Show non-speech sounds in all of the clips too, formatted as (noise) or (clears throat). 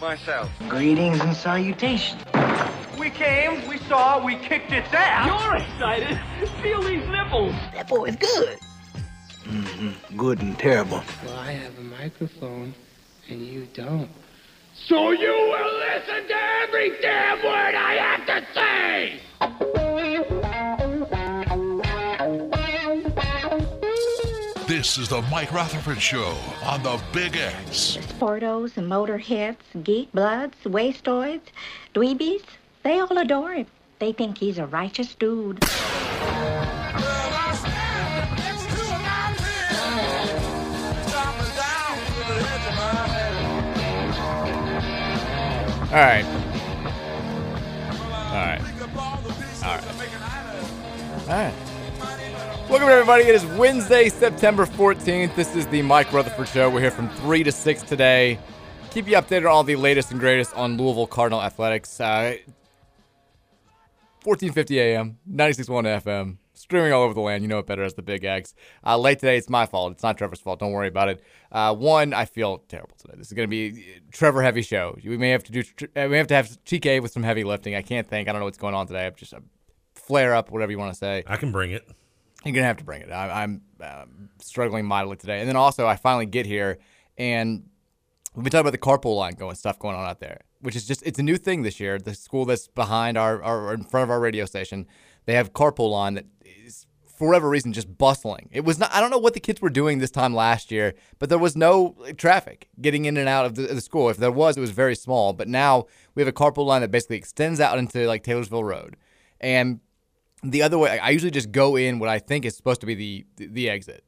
myself. Greetings and salutations. We came, we saw, we kicked its ass. You're excited. Feel these nipples. That boy's good. Mm-hmm. Good and terrible. Well, I have a microphone and you don't. So you will listen to every damn word I have to say. This is the Mike Rutherford Show on the Big X. Sportos, motorheads, geek bloods, wastoids, dweebies, they all adore him. They think he's a righteous dude. All right. All right. All right. Welcome, everybody. It is Wednesday, September 14th. This is the Mike Rutherford Show. We're here from 3 to 6 today. Keep you updated on all the latest and greatest on Louisville Cardinal athletics. Uh, 1450 AM, 96.1 FM, streaming all over the land. You know it better as the Big X. Uh, late today, it's my fault. It's not Trevor's fault. Don't worry about it. Uh, one, I feel terrible today. This is going to be Trevor heavy show. We may have to do. tr- uh, We have to have TK with some heavy lifting. I can't think. I don't know what's going on today. I'm just a flare up, whatever you want to say. I can bring it. You're gonna have to bring it. I, I'm uh, struggling mightily today, and then also I finally get here, and we've been talking about the carpool line going stuff going on out there, which is just it's a new thing this year. The school that's behind our, our or in front of our radio station, they have carpool line that is for whatever reason just bustling. It was not I don't know what the kids were doing this time last year, but there was no like, traffic getting in and out of the, of the school. If there was, it was very small. But now we have a carpool line that basically extends out into like Taylorsville Road, and the other way i usually just go in what i think is supposed to be the the exit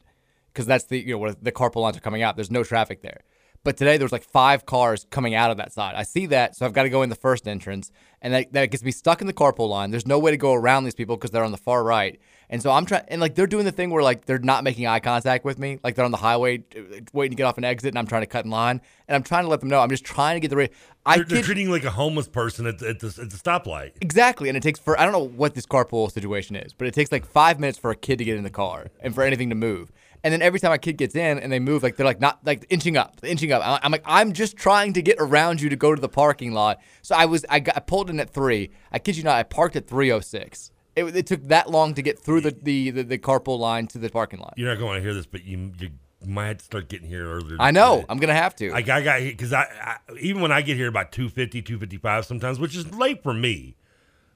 because that's the you know where the carpool lines are coming out there's no traffic there but today there was like five cars coming out of that side i see that so i've got to go in the first entrance and that, that gets me stuck in the carpool line there's no way to go around these people because they're on the far right and so i'm trying and like they're doing the thing where like they're not making eye contact with me like they're on the highway uh, waiting to get off an exit and i'm trying to cut in line and i'm trying to let them know i'm just trying to get the rate i They're, they're kid- treating you like a homeless person at, the- at, the, at the stoplight. Exactly, and it takes for I don't know what this carpool situation is, but it takes like five minutes for a kid to get in the car and for anything to move. And then every time a kid gets in and they move, like they're like not like inching up, inching up. I'm- I'm like I'm just trying to get around you to go to the parking lot. So I was I got I pulled in at three. I kid you not, I parked at three oh six. It, it took that long to get through the, the, the, the carpool line to the parking lot. You're not going to hear this, but you you might have to start getting here earlier. I know. I'm gonna have to. I, I got here because I, I even when I get here about 250, 255 sometimes, which is late for me.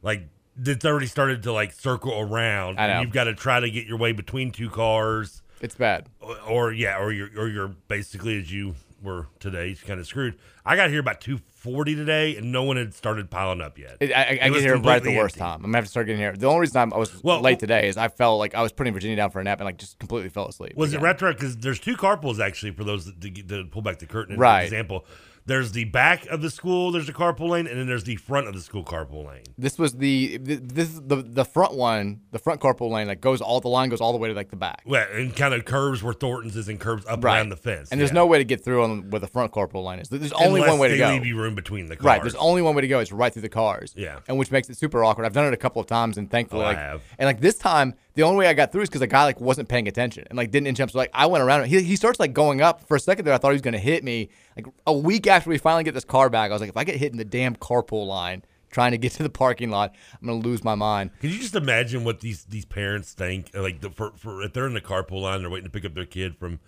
Like it's already started to like circle around. I know. And you've got to try to get your way between two cars. it's bad. or, or yeah, or you're or you're basically as you were today, you're kind of screwed. I got here about two forty today, and no one had started piling up yet. It, I, I It get was here right at the completely worst empty. time. I'm gonna have to start getting here. The only reason I'm, I was Well- late today is I felt like I was putting Virginia down for a nap and like just completely fell asleep. Was again. it retro? Because there's two carpools actually for those that, to, get- to pull back the curtain. and Right. Example. There's the back of the school. There's a carpool lane, and then there's the front of the school carpool lane. This was the th- this the the front one, the front carpool lane that goes all the line goes all the way to like the back. Well, and kind of curves where Thornton's is and curves up Right. around the fence. And there's Yeah. no way to get through on where the front carpool line is. There's only Unless one way to they go. Leave you room between the cars. Right, there's only one way to go. It's right through the cars. Yeah. and which makes it super awkward. I've done it a couple of times, and thankfully, Oh, I like, have. and like this time, the only way I got through is because the guy like wasn't paying attention and like didn't inch up. So like I went around. him. He he starts like going up for a second there. I thought he was gonna hit me. Like a week after we finally get this car back, I was like, if I get hit in the damn carpool line trying to get to the parking lot, I'm gonna lose my mind. Can you just imagine what these these parents think? uh, Like the, for for if they're in the carpool line, they're waiting to pick up their kid from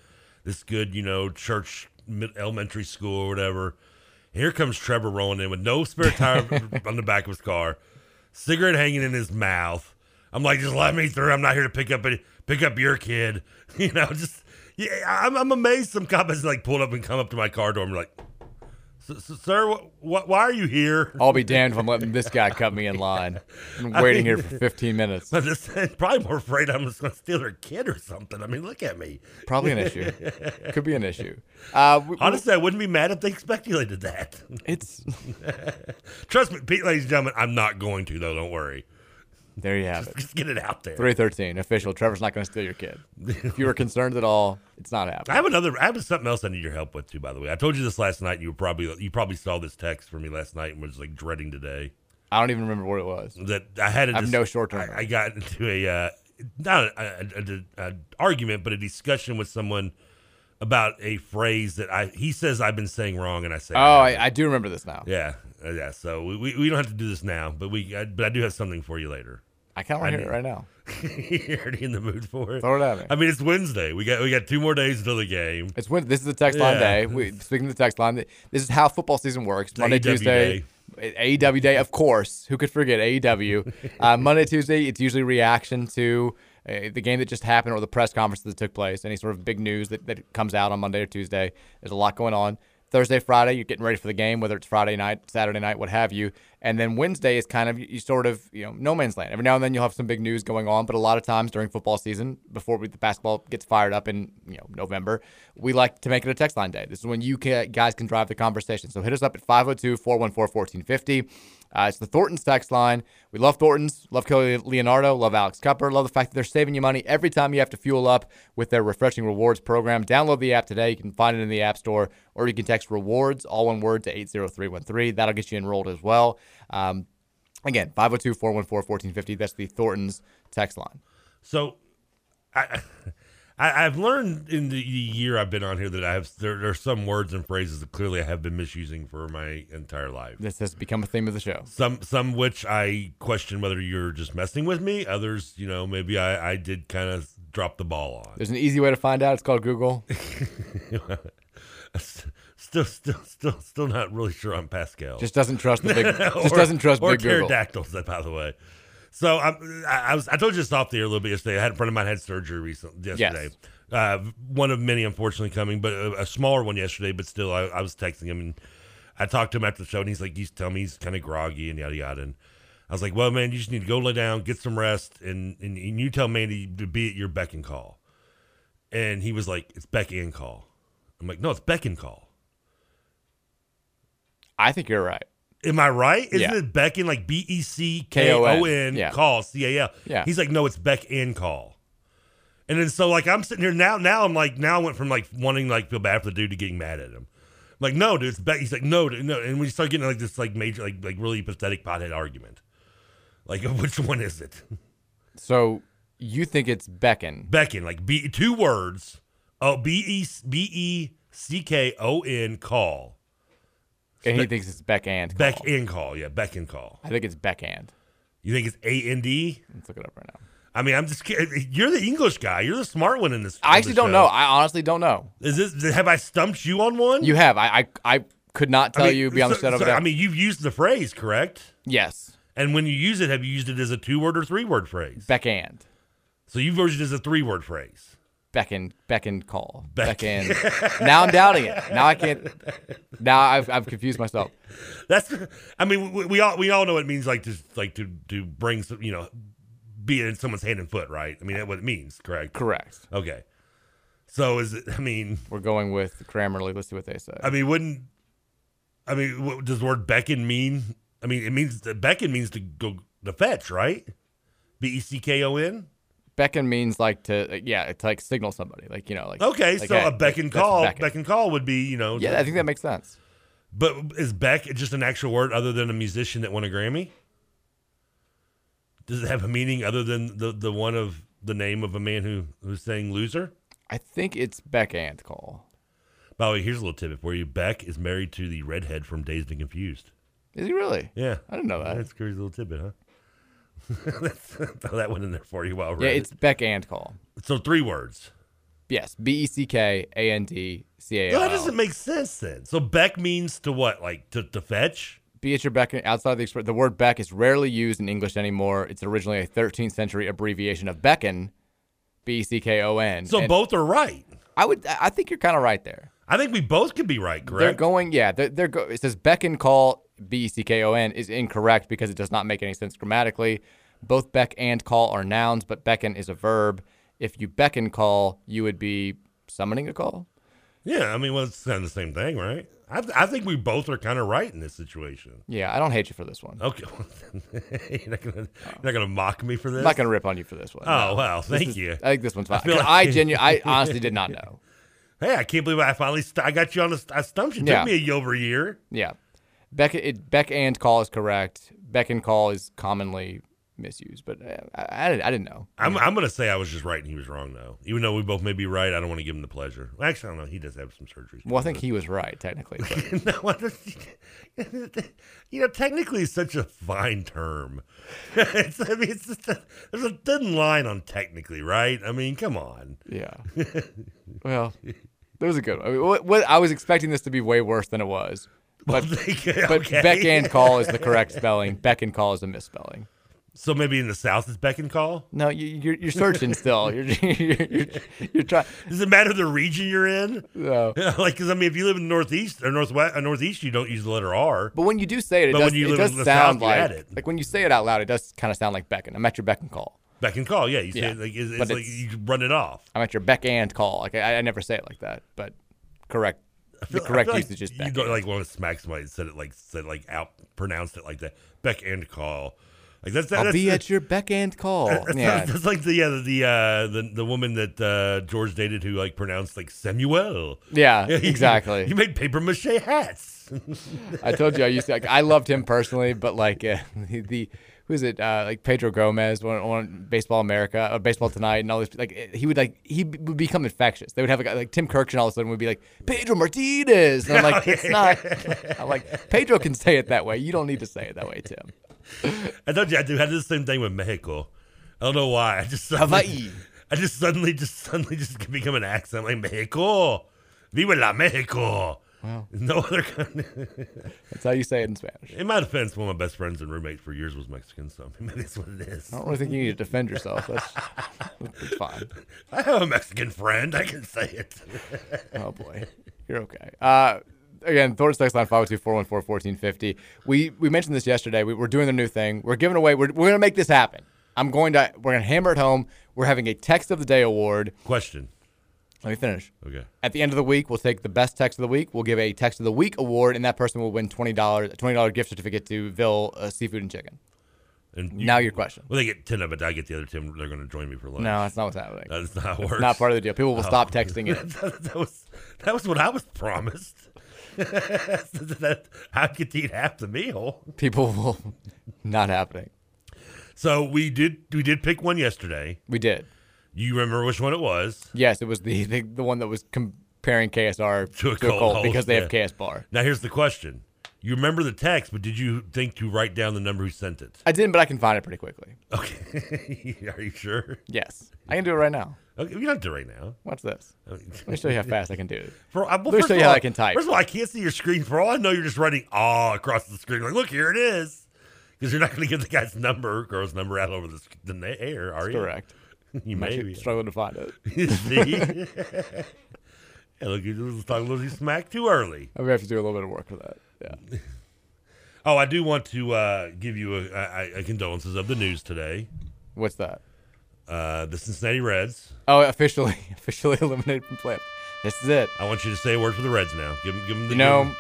this good, you know, church mid- elementary school or whatever. Here comes Trevor rolling in with no spare tire on the back of his car, cigarette hanging in his mouth. I'm like, just let me through. I'm not here to pick up any, pick up your kid. (laughs) You know, just yeah. I'm, I'm amazed. Some cops like pulled up and come up to my car door. and be like, S- s- sir, wh- wh- why are you here? I'll be damned if I'm letting this guy cut me in line. I'm I waiting here mean- for 15 (laughs) minutes. But this, probably more afraid I'm just going to steal her kid or something. I mean, look at me. Probably an issue. Could be an issue. Uh, w- Honestly, I wouldn't be mad if they speculated that. (laughs) It's trust me, Pete, ladies and gentlemen. I'm not going to though. Don't worry. (laughs) There you have it. Just get it out there. 313 official. Trevor's not going to steal your kid. If you were concerned at all, it's not happening. I have another. I have something else I need your help with too. By the way, I told you this last night. You were probably you probably saw this text from me last night and was like dreading today. I don't even remember what it (laughs) was. That I had. A I have dis- no short term. I, I got into a uh, not an argument, but a discussion with someone about a phrase that I he says I've been saying wrong, and I say Oh, I, I do remember this now. Yeah, uh, yeah. So we, we, we don't have to do this now, but we I, but I do have something for you later. (laughs) I kind of want to hear it right now. You're already in the mood for it. Throw it at me. I mean, it's Wednesday. We got we got two more days until the game. Mm. It's when this is the text line Yeah. day. We, speaking of the text line, this is how football season works. Monday, AEW Tuesday, AEW day, of course. Who could forget AEW? uh, Monday, Tuesday, it's usually reaction to uh, the game that just happened or the press conference that took place. Any sort of big news that, that comes out on Monday or Tuesday. There's a lot going on. Thursday, Friday, you're getting ready for the game, whether it's Friday night, Saturday night, what have you. And then Wednesday is kind of you sort of you know no man's land. Every now and then you'll have some big news going on, but a lot of times during football season, before we, the basketball gets fired up in you know November, we like to make it a text line day. This is when you ca guys can drive the conversation. So hit us up at 502-414-1450. Uh, it's the Thornton's text line. We love Thornton's, love Kelly Leonardo, love Alex Cupper, love the fact that they're saving you money every time you have to fuel up with their refreshing rewards program. Download the app today. You can find it in the App Store, or you can text rewards, all one word, to 80313. That'll get you enrolled as well. Um, again, 502 414 1450. That's the Thornton's text line. So, I, I I've learned in the year I've been on here that I have there, there are some words and phrases that clearly I have been misusing for my entire life. This has become a theme of the show. Some some which I question whether you're just messing with me. Others, you know, maybe I I did kind of drop the ball on. There's an easy way to find out. It's called Google. Still, still, still, still not really sure on Pascal. Just doesn't trust (laughs) the big- just Or- doesn't trust or big Google. pterodactyls. By the way, so I, I, I was I told you this off the air a little bit yesterday. I had a friend of mine had surgery recently yesterday. Uh, one of many, unfortunately, coming, but a, a smaller one yesterday. But still, I, I was texting him and I talked to him after the show, and he's like, he's telling me he's kind of groggy and yada yada. And I was like, well, man, you just need to go lay down, get some rest, and and, and you tell Mandy to be at your beck and call. And he was like, it's beck and call. I'm like, no, it's beck and call. I think you're right. Am I right? Isn't Yeah. it Beck and like B E C K O K-O-N, N yeah. call C A L? Yeah. He's like, no, it's Beck and call. And then so like I'm sitting here now. Now I'm like now I went from like wanting like feel bad for the dude to getting mad at him. I'm like no, dude, it's Beck. He's like no, dude, no. And we start getting like this like major like like really pathetic pothead argument. Like (laughs) which one is it? So you think it's Beckon. Beckon, like B two words. Oh, B E B E C K O N call. And he Beck- thinks it's Beck and. Beck and call, yeah, beck and call. I think it's Beck and. You think it's A and D? Let's look it up right now. I mean, I'm just kidding. You're the English guy. You're the smart one in this. I actually don't know. I honestly don't know. Is this have I stumped you on one? You have. I I, I could not tell you beyond the shadow of a doubt. I mean, you've used the phrase, correct? Yes. And when you use it, have you used it as a two-word or three-word phrase? Beck and. So you've used it as a three-word phrase. Beck and beck and call. Beck- Beck, and. (laughs) now I'm doubting it. Now I can't. Now I've I've confused myself. That's. I mean, we, we all we all know what it means like to like to to bring some you know be in someone's hand and foot, right? I mean, that's what it means, correct? Correct. Okay. So is it? I mean, we're going with Grammarly. Let's see what they say. I mean, wouldn't I mean? What does the word beckon mean? I mean, it means the beckon means to go to fetch, right? B e c k o n. Beckon means like to yeah to like signal somebody like you know like Okay, like, so hey, a beck and that's call, beckon. beck and call would be you know. Yeah, I think that makes sense. But is beck just an actual word other than a musician that won a Grammy? Does it have a meaning other than the the one of the name of a man who who's saying loser? I think it's beck and call. By the way, here's a little tidbit for you. Beck is married to the redhead from Dazed and Confused. Is he really? Yeah, I didn't know that. That's a crazy little tidbit, huh? (laughs) That's- Throw that one in there for you while we're Yeah, at it's it. beck and call. So three words. Yes, B E C K A N D C A Well, L. that doesn't make sense then. So beck means to what? Like to, to fetch? Be at your beck outside the express. The word beck is rarely used in English anymore. It's originally a 13th century abbreviation of beckon, B E C K O N. So And both are right. I would. I I think you're kind of right there. I think we both could be right, correct? They're going, yeah. They're, they're go- it says beck and call, B E C K O N, is incorrect because it does not make any sense grammatically. Both beck and call are nouns, but beckon is a verb. If you beckon call, you would be summoning a call. yeah, I mean, well, it's kind of the same thing, right? I, th- I think we both are kind of right in this situation. Yeah, I don't hate you for this one. Okay, (laughs) you're not gonna you're not gonna mock me for this. I'm not going to rip on you for this one. Oh no. wow, This thank is- you. I think this one's fine. 'Cause feel I, like- genu- (laughs) I honestly did not know. Hey, I can't believe I finally st- I got you on the st- I stumped you. It Yeah. Took me a over a year. Yeah. Beck, it, beck and call is correct. Beck and call is commonly misused, but uh, I, I, didn't- I didn't know. I'm I'm gonna say I was just right and he was wrong though. Even though we both may be right, I don't want to give him the pleasure. Well, actually, I don't know. He does have some surgeries. Well, I think he was right, technically. But (laughs) no, I just- (laughs) you know, technically, it's such a fine term. (laughs) it's, I mean, it's just a, there's a thin line on technically, right? I mean, come on. yeah. (laughs) Well, that was a good one. I, mean, what, what, I was expecting this to be way worse than it was. (laughs) But, (laughs) but okay. beck and call is the correct spelling. Beck and call is a misspelling. (laughs) So maybe in the South it's beck and call. No, you, you're, you're searching still. You're, (laughs) you're, you're, you're trying. Does it matter the region you're in? No. (laughs) like, because I mean, if you live in the Northeast or Northwest, or Northeast, you don't use the letter R. But when you do say it, it But when does, you it live does in the sound South, you add like it. like when you say it out loud, it does kind of sound like beck and. I'm at your beck and call. Beck and call, yeah. You say Yeah, it like it's, but it's like it's- you can run it off. I'm at your beck and call. Like I, I never say it like that, but correct. I feel- the I correct feel like usage is You beck. don't like want to smack somebody that said it like said like out pronounced it like that. Beck and call, like that's that, I'll that's be the- at your beck and call. (laughs) That's, yeah. that's like the yeah the the, uh, the the woman that uh, George dated who like pronounced like Samuel. Yeah, (laughs) you- exactly. You made paper mache hats. I told you I used to. Like, I loved him personally, but like uh, (laughs) the, the who is it? Uh, like Pedro Gomez on, on Baseball America, uh, Baseball Tonight, and all this. Like it- he would like he b- would become infectious. They would have like, like Tim Kirkshin all of a sudden would be like Pedro Martinez, and I'm like it's not. I'm like Pedro can say it that way. You don't need to say it that way, Tim. I told you I do. I did the same thing with Mexico. I don't know why. I just suddenly, Hawaii. I just suddenly, just suddenly, just become an accent like Mexico. Viva la Mexico. Wow. No other country. That's how you say it in Spanish. In my defense, one of my best friends and roommates for years was Mexican, so (laughs) maybe that's what it is. I don't really think you need to defend yourself. That's, that's fine. (laughs) I have a Mexican friend. I can say it. Oh boy, you're okay. Uh, again, Thor's text line 502-414-1450. We we mentioned this yesterday. We, we're doing the new thing. We're giving away. We're, we're gonna make this happen. I'm going to. We're gonna hammer it home. We're having a text of the day award. Question. Let me finish. Okay. At the end of the week, we'll take the best text of the week. We'll give a text of the week award, and that person will win twenty dollars a twenty dollar gift certificate to Ville uh, Seafood and Chicken. And you- Now your question. Well, they get ten of it. I get the other ten. They're going to join me for lunch. No, that's not what's happening. That's not how it That's works. not part of the deal. People will Oh. stop texting it. (laughs) that, that was that was what I was promised. (laughs) that I get to eat half the meal. People will (laughs) not happening. So we did we did pick one yesterday. We did. You remember which one it was? Yes, it was the the, the one that was comparing KSR to a, cold Colt hold, because they have yeah. KS Bar. Now here's the question: You remember the text, but did you think to write down the number who sent it? I didn't, but I can find it pretty quickly. Okay, (laughs) are you sure? Yes, I can do it right now. Okay, you don't do it right now. Watch this. Let me show you how fast I can do it. (laughs) For, uh, well, Let me first show of you how all- I can type. First of all, I can't see your screen. For all I know, you're just writing "ah" across the screen. Like, look, here it is. Because you're not going to get the guy's number, or girl's number out over the, sc- the na- air, are That's you? correct. (laughs) You I'm may actually be. (laughs) struggling to find (laughs) it. see? (laughs) yeah, look, you was talking a little smack too early. I'm gonna have to do a little bit of work for that. Yeah. Oh, I do want to uh, give you a, a, a condolences of the news today. What's that? Uh, the Cincinnati Reds. Oh, officially, (laughs) officially eliminated from playoff. This is it. I want you to say a word for the Reds now. Give them, give them the You know, give 'em-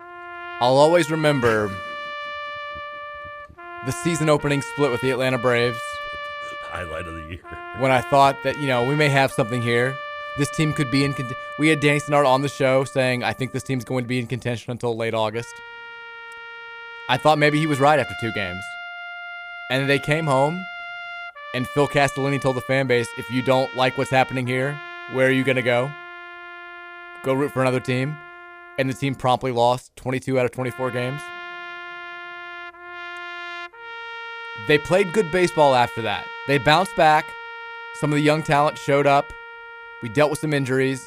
I'll always remember the season opening split with the Atlanta Braves. highlight of the year. when I thought that you know we may have something here. This team could be in. Cont- we had Danny Sennard on the show saying, "I think this team's going to be in contention until late August." I thought maybe he was right after two games, and they came home, and Phil Castellini told the fan base, "If you don't like what's happening here, where are you going to go? Go root for another team." And the team promptly lost 22 out of 24 games. They played good baseball after that. They bounced back. Some of the young talent showed up. We dealt with some injuries.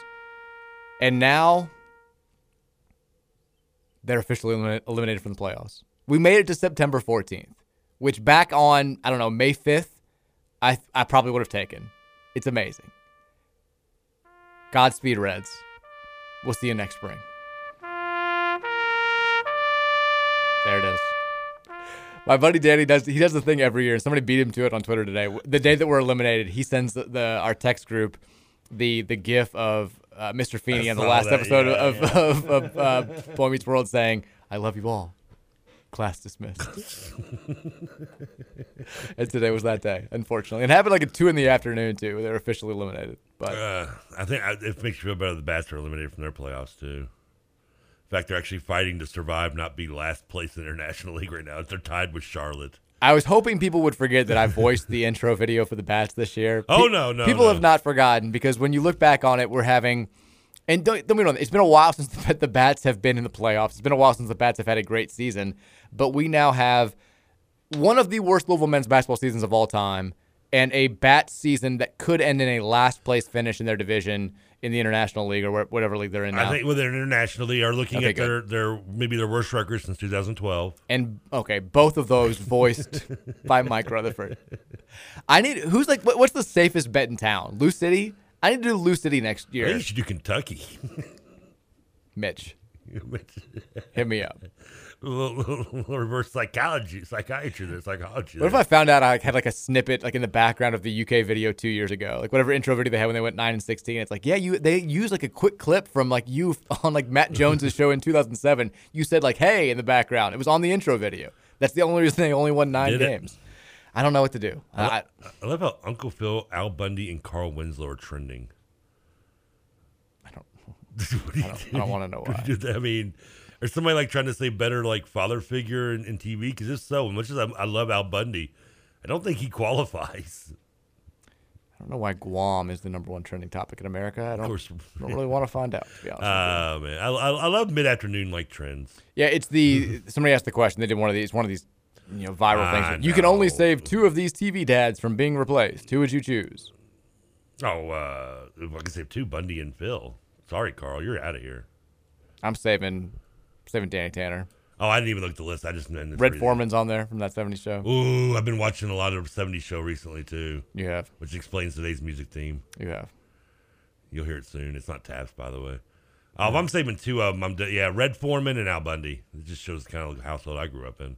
And now they're officially elimi- eliminated from the playoffs. We made it to September 14th, which back on, I don't know, May 5th, I, I probably would have taken. It's amazing. Godspeed, Reds. We'll see you next spring. There it is. My buddy Danny does he does the thing every year. Somebody beat him to it on Twitter today. The day that we're eliminated, he sends the, the our text group the the gif of uh, Mr. Feeney I on the saw last that, episode yeah, of, yeah. of, of uh, Boy Meets World saying, "I love you all." Class (laughs) dismissed. and today was that day, unfortunately. It happened like at two in the afternoon too. They were officially eliminated. But Uh, I think I, it makes you feel better. The Bats are eliminated from their playoffs too. In fact, they're actually fighting to survive, not be last place in their National League right now. They're tied with Charlotte. I was hoping people would forget that I voiced the intro video for the bats this year. Oh, no, no, People no. have not forgotten because when you look back on it, we're having, and don't, don't get me wrong, it's been a while since (laughs) the, the bats have been in the playoffs. It's been a while since the bats have had a great season, but we now have one of the worst Louisville men's basketball seasons of all time, and a bat season that could end in a last place finish in their division in the international league or where- whatever league they're in now. I think whether internationally are looking Okay, at their, their maybe their worst record since 2012. And okay, both of those voiced by Mike Rutherford. I need who's like what, what's the safest bet in town? Lou City. I need to do Lou City next I think year. you should do Kentucky. (laughs) Mitch, hit me up. little, little- little reverse psychology, psychiatry there, psychology. What if there. I found out I had like a snippet like in the background of the UK video two years ago, like whatever intro video they had when they went nine and sixteen? It's like yeah, you they used like a quick clip from like you on like Matt Jones's show in two thousand seven. You said like hey in the background. It was on the intro video. That's the only reason they only won nine Did it. games. I don't know what to do. I, I- lo- I love how Uncle Phil, Al Bundy, and Carl Winslow are trending. I don't, (laughs) I don't want (laughs) to know why. I mean, or somebody like trying to say better like father figure in, in TV because if so, as much as I, I love Al Bundy, I don't think he (laughs) qualifies. I don't know why Guam is the number one trending topic in America. I don't, don't really want to find out. To be honest. (laughs) Ah man, I, I, I love mid afternoon like trends. Yeah, it's the somebody asked the question. They did one of these one of these you know viral I things. You can only save two of these TV dads from being replaced. Who would you choose? Oh, uh, if I can say two Bundy and Phil. Sorry, Carl, you're out of here. I'm saving saving Danny Tanner. Oh, I didn't even look at the list. I just meant it's Red really- Foreman's on there from that '70s show. Ooh, I've been watching a lot of 70s show recently too. You have. Which explains today's music theme. You have. You'll hear it soon. It's not Taps, by the way. Oh, if I'm saving two of them, I'm d- yeah, Red Foreman and Al Bundy. It just shows the kind of household I grew up in.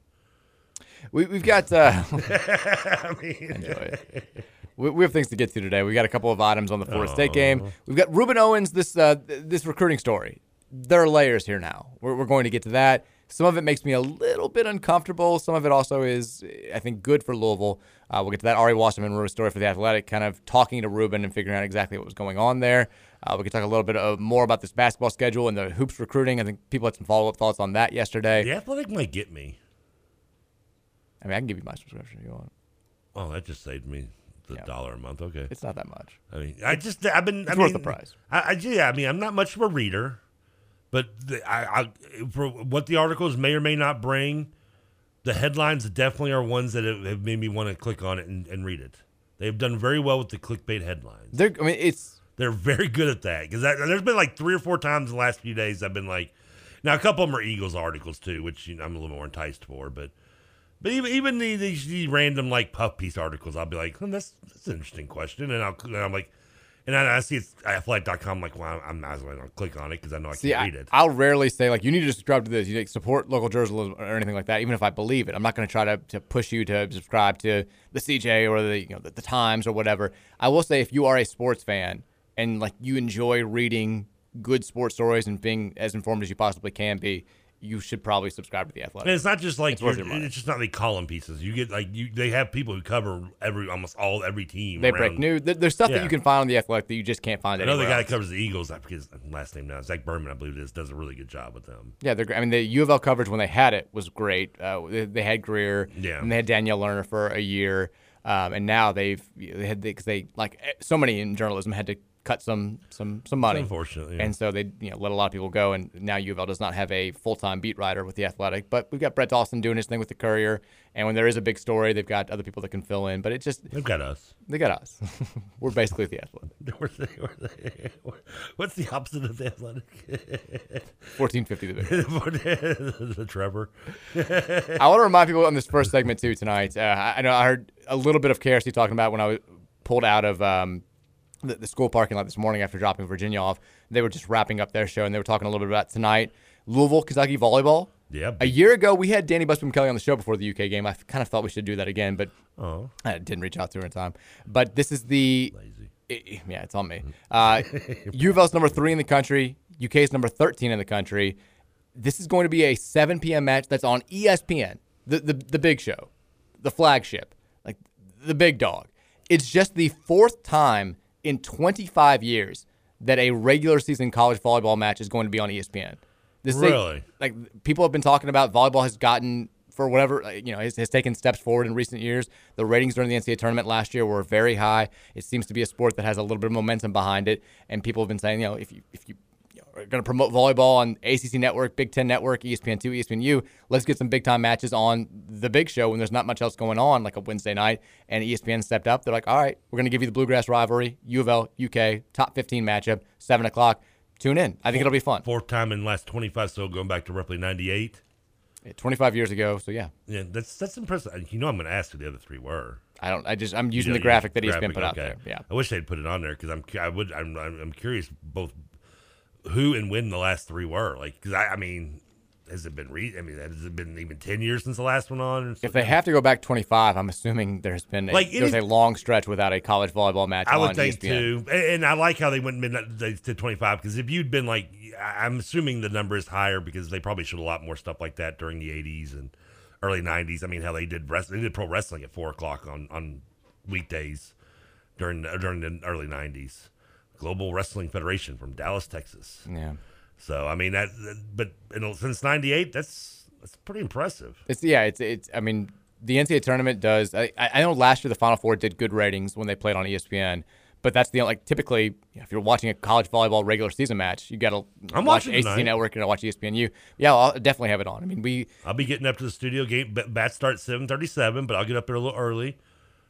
We, we've got. Uh, (laughs) I mean- enjoy it. We, we have things to get to today. We got a couple of items on the Florida State Aw. game. We've got Reuben Owens. This uh, th- this recruiting story. There are layers here now. We're, we're going to get to that. Some of it makes me a little bit uncomfortable. Some of it also is, eh, I think, good for Louisville. Uh, we'll get to that Ari Wasserman Monroe story for the Athletic, kind of talking to Ruben and figuring out exactly what was going on there. Uh, we could talk a little bit uh, more about this basketball schedule and the hoops recruiting. I think people had some follow up thoughts on that yesterday. The Athletic might get me. I mean, I can give you my subscription if you want. Oh, that just saved me the dollar a month. Okay, It's not that much. I mean, I just I've been It's I worth mean, the price. I, I yeah, I mean, I'm not much of a reader, but the, I, I for what the articles may or may not bring, the headlines definitely are ones that have have made me want to click on it and, and read it. They've done very well with the clickbait headlines. They're, I mean, it's they're very good at that because there's been like three or four times in the last few days I've been like, now a couple of them are Eagles articles too, which you know, I'm a little more enticed for, but. But even even the, these these random like puff piece articles, I'll be like, hmm, that's that's an interesting question, and I'll and I'm like, and I, I see it's athletic.com, like, well, I'm not going to click on it because I know I See, can't I, read it. I'll rarely say like you need to subscribe to this. You need to support local journalism or anything like that. Even if I believe it, I'm not going to try to to push you to subscribe to the CJ or the you know the, the Times or whatever. I will say if you are a sports fan and like you enjoy reading good sports stories and being as informed as you possibly can be, you should probably subscribe to the Athletic. And it's not just like It's your, worth your money. it's just not like column pieces. You get like you they have people who cover every almost all every team. they break around- news. There- There's stuff that Yeah. you can find on the Athletic that you just can't find Another anywhere guy else. that covers the Eagles, I forget his last name now. Zach Berman, I believe it is, does a really good job with them. Yeah, they're. gr- I mean, the U of L coverage when they had it was great. Uh, they, they had Greer, Yeah. and they had Danielle Lerner for a year, um, and now they've they had because they like eh, so many in journalism had to cut some some some money, unfortunate, yeah. and so they you know let a lot of people go, and now U of L does not have a full time beat writer with the Athletic, but we've got Brett Dawson doing his thing with the Courier, and when there is a big story, they've got other people that can fill in, but it just they've got us, (laughs) they got us, (laughs) we're basically the Athletic, Were they- were they- were- (laughs) What's the opposite of the athletic? (laughs) fourteen fifty the big. the Trevor. I want to remind people on this first segment too tonight. Uh, I I know I heard a little bit of KRC talking about when I was pulled out of um, the, the school parking lot this morning after dropping Virginia off. They were just wrapping up their show and they were talking a little bit about tonight. Louisville, Kentucky volleyball. Yeah. A year ago, we had Danny Busman Kelly on the show before the UK game. I kind of thought we should do that again, but Oh. I didn't reach out to her in time. But this is the. I- yeah, it's on me. Uh, U of L's number three in the country. UK's number 13 in the country. This is going to be a 7 p.m. match that's on E ESPN, the, the, the big show, the flagship, like the big dog. It's just the fourth time in 25 years that a regular season college volleyball match is going to be on E ESPN. This is a- Really? like people have been talking about volleyball has gotten for whatever like, you know has, has taken steps forward in recent years the ratings during the ncaa tournament last year were very high it seems to be a sport that has a little bit of momentum behind it and people have been saying you know if you if you, you know, are going to promote volleyball on acc network big ten network E espn2 espnu let's get some big time matches on the big show when there's not much else going on like a wednesday night and E espn stepped up they're like all right we're going to give you the bluegrass rivalry u of l uk top 15 matchup 7 o'clock tune in i think it'll be fun Fourth time in the last 25, so going back to roughly 98. Yeah, 25 years ago so yeah Yeah, that's that's impressive. You know, I'm going to ask who the other three were. I don't. I just I'm using You know, the graphic that graphic, ESPN put out okay. there. Yeah. I wish they'd put it on there because I'm cu- I would I'm I'm I'm curious both who and when the last three were like because I I mean has it been re- I mean has it been even ten years since the last one on? Or If they have to go back 25, I'm assuming there's been a, Like, there was a any- long stretch without a college volleyball match. I on E would think ESPN. too, and, and I like how they went midnight they- to twenty five because if you'd been like, I- I'm assuming the number is higher because they probably showed a lot more stuff like that during the '80s and early '90s. I mean, how they did wrestling, they did pro wrestling at four o'clock on on weekdays during the- during the early '90s. Global Wrestling Federation from Dallas, Texas. Yeah. So I memean that, that- but you know, since '98, that's that's pretty impressive. It's yeah. It's it's. I mean, the NCAA tournament does. I I I know last year the Final Four did good ratings when they played on E ESPN. But that's the like typically you know, if you're watching a college volleyball regular season match, you gotta I'm watch watching ACC tonight. Network and watch E ESPNU. Yeah, I'll definitely have it on. I mean, we I'll be getting up to the studio game. b- Bat starts seven thirty-seven, but I'll get up there a little early,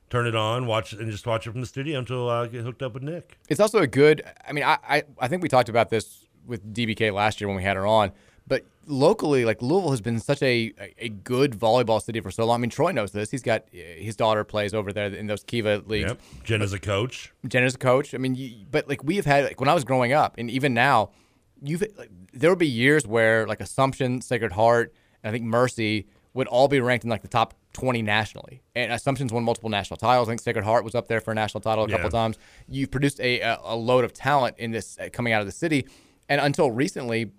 turn it on, watch and just watch it from the studio until I get hooked up with Nick. It's also a good. I mean, I, I I think we talked about this with DBK last year when we had her on. But locally, like Louisville has been such a, a, a good volleyball city for so long. I mean, Troy knows this. He's got eh, his daughter plays over there in those Kiva leagues. Yep. Jen is a coach. Jen is a coach. I mean, you, but like we have had like when I was growing up, and even now, you've like, there would be years where like Assumption, Sacred Heart, and I think Mercy would all be ranked in like the top twenty nationally. And Assumption's won multiple national titles. I think Sacred Heart was up there for a national title a couple Yeah. times. You've produced a, a a load of talent in this uh, coming out of the city, and until recently,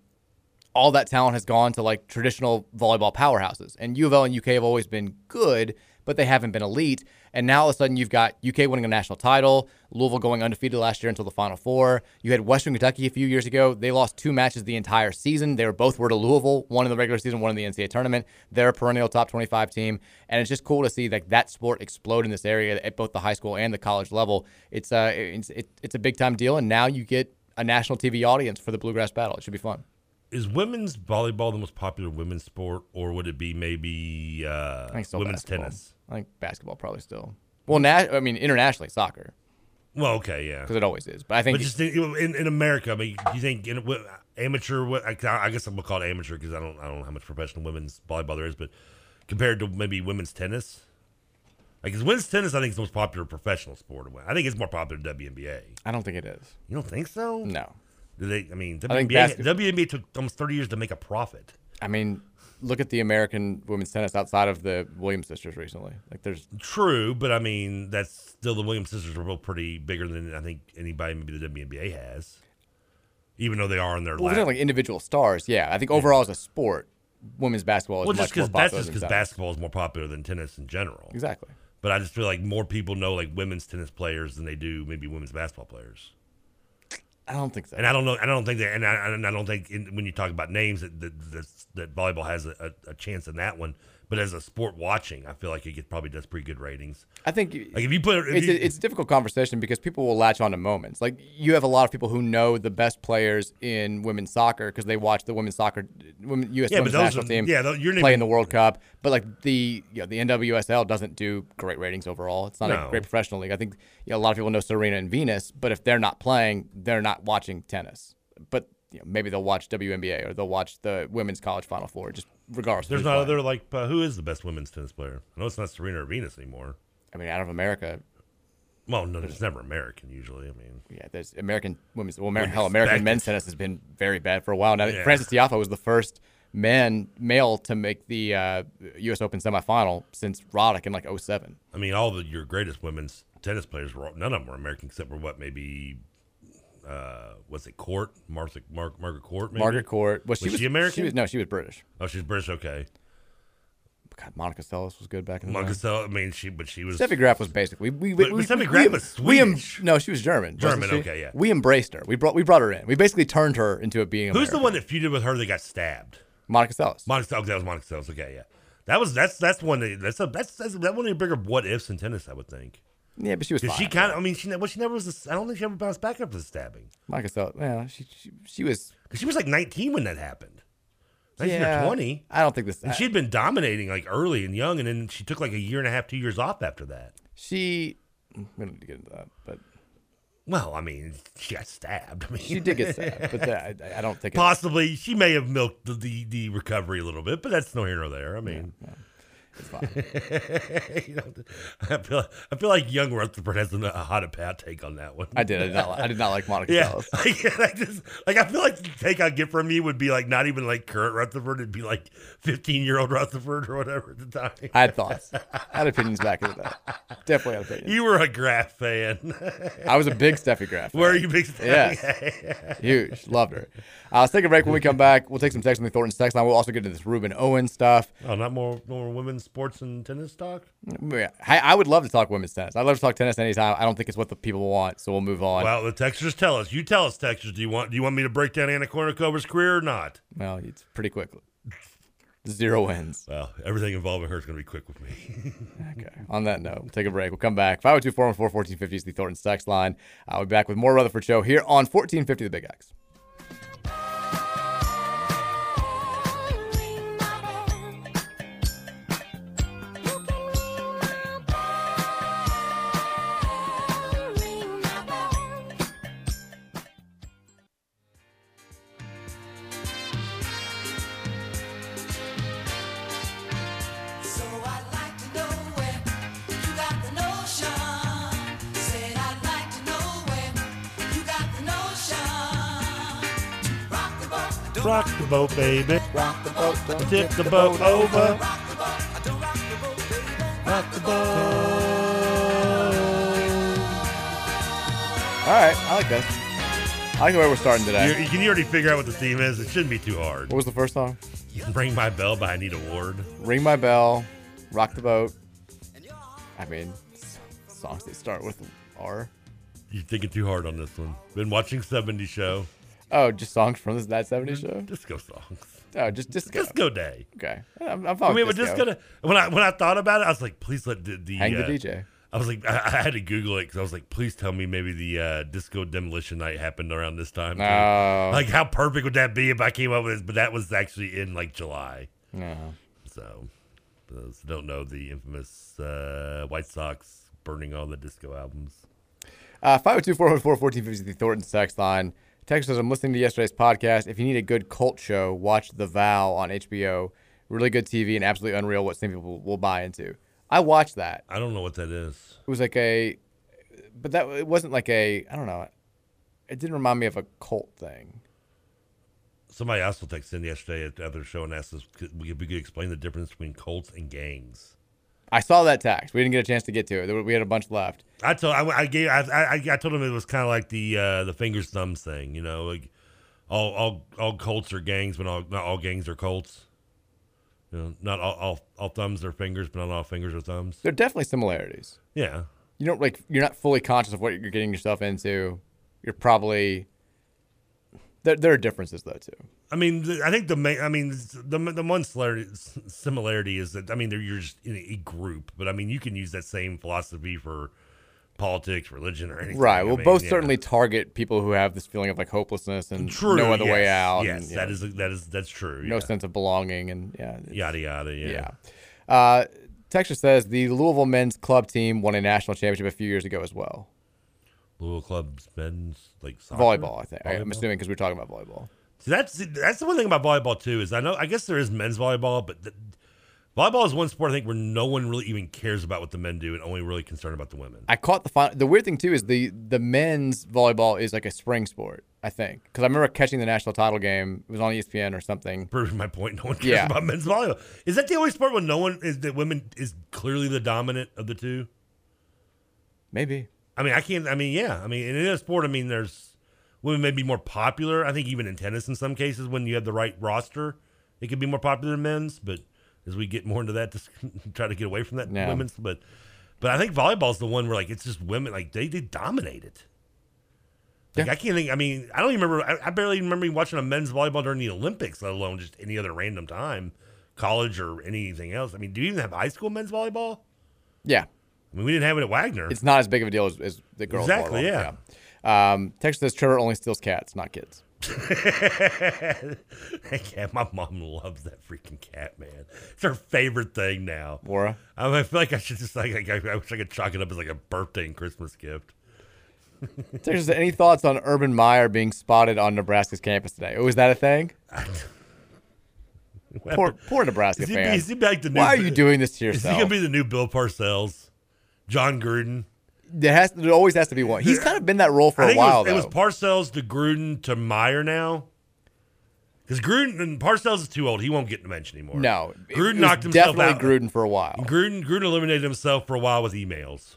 all that talent has gone to like traditional volleyball powerhouses. And U of L and UK have always been good, but they haven't been elite. And now all of a sudden you've got UK winning a national title, Louisville going undefeated last year until the Final Four. You had Western Kentucky a few years ago. They lost two matches the entire season. They were both were to Louisville, one in the regular season, one in the NCAA tournament. They're a perennial top 25 team. And it's just cool to see like that sport explode in this area at both the high school and the college level. It's, uh, it's, it, it's a big time deal. And now you get a national TV audience for the Bluegrass Battle. It should be fun. Is women's volleyball the most popular women's sport, or would it be maybe uh, I think still women's basketball. tennis? I think basketball probably still. Well, na- I mean internationally soccer Well, okay, yeah, because it always is. But I think But just in, in, in America, I mean, do you think in, what, amateur? What, I, I guess I'm gonna call it amateur because I don't I don't know how much professional women's volleyball there is, but compared to maybe women's tennis, like 'cause women's tennis, I think is the most popular professional sport. I think it's more popular than WNBA. I don't think it is. You don't think so? No. Do they? I mean, I think WNBA, basket- WNBA took almost 30 years to make a profit. I mean, look at the American women's tennis outside of the Williams sisters recently. Like there's True, but I mean, that's still the Williams sisters are both pretty bigger than I think anybody maybe the WNBA has, even though they are in their well, lap. there's like individual stars. Yeah, I think overall as a sport, women's basketball is well, much just more because popular that's just than because tennis. basketball is more popular than tennis in general. Exactly. But I just feel like more people know like women's tennis players than they do maybe women's basketball players. I don't think so. And I don't know. I don't think that. And I, and I don't think in, when you talk about names that that, that's- that volleyball has a, a, a chance in that one. But as a sport watching, I feel like it gets, probably does pretty good ratings. I think like if you put if it's, you- a, it's a difficult conversation because people will latch on to moments. Like you have a lot of people who know the best players in women's soccer because they watch the women's soccer, women, U.S. Yeah, but women's those national are- team yeah, tho- you're play naming- in the World Cup. But like the you know, the NWSL doesn't do great ratings overall. It's not No. a great professional league. I think you know, a lot of people know Serena and Venus, but if they're not playing, they're not watching tennis. But you know, maybe they'll watch WNBA or they'll watch the women's college Final Four. Just regardless, of there's who's not playing. other like uh, who is the best women's tennis player? I know it's not Serena or Venus anymore. I mean, out of America, Well, no, it's never American usually. I mean, yeah, there's American women's well, American, Wouldn't hell, American expect men's tennis has been very bad for a while now. Yeah. Francis Tiafoe was the first man male to make the uh, U.S. Open semifinal since Roddick in like 07. I mean, all the your greatest women's tennis players were all- none of them were American except for what maybe uh was it Court Martha Mar- Margaret Court maybe? Margaret Court was, she, American She was, no, she was British. oh she's British okay God, Monica Seles was good back in the Monica day. Sell- I mean she but she was Steffi Graf was basically we we, But- we but Steffi we- Graf we- was we em- no, she was German. wasn't German, she? okay, yeah. We embraced her. We brought we brought her in. We basically turned her into a being. who's the American. one that feuded with her that got stabbed Monica Seles? Monica okay, that was Monica Seles okay yeah that was that's that's one that, that's a that's, that's that one of the bigger what ifs in tennis I would think Yeah, but she was 'Cause she fine. kind of I mean she ne- well she never was I I don't think she ever bounced back after the stabbing Monica Seles. Yeah, she she, she was 'Cause she was like 19 when that happened 19 yeah, or 20 I don't think this. And I- she'd been dominating like early and young, and then she took like a year and a half, two years off after that. She, we don't need to get into that, but Well, I mean, she got stabbed. (laughs) I mean, she did get stabbed, but that, I, I don't think. It's, possibly she may have milked the, the the recovery a little bit, but that's no here nor there. I mean, (laughs) you know, I feel I feel like young Rutherford has a hot pat take on that one. I did. I (laughs) did not. li- I did not like Monica Yeah, Seles. (laughs) like, I just like I feel like the take I get from you would be like not even like current Rutherford; it'd be like fifteen year old Rutherford or whatever at the time. I had thoughts. I had opinions back in the day. Definitely had opinions. (laughs) You were a Graf fan. I was a big Steffi Graf. fan. Were you big? (laughs) Yes. Huge. Loved her. Uh, let's take a break. When we come back, we'll take some text from the Thornton text line. We'll also get into this Ruben Owen stuff. Oh, not more more women's sports and tennis talk. Yeah, I, I would love to talk women's tennis. I'd love to talk tennis anytime. I don't think it's what the people want, so we'll move on. Well, the Texters tell us. You tell us, Texters. Do you want do you want me to break down Anna Kournikova's career or not? Well, it's pretty quick. Zero wins. Well, everything involving her is going to be quick with me. On that note, we'll take a break. We'll come back. 502 414 1450 is the Thornton Sex line. I'll be back with more Rutherford Show here on 1450 The Big X. So I'd like to know where you got the notion. Said I'd like to know where you got the notion. Rock the boat, I don't Rock the boat, baby. Rock the boat, don't Tip the boat over. rock the boat, I don't rock the boat, baby. Rock the boat. All right. I like that. I like the way we're starting today. You, can you already figure out what the theme is? It shouldn't be too hard. What was the first song? Ring My Bell by Anita Ward. Ring My Bell, Rock the Boat. I mean, s- songs that start with R. You're thinking too hard on this one. Been watching 70 Show. Oh, just songs from this That 70s show? Disco songs. Oh, just disco. Disco Day. Okay. I'm, I'm fine I mean, we're with just Oh, disco. gonna when I when I thought about it, I was like, please let the, the Hang the uh, DJ. I was like, I, I had to Google it because I was like, please tell me maybe the uh, disco demolition night happened around this time. too. No. Like, how perfect would that be if I came up with this? But that was actually in like July. No. So, for those who don't know, the infamous uh, White Sox burning all the disco albums. Uh, 502-414-1450 is the Thornton Sex line. Text says, I'm listening to yesterday's podcast. If you need a good cult show, watch The Vow on HBO. Really good TV and absolutely unreal what some people will buy into. I watched that. I don't know what that is. It was like a, but that it wasn't like a, I don't know. It didn't remind me of a cult thing. Somebody also texted in yesterday at the other show and asked us could- if we could explain the difference between cults and gangs. I saw that text. We didn't get a chance to get to it. There- We had a bunch left. I told I, I gave I, I I told him it was kind of like the uh, the fingers thumbs thing, you know, like all all all cults are gangs, but all not all gangs are cults. You know, not all all, all thumbs are fingers, but not all fingers are thumbs. There are definitely similarities. Yeah, You don't like you're not fully conscious of what you're getting yourself into. You're probably there, there are differences though too. I mean, the, I think the main, I mean, the the one similarity, similarity is that I mean, they're you're just in a group, but I mean, you can use that same philosophy for politics, religion, or anything. Right. I Well, mean, both yeah. certainly target people who have this feeling of like hopelessness and true. no other way yes, out. Yes, and, you that know, is that is that's true. no yeah. sense of belonging and yeah. Yada yada. Yeah. Uh, Texas says the Louisville men's club team won a national championship a few years ago as well. Louisville clubs, men's like soccer? Volleyball, I think. I- I'm Volleyball? assuming because we're talking about volleyball. See, that's that's the one thing about volleyball too is I know I guess there is men's volleyball, but the, Volleyball is one sport I think where no one really even cares about what the men do and only really concerned about the women. I caught the final. The weird thing too is the the men's volleyball is like a spring sport, I think, because I remember catching the national title game. It was on E ESPN or something. Proving my point, no one cares Yeah. about men's volleyball. Is that the only sport where no one is that women is clearly the dominant of the two? Maybe. I mean, I can't. I mean, yeah. I mean, in a sport, I mean, there's women may be more popular. I think even in tennis, in some cases, when you have the right roster, it could be more popular than men's. But as we get more into that, (laughs) just try to get away from that Yeah. women's. But but I think volleyball's the one where like it's just women like they they dominate it. Like I can't think. I mean, I don't even remember. I, I barely even remember watching a men's volleyball during the Olympics, let alone just any other random time, college or anything else. I mean, do you even have high school men's volleyball? Yeah. I mean, we didn't have it at Wagner. It's not as big of a deal as, as the girls. volleyball, Exactly, yeah. yeah. Um, Texas says Trevor only steals cats, not kids. (laughs) yeah, my mom loves that freaking cat, man. It's her favorite thing now. Laura, (laughs) I, mean, I feel like I should just like, like, I, I wish I could chalk it up as like a birthday and Christmas gift. Texas, says, any thoughts on Urban Meyer being spotted on Nebraska's campus today? Oh, is that a (laughs) thing? poor, poor Nebraska Is he, fans. is he like the new, Why are you doing this to Is he gonna yourself? be the new Bill Parcells, John Gruden? There has there always has to be one. He's kind of been that role for I a think while it was, though. it was Parcells to Gruden to Meyer now. Because Gruden and Parcells is too old. He won't get to mention anymore. no, it- it was Gruden knocked himself definitely out. Gruden for a while. Gruden Gruden eliminated himself for a while with emails.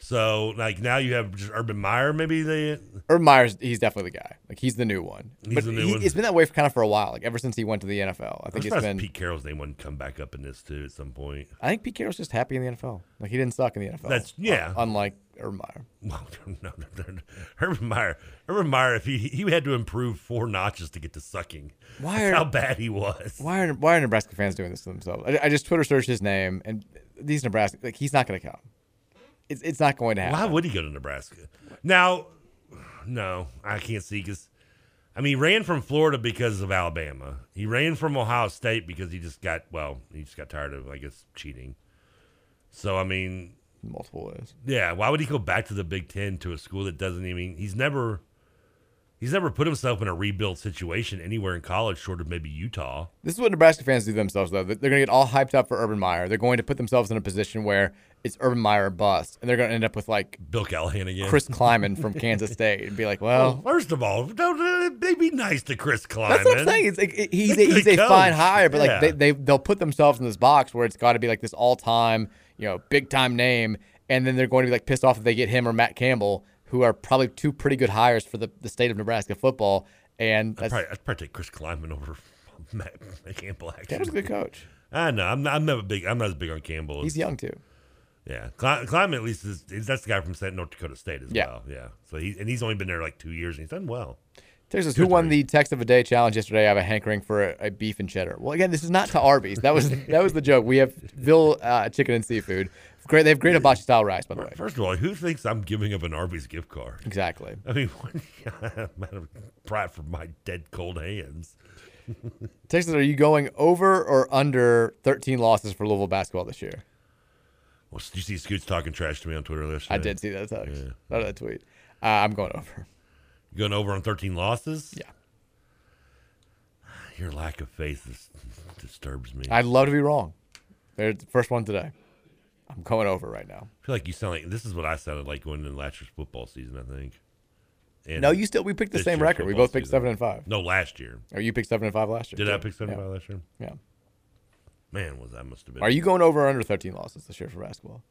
So like now you have just Urban Meyer maybe they Urban Meyer's he's definitely the guy. Like he's the new one. He's but the new he, one. it's been that way for kind of for a while. Like ever since he went to the NFL, I I'm think it's surprised been. Pete Carroll's name wouldn't come back up in this too at some point. (laughs) I think Pete Carroll's just happy in the NFL. Like he didn't suck in the NFL. That's- yeah. Un- uh, unlike Urban Meyer. Well, (laughs) no, no, no, no. Urban Meyer, Urban Meyer, if he he had to improve four notches to get to sucking. Why That's are- how bad he was? Why are why are Nebraska fans doing this to themselves? I, I just Twitter searched his name, and these Nebraska like he's not going to come. It's it's not going to happen. Why would he go to Nebraska? Now, (sighs) no, I can't see because, I mean, he ran from Florida because of Alabama. He ran from Ohio State because he just got well, he just got tired of I guess cheating. So I mean, multiple ways. Yeah, why would he go back to the Big Ten to a school that doesn't even? He's never, he's never put himself in a rebuild situation anywhere in college, short of maybe Utah. This is what Nebraska fans do to themselves, though. They're going to get all hyped up for Urban Meyer. They're going to put themselves in a position where it's Urban Meyer or bust, and they're going to end up with like Bill Callahan again, (laughs) Chris Kleiman from Kansas State, and be like, well, first of all, don't uh, they be nice to Chris Kleiman? That's what I'm saying. It's like it- (laughs) he's a, That's he's the a fine coach. hire, but Yeah. like they, they they'll put themselves in this box where it's got to be like this all time, you know, big time name, and then they're going to be like pissed off if they get him or Matt Campbell, who are probably two pretty good hires for the, the state of Nebraska football. And I'd that's probably, I'd probably take Chris Kleiman over (laughs) Matt, Matt Campbell. Actually, Campbell's a good coach. I know. I'm not, I'm never big. I'm not as big on Campbell. as- He's young, too. Yeah, Kli- Kleiman at least is, is that's the guy from Sa- North Dakota State as Yeah. well. Yeah. So he and he's only been there like two years and he's done well. Texas, who won the text of a day challenge yesterday? I have a hankering for a, a beef and cheddar. Well, again, this is not to Arby's. That was that was the joke. We have Ville uh, chicken and seafood. Great, they have great hibachi style rice, by the way. First of all, who thinks I'm giving up an Arby's gift card? Exactly. I mean, (laughs) man, I'm proud for my dead cold hands. Texas, are you going over or under 13 losses for Louisville basketball this year? Well, did you see Scoots talking trash to me on Twitter yesterday? I did see that text. Not that tweet. Uh, I'm going over. You going over on 13 losses? Yeah. Your lack of faith is, (laughs) disturbs me. I'd love to be wrong. They're the first one today. I'm going over right now. I feel like you sound like this is what I sounded like going into last year's football season. I think. And No, you still- we picked the this same year's record. We football both picked seven and five. No, last year. Or you picked seven and five last year. Did too. I pick seven Yeah. and five last year? Yeah. Man, was I must have been. Are you going over or under 13 losses this year for basketball?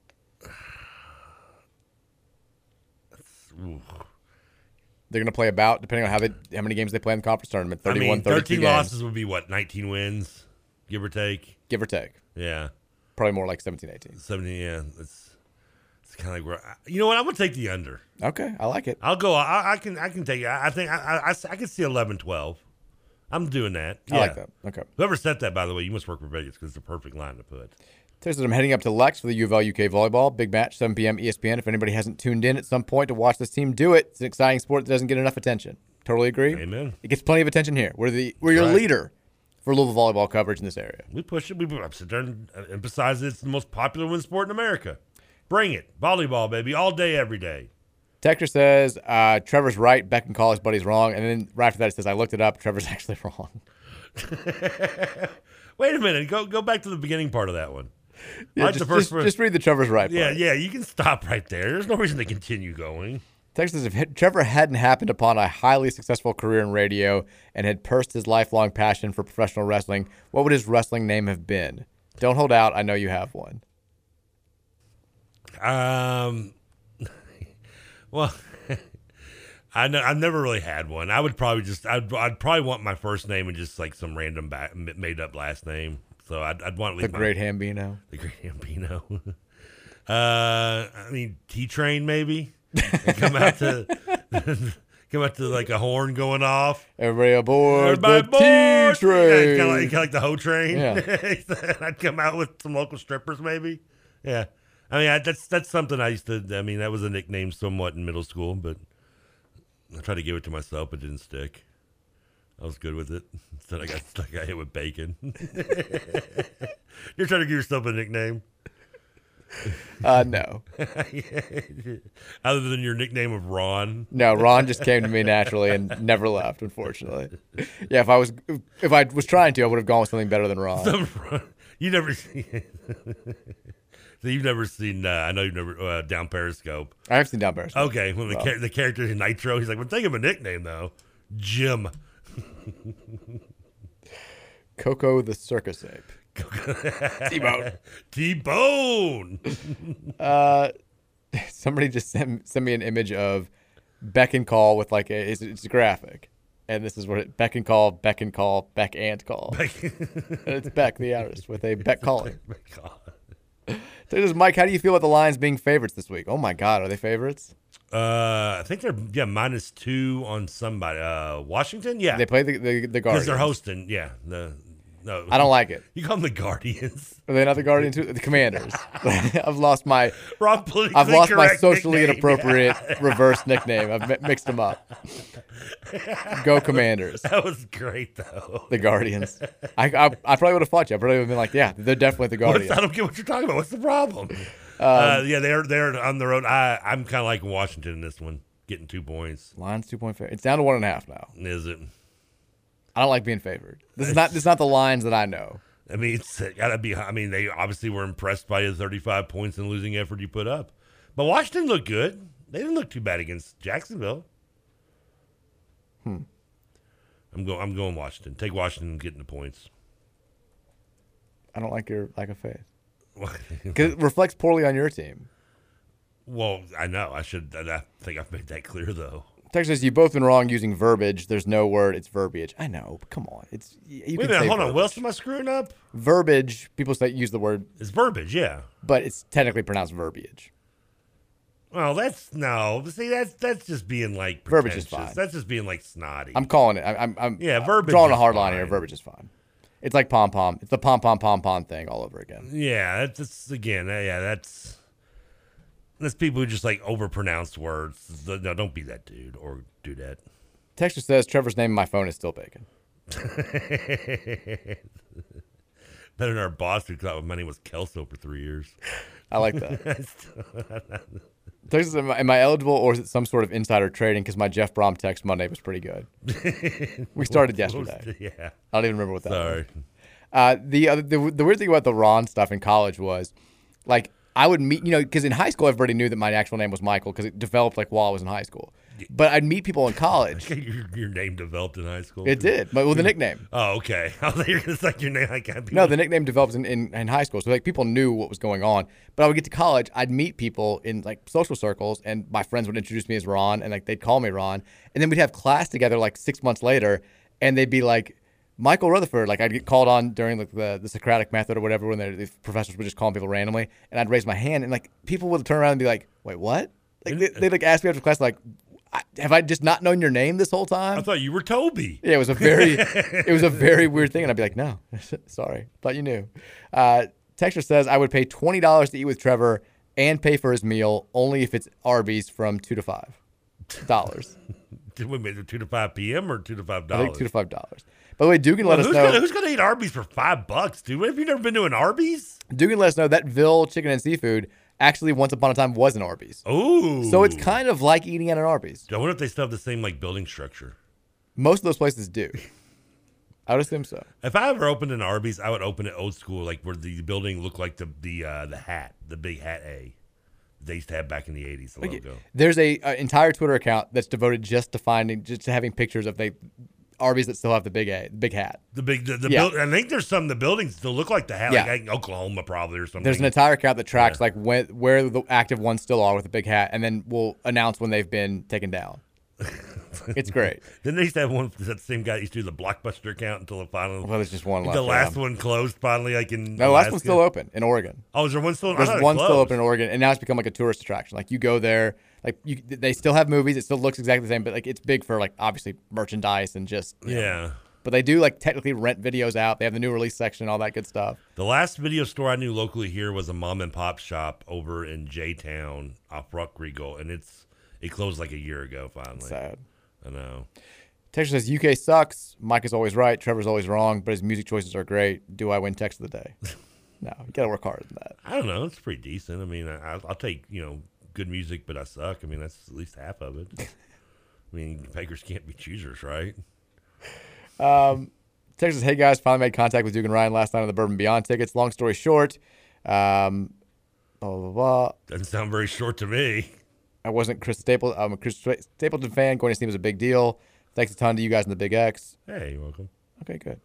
They're going to play about depending on how they how many games they play in the conference tournament. I 31, mean, 32 13 games, losses would be what 19 wins, give or take. give or take. Yeah. Probably more like 17, 18. 70. Yeah, it's it's kind of like where I, you know what I'm gonna take the under. Okay, I like it. I'll go. I, I can I can take. I I think I, I, I can see 11, 12. I'm doing that. I like that. Okay. Whoever set that, by the way, you must work for Vegas because it's the perfect line to put. Texas, I'm heading up to Lex for the U of L UK volleyball. Big match, 7 p.m. ESPN. If anybody hasn't tuned in at some point to watch this team do it, it's an exciting sport that doesn't get enough attention. Totally agree. Amen. It gets plenty of attention here. We're the we're your Right. leader for Louisville volleyball coverage in this area. We push it. We put- sit there and emphasize it's the most popular women's sport in America. Bring it, volleyball, baby, all day, every day. Texter says, uh, Trevor's right, Beck and College (laughs) buddy's wrong. And then right after that, it says, I looked it up. Trevor's actually wrong. Wait a minute. Go go back to the beginning part of that one. Yeah, Like just, the first just- part- just read the Trevor's right. Yeah, part. yeah. You can stop right there. There's no reason to continue going. Text says if Trevor hadn't happened upon a highly successful career in radio and had pursed his lifelong passion for professional wrestling, what would his wrestling name have been? Don't hold out. I know you have one. Um, (laughs) well, (laughs) I know I've never really had one. I would probably just I'd, I'd probably want my first name and just like some random ba- made up last name. So I'd, I'd want The to leave my- (laughs) Great Hambino. The Great Hambino. (laughs) uh, I mean T Train maybe And come out to (laughs) come out to like a horn going off. Everybody aboard Everybody the T train. (laughs) Kind of like, kinda like the hoe train. Yeah. (laughs) I'd come out with some local strippers, maybe. Yeah. I mean, I, that's that's something I used to. I mean, that was a nickname somewhat in middle school, but I tried to give it to myself. It didn't stick. I was good with it. (laughs) Instead, I got I got hit with bacon. (laughs) You're trying to give yourself a nickname. (laughs) Uh, no. Other than your nickname of Ron. No, Ron just came to me naturally and never left. Unfortunately, yeah. If I was if I was trying to, I would have gone with something better than Ron. Some Ron- you never see. (laughs) so you've never seen. Uh, I know you've never uh, down Periscope. I have seen Down Bears. Okay, when the, Well. char- the character in Nitro, he's like, "Well, think of a nickname though, (laughs) Jim." Coco the Circus Ape. T-Bone. (laughs) T-Bone. (laughs) Uh, somebody just sent, sent me an image of beck and call with like a it's, it's a graphic, and this is what it beck and call, beck and call, beck and call. (laughs) and it's Beck the artist with a beck calling. So this is Mike. How do you feel about the Lions being favorites this week? Oh my God, are they favorites? Uh, I think they're yeah minus two on somebody. Uh, Washington. Yeah, They play the the, the because Guardians. they're hosting. Yeah, the no. I don't like it. (laughs) You call them the Guardians. (laughs) Are they not the Guardians? too? The Commanders. (laughs) I've lost my. Rob, politically I've lost my correct socially nickname. (laughs) inappropriate reverse nickname. I've mi- mixed them up. Go Commanders. That was great though. The Guardians. I, I, I probably would have fought you. I probably would have been like, yeah, they're definitely the What's- Guardians. I don't get what you're talking about. What's the problem? uh, Um, yeah, they're they're on the road. I I'm kind of like Washington in this one, getting two points. Lions two point favorite. It's down to one and a half now. Is it? I don't like being favored. This is not this is not the lines that I know. I mean, it's gotta be. I mean, they obviously were impressed by the 35 points and losing effort you put up. But Washington looked good. They didn't look too bad against Jacksonville. Hmm. I'm going. I'm going Washington. Take Washington, getting the points. (laughs) I don't like your lack of faith. 'Cause it reflects poorly on your team. well, I know. I should. I I think I've made that clear though. Text says you've both been wrong using verbiage. There's no word. It's verbiage. I know. But come on. It's you Wait a can minute. say Hold on. verbiage. What else am I screwing up? verbiage. People say use the word. It's verbiage. Yeah. But it's technically pronounced verbiage. Well, that's no. See, that's that's just being like Verbiage is pretentious. fine. That's just being like snotty. I'm calling it. I- I'm. I'm Yeah, I'm verbiage Drawing a is hard line here. fine. Verbiage is fine. It's like pom pom. It's the pom pom pom pom thing all over again. Yeah, that's, that's again. uh, Yeah, that's that's people who just like overpronounce words. The- No, don't be that dude or do that. Texture says Trevor's name in my phone is still bacon. (laughs) Better than our boss who thought my name was Kelso for three years. I like that. Still- Texas, am I, am I eligible or is it some sort of insider trading? Because my Jeff Brom text Monday was pretty (laughs) good. we started What was yesterday. the- (laughs) yeah. I don't even remember what that Sorry. (laughs) was. Uh, the, other, the, the weird thing about the Ron stuff in college was, like, I would meet, you know, because in high school, everybody knew that my actual name was Michael because it developed, like, while I was in high school. But I'd meet people in (laughs) college. your, your name developed in high school. It did. Well, the nickname. Oh, okay. (laughs) I was like, you're just like your name. I can't be. No, the nickname developed in, in, in high school. So like people knew what was going on. But I would get to college, I'd meet people in like social circles, and my friends would introduce me as Ron, and like they'd call me Ron. And then we'd have class together like six months later, and they'd be like, Michael Rutherford, like I'd get called on during like the, the Socratic method or whatever when they're- the professors would just call people randomly, and I'd raise my hand, and like people would turn around and be like, "Wait, what?" Like they, they'd like ask me after class, like, I, "Have I just not known your name this whole time?" I thought you were Toby. Yeah, it was a very, it was a very weird thing, and I'd be like, no, (laughs) sorry, thought you knew. Uh, Texture says I would pay twenty dollars to eat with Trevor and pay for his meal only if it's Arby's from two to five dollars. Did we make it two to five p.m. or two to five I dollars? think two to five dollars. By the way, Dugan Well, let us who's know. Gonna, who's gonna eat Arby's for five bucks, dude? Have you never been to an Arby's? Dugan let us know that Ville Chicken and Seafood actually once upon a time was an Arby's. Ooh. So it's kind of like eating at an Arby's. I wonder if they still have the same like building structure. Most of those places do. I would assume so. If I ever opened an Arby's, I would open it old school, like where the building looked like the the uh, the hat, the big hat A. They used to have back in the eighties. The Like, logo. There's a, uh entire Twitter account that's devoted just to finding, just to having pictures of the Arby's that still have the big a, big hat. The big the, the Yeah. buil- I think there's some the buildings that look like the hat, Yeah. like in Oklahoma probably or something. There's an entire account that tracks like when, where the active ones still are with the big hat, and then will announce when they've been taken down. it's Mm-hmm. great. (laughs) Then they used to have one that same guy used to do the blockbuster account until the final. Well, there's just one The left, last yeah. one closed finally, like in um, No, last one's Alaska. still open in Oregon. Oh, is there one still? I thought There's it one still closed. open in Oregon, and now it's become like a tourist attraction. Like you go there, like you, they still have movies. It still looks exactly the same, but like it's big for like obviously merchandise and just you know. Yeah. But they do like technically rent videos out. They have the new release section, and all that good stuff. The last video store I knew locally here was a mom and pop shop over in J Town off Rock Regal, and it's it closed like a year ago finally. Sad. I know. Texas says UK sucks. Mike is always right. Trevor's always wrong, but his music choices are great. Do I win text of the (laughs) day? no, you gotta work harder than that. I don't know. It's pretty decent. I mean, I, I'll- I'll take you know good music, but I suck. I mean, that's at least half (laughs) of it. I mean, beggars can't be choosers, right? Um, Texas, hey guys, finally made contact with Duke and Ryan last night on the Bourbon Beyond tickets. Long story short, um, blah blah blah. Doesn't sound very short to me. I wasn't Chris Staple. I'm a Chris Sta- Stapleton fan. Going to see him is a big deal. Thanks a ton to you guys in the Big X. Hey, you're welcome. Okay, good.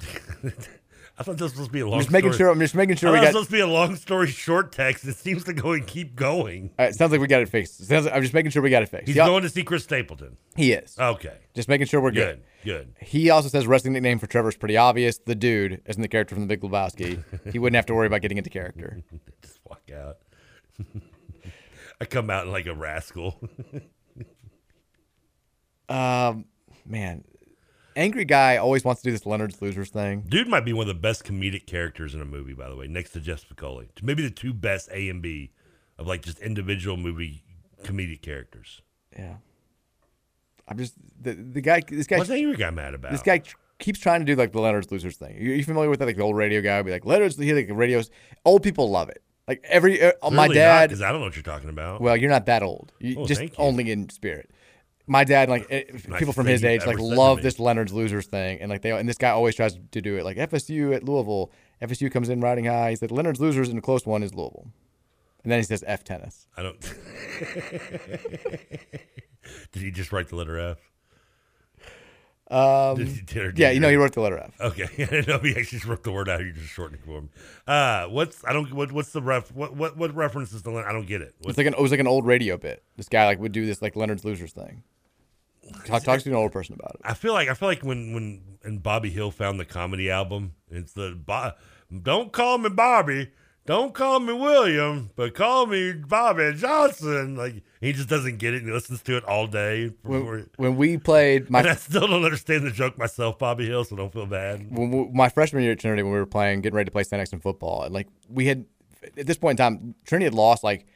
I thought this was supposed to be a long. I'm just making story. sure. I'm just making sure I we thought got. it was supposed to be a long story short text. It seems to go and keep going. Uh, it sounds like we got it fixed. It sounds like- I'm just making sure we got it fixed. He's Yeah, going to see Chris Stapleton. He is. Okay. Just making sure we're good. Good, (laughs) He also says wrestling nickname for Trevor is pretty obvious. The dude, isn't the character from The Big Lebowski. he wouldn't have to worry about getting into character. Just walk out. (laughs) I come out like a rascal. (laughs) Um, man, angry guy always wants to do this Leonard's losers thing. Dude might be one of the best comedic characters in a movie, by the way, next to Jeff Spicoli. Maybe the two best A and B of like just individual movie comedic characters. Yeah. I'm just the, the guy. This guy. What's angry guy mad about? This guy tr- keeps trying to do like the Leonard's losers thing. You, you familiar with that? Like the old radio guy would be like Leonard's. He like radios. Old people love it. Like every uh, my dad. because I don't know what you're talking about. Well, you're not that old. You, Oh, just thank only in spirit. My dad, like eh, people from thing his you've age, like ever said to love me. this Leonard's losers thing, and like they and this guy always tries to do it. Like FSU at Louisville, FSU comes in riding high. He said Leonard's losers, and the close one is Louisville. And then he says F tennis. I don't. (laughs) Did he just write the letter F? Um, Did he- did or did yeah, you know, he- he wrote the letter F. (laughs) Okay, I didn't know if he actually just wrote the word out. You're just shortening it for him. Uh, what's I don't what what's the ref what what what reference is the I don't get it. What, It's like an it was like an old radio bit. This guy like would do this like Leonard's losers thing. Talk, talks to an old person (laughs) about it. I feel like I feel like when when and Bobby Hill found the comedy album, it's the Bo- don't call me Bobby, don't call me William, but call me Bobby Johnson. Like he just doesn't get it. and He listens to it all day. before- When, when we played my and I still don't understand the joke myself, Bobby Hill. So don't feel bad. when we, my freshman year at Trinity when we were playing getting ready to play San X in football and like we had at this point in time Trinity had lost like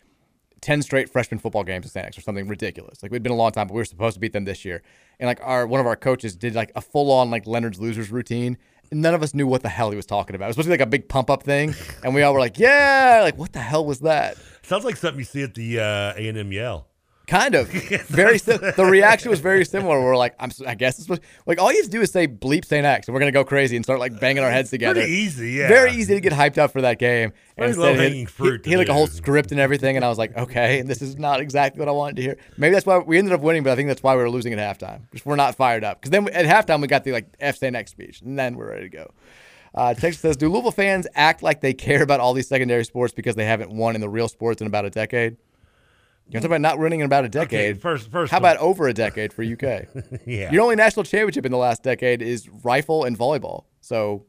10 straight freshman football games at San X or something ridiculous. Like we'd been a long time but we were supposed to beat them this year. And like our one of our coaches did like a full on like Leonard's losers routine. And none of us knew what the hell he was talking about. It was supposed to be like a big pump up thing and we all were like, "Yeah!" Like what the hell was that? Sounds like something you see at the uh, A and M Yale. Kind (laughs) of. very. Si- the reaction was very similar. We're like, I'm, si guess it's supposed- like all you have to do is say bleep St. X, and we're gonna go crazy and start like banging our heads together. Pretty easy, yeah. Very easy to get hyped up for that game. Very instead he- low-hanging fruit He, to he had like a whole do. script and everything, and I was like, okay, this is not exactly what I wanted to hear. Maybe that's why we ended up winning, but I think that's why we were losing at halftime. Just we're not fired up because then we, at halftime we got the like F St. X speech, and then we're ready to go. Uh, Texas says, do Louisville fans act like they care about all these secondary sports because they haven't won in the real sports in about a decade? You want to talk about not winning in about a decade? first- first How of all- about over a decade for UK? (laughs) Yeah. Your only national championship in the last decade is rifle and volleyball. So,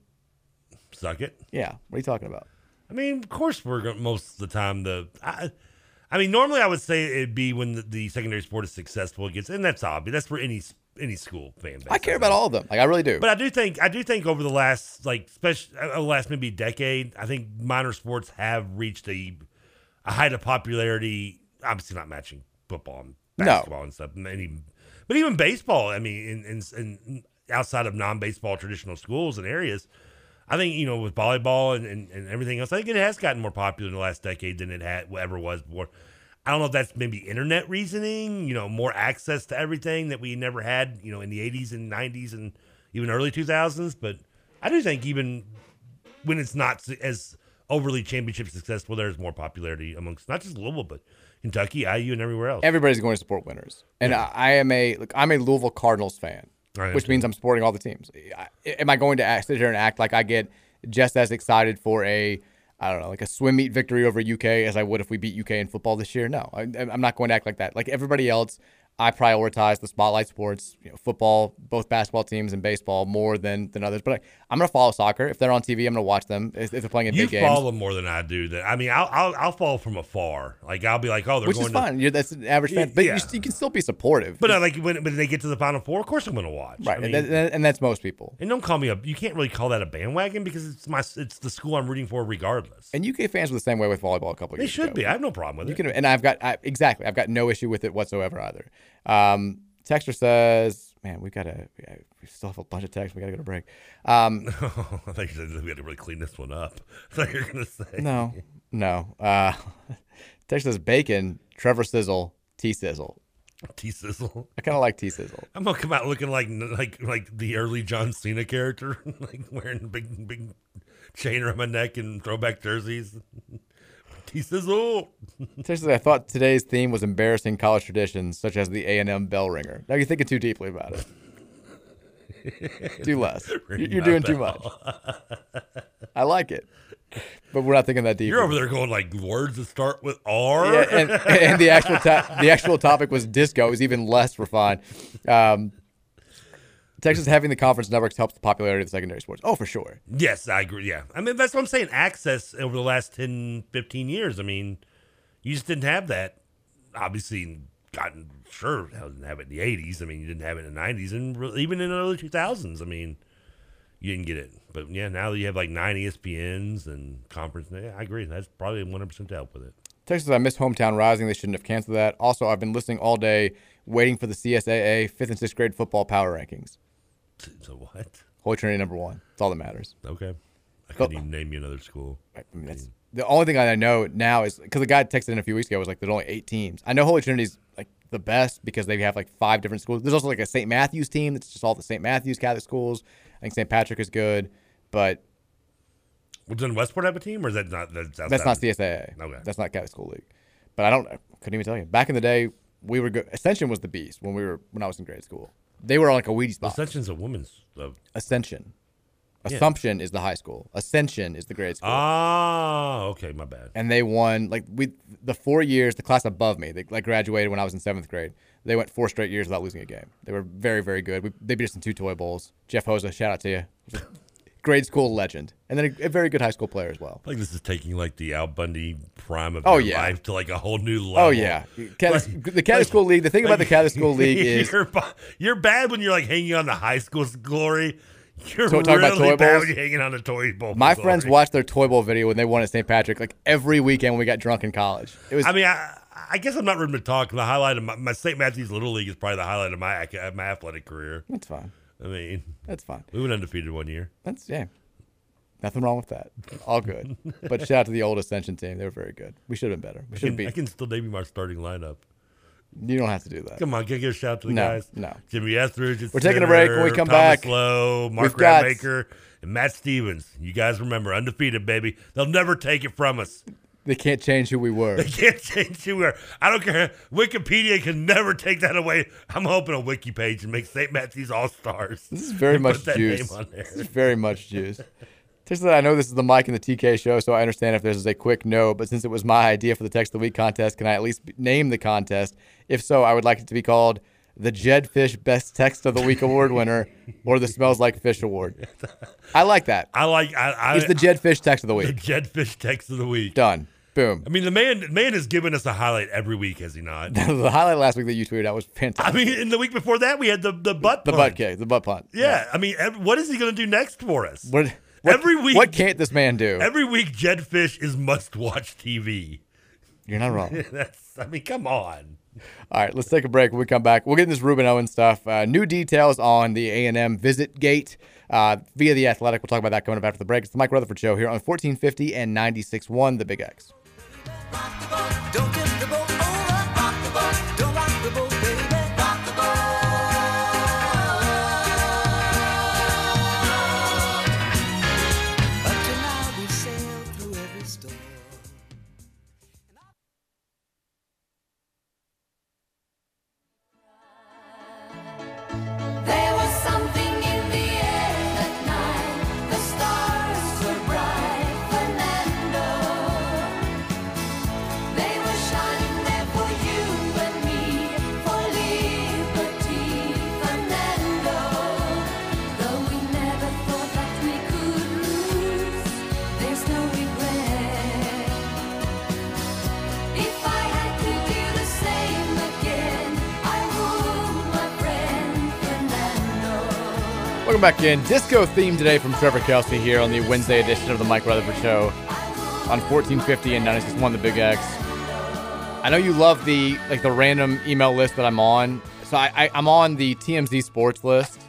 Suck it. yeah, what are you talking about? I mean, of course, we're going most of the time the. I, I mean, normally I would say it'd be when the, the secondary sport is successful. It gets, and that's obvious. That's for any s- any school fan base. I care about all of them. Like I really do. But I do think I do think over the last like special uh, last maybe decade, I think minor sports have reached a a height of popularity. Obviously, not matching football and No. basketball and stuff. and Any, but even baseball. I mean, in, in, in outside of non-baseball traditional schools and areas, I think you know with volleyball and, and, and everything else, I think it has gotten more popular in the last decade than it had ever was before. I don't know if that's maybe internet reasoning, you know, more access to everything that we never had, you know, in the 80s and 90s and even early 2000s. But I do think even when it's not s- as overly championship successful, there's more popularity amongst not just Louisville, but Kentucky, IU, and everywhere else. Everybody's going to support winners, and Yeah. I, I am a look. I'm a Louisville Cardinals fan, I am which too. means I'm supporting all the teams. I, am I going to act, sit here and act like I get just as excited for a I don't know, like a swim meet victory over UK as I would if we beat UK in football this year? No, I, I'm not going to act like that. Like everybody else, I prioritize the spotlight sports, you know, football, both basketball teams and baseball more than than others. But I, am going to follow soccer if they're on TV. I'm going to watch them if, if they're playing in you big games. follow more than I do. That I mean, I'll, I'll I'll follow from afar. Like I'll be like, oh, they're Which going is to fine. You're, that's an average fan, Y- but yeah. you, st- you can still be supportive. But uh, like when, when they get to the final four, of course I'm going to watch. Right, I and mean- that- and that's most people. and don't call me a. You can't really call that a bandwagon because it's my. It's the school I'm rooting for, regardless. And UK fans were the same way with volleyball a couple of They years should ago. be. I have no problem with you Can, it. and I've got I, exactly. I've got no issue with it whatsoever either. Um, Texter says, "Man, we gotta. We, gotta- we still have a bunch of texts. We gotta go to break." Um, (laughs) (laughs) I think you said we had to really clean this one up. (laughs) I thought you were going to say no, no. Uh, (laughs) Texter says, "Bacon, Trevor Sizzle, T Sizzle, (laughs) T Sizzle." I kind of like T Sizzle. I'm gonna come out looking like like like the early John Cena character, (laughs) like wearing a big big chain around my neck and throwback jerseys. (laughs) T Sizzle. Texter says, "I thought today's theme was embarrassing college traditions, such as the A and M bell ringer. Now you're thinking too deeply about it." Do less. Ring You're my doing too much. bell. I like it, but we're not thinking that deep. You're over there going like words that start with R. (laughs) Yeah, and, and the actual to- the actual topic was disco. It was even less refined. Um, Texas having the conference networks helps the popularity of secondary sports. Oh, for sure. Yes, I agree. Yeah. I mean, that's what I'm saying. Access over the last 10, 15 years. I mean, you just didn't have that. Obviously, gotten sure, I didn't have it in the 80s. I mean, you didn't have it in the 90s and re- even in the early 2000s. I mean, you didn't get it. But yeah, now that you have like nine E ESPNs and conference, yeah, I agree. That's probably 100% to help with it. Texas, I miss hometown rising. They shouldn't have canceled that. Also, I've been listening all day, waiting for the CSAA fifth and sixth grade football power rankings. So what? Holy Trinity number one. That's all that matters. Okay. I couldn't even name you another school. I mean, that's the only thing I know now is because the guy texted in a few weeks ago was like, there's only eight teams. I know Holy Trinity's like the best because they have like five different schools. There's also like a St. Matthew's team that's just all the St. Matthew's Catholic schools. I think St. Patrick is good, but Well, doesn't Westport have a team or is that not? That's, that's not outside of- CSAA. Okay. That's not Catholic school league. But I don't, I couldn't even tell you. Back in the day, we were good. Ascension was the beast when we were, when I was in grade school. They were on like a Wheaties box. Ascension's a women's. Uh, Ascension. Yeah. Assumption is the high school. Ascension is the grade school. ah, okay. My bad. and they won like we the four years the class above me they like graduated when I was in seventh grade. They went four straight years without losing a game. They were very very good. We, they beat us in two toy bowls. Jeff Hosa, shout out to you, grade school legend, and then a, a very good high school player as well. I think this is taking like the Al Bundy prime of Oh, your yeah. life to like a whole new level. Oh yeah, Catholic, the Catholic school league. The thing about the Catholic (laughs) school league is you're, bu- you're bad when you're like hanging on the high school's glory. You're So we're talking really about toy bad bowls? when you're hanging on the toy bowl. my glory. friends watched their toy bowl video when they won at St. Patrick like every weekend when we got drunk in college. It was I mean, I, I guess I'm not room to talk. The highlight of my, my St. Matthew's Little League is probably the highlight of my ac- my athletic career. That's fine. I mean, That's fine. We went undefeated one year. That's yeah. Nothing wrong with that. All good. but shout out to the old Ascension team. They were very good. We should have been better. I We should can, have beat. I can still name you my starting lineup. You don't have to do that. Come on, can I give a shout out to the No, guys? no. Jimmy Etheridge. at We're taking a break. When we center, come Thomas back, Lowe, Mark we've got- Radmaker, and Matt Stevens. You guys remember, undefeated, baby. They'll never take it from us. (laughs) They can't change who we were. They can't change who we are. I don't care. Wikipedia can never take that away. I'm hoping a wiki page and make St. Matthew's All Stars. This is very much Put that juice. name on there. This is very much juice. Just that I know this is the Mike and the TK show, so I understand if this is a quick no. But since it was my idea for the text of the week contest, can I at least b- name the contest? If so, I would like it to be called the Jed Fish Best Text of the Week Award winner or the Smells Like Fish Award. I like that. I like. I, I, It's the Jed Fish Text of the (laughs) The Week. Jedfish text of the week. Done. Boom. (laughs) I mean, the man the man has given us a highlight every week, has he not? (laughs) the highlight last week that you tweeted out was I fantastic. mean, in the week before that, we had the the butt the punch. butt kick, the butt punt. Yeah, I mean, ev what is he going to do next for us? What, what- Every week- What can't this man do? (laughs) Every week, Jedfish is must-watch (laughs) TV. You're not wrong. That's, I mean, come on. All right, let's take a break. When we come back, we'll get into this Ruben Owen stuff. Uh, new details on the A&M visit gate uh, via The Athletic. We'll talk about that coming up after the break. It's the Mike Rutherford Show here on 1450 and 96.1 The Big X. Don't tip the boat over. Rock the boat. Don't rock the boat, baby. Rock the boat. back in. Disco theme today from Trevor Kelsey here on the Wednesday edition of the Mike Rutherford Show on 1450 and 96.1 The Big X. I know you love the like the random email list that I'm on. So I, I I'm on the TMZ Sports list,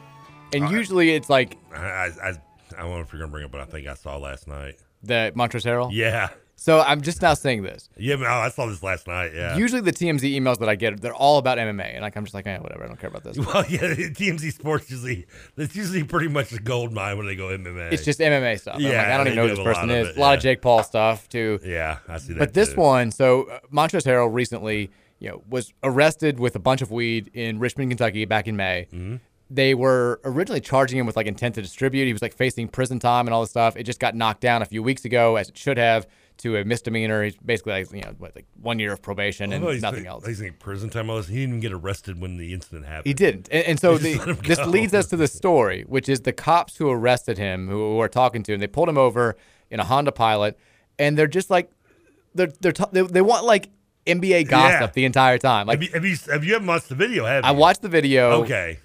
and usually it's like I I, I, I don't know if you're gonna bring up what I think I saw last night. the Montrezl Harrell. Yeah. So I'm just now saying this. Yeah, man, I saw this last night. Yeah. Usually the TMZ emails that I get, they're all about MMA, and like I'm just like, eh, whatever, I don't care about (laughs) this. (laughs) Well, yeah, TMZ Sports usually that's usually pretty much a gold mine when they go MMA. It's just MMA stuff. Yeah, i don't they even know who do this a lot person of is. it, a lot of yeah. Jake Paul stuff too. Yeah, I see that. But this too. one, so uh, Montrezl Harrell recently, you know, was arrested with a bunch of weed in Richmond, Kentucky, back in May. Mm-hmm. They were originally charging him with like intent to distribute. He was like facing prison time and all this stuff. It just got knocked down a few weeks ago, as it should have, to a misdemeanor. He's basically like, you know, what, like one year of probation Although and Oh, he's nothing think- else. He's in prison time. All this. He didn't even get arrested when the incident happened. He didn't. And, and so They just the, let him this go. leads us to the story, which is the cops who arrested him, who, who are talking to him, they pulled him over in a Honda Pilot, and they're just like, they're, they're ta- they, they want like NBA gossip Yeah. the entire time. Like, have, you, have you have you haven't watched the video? Have you? I watched the video. Okay.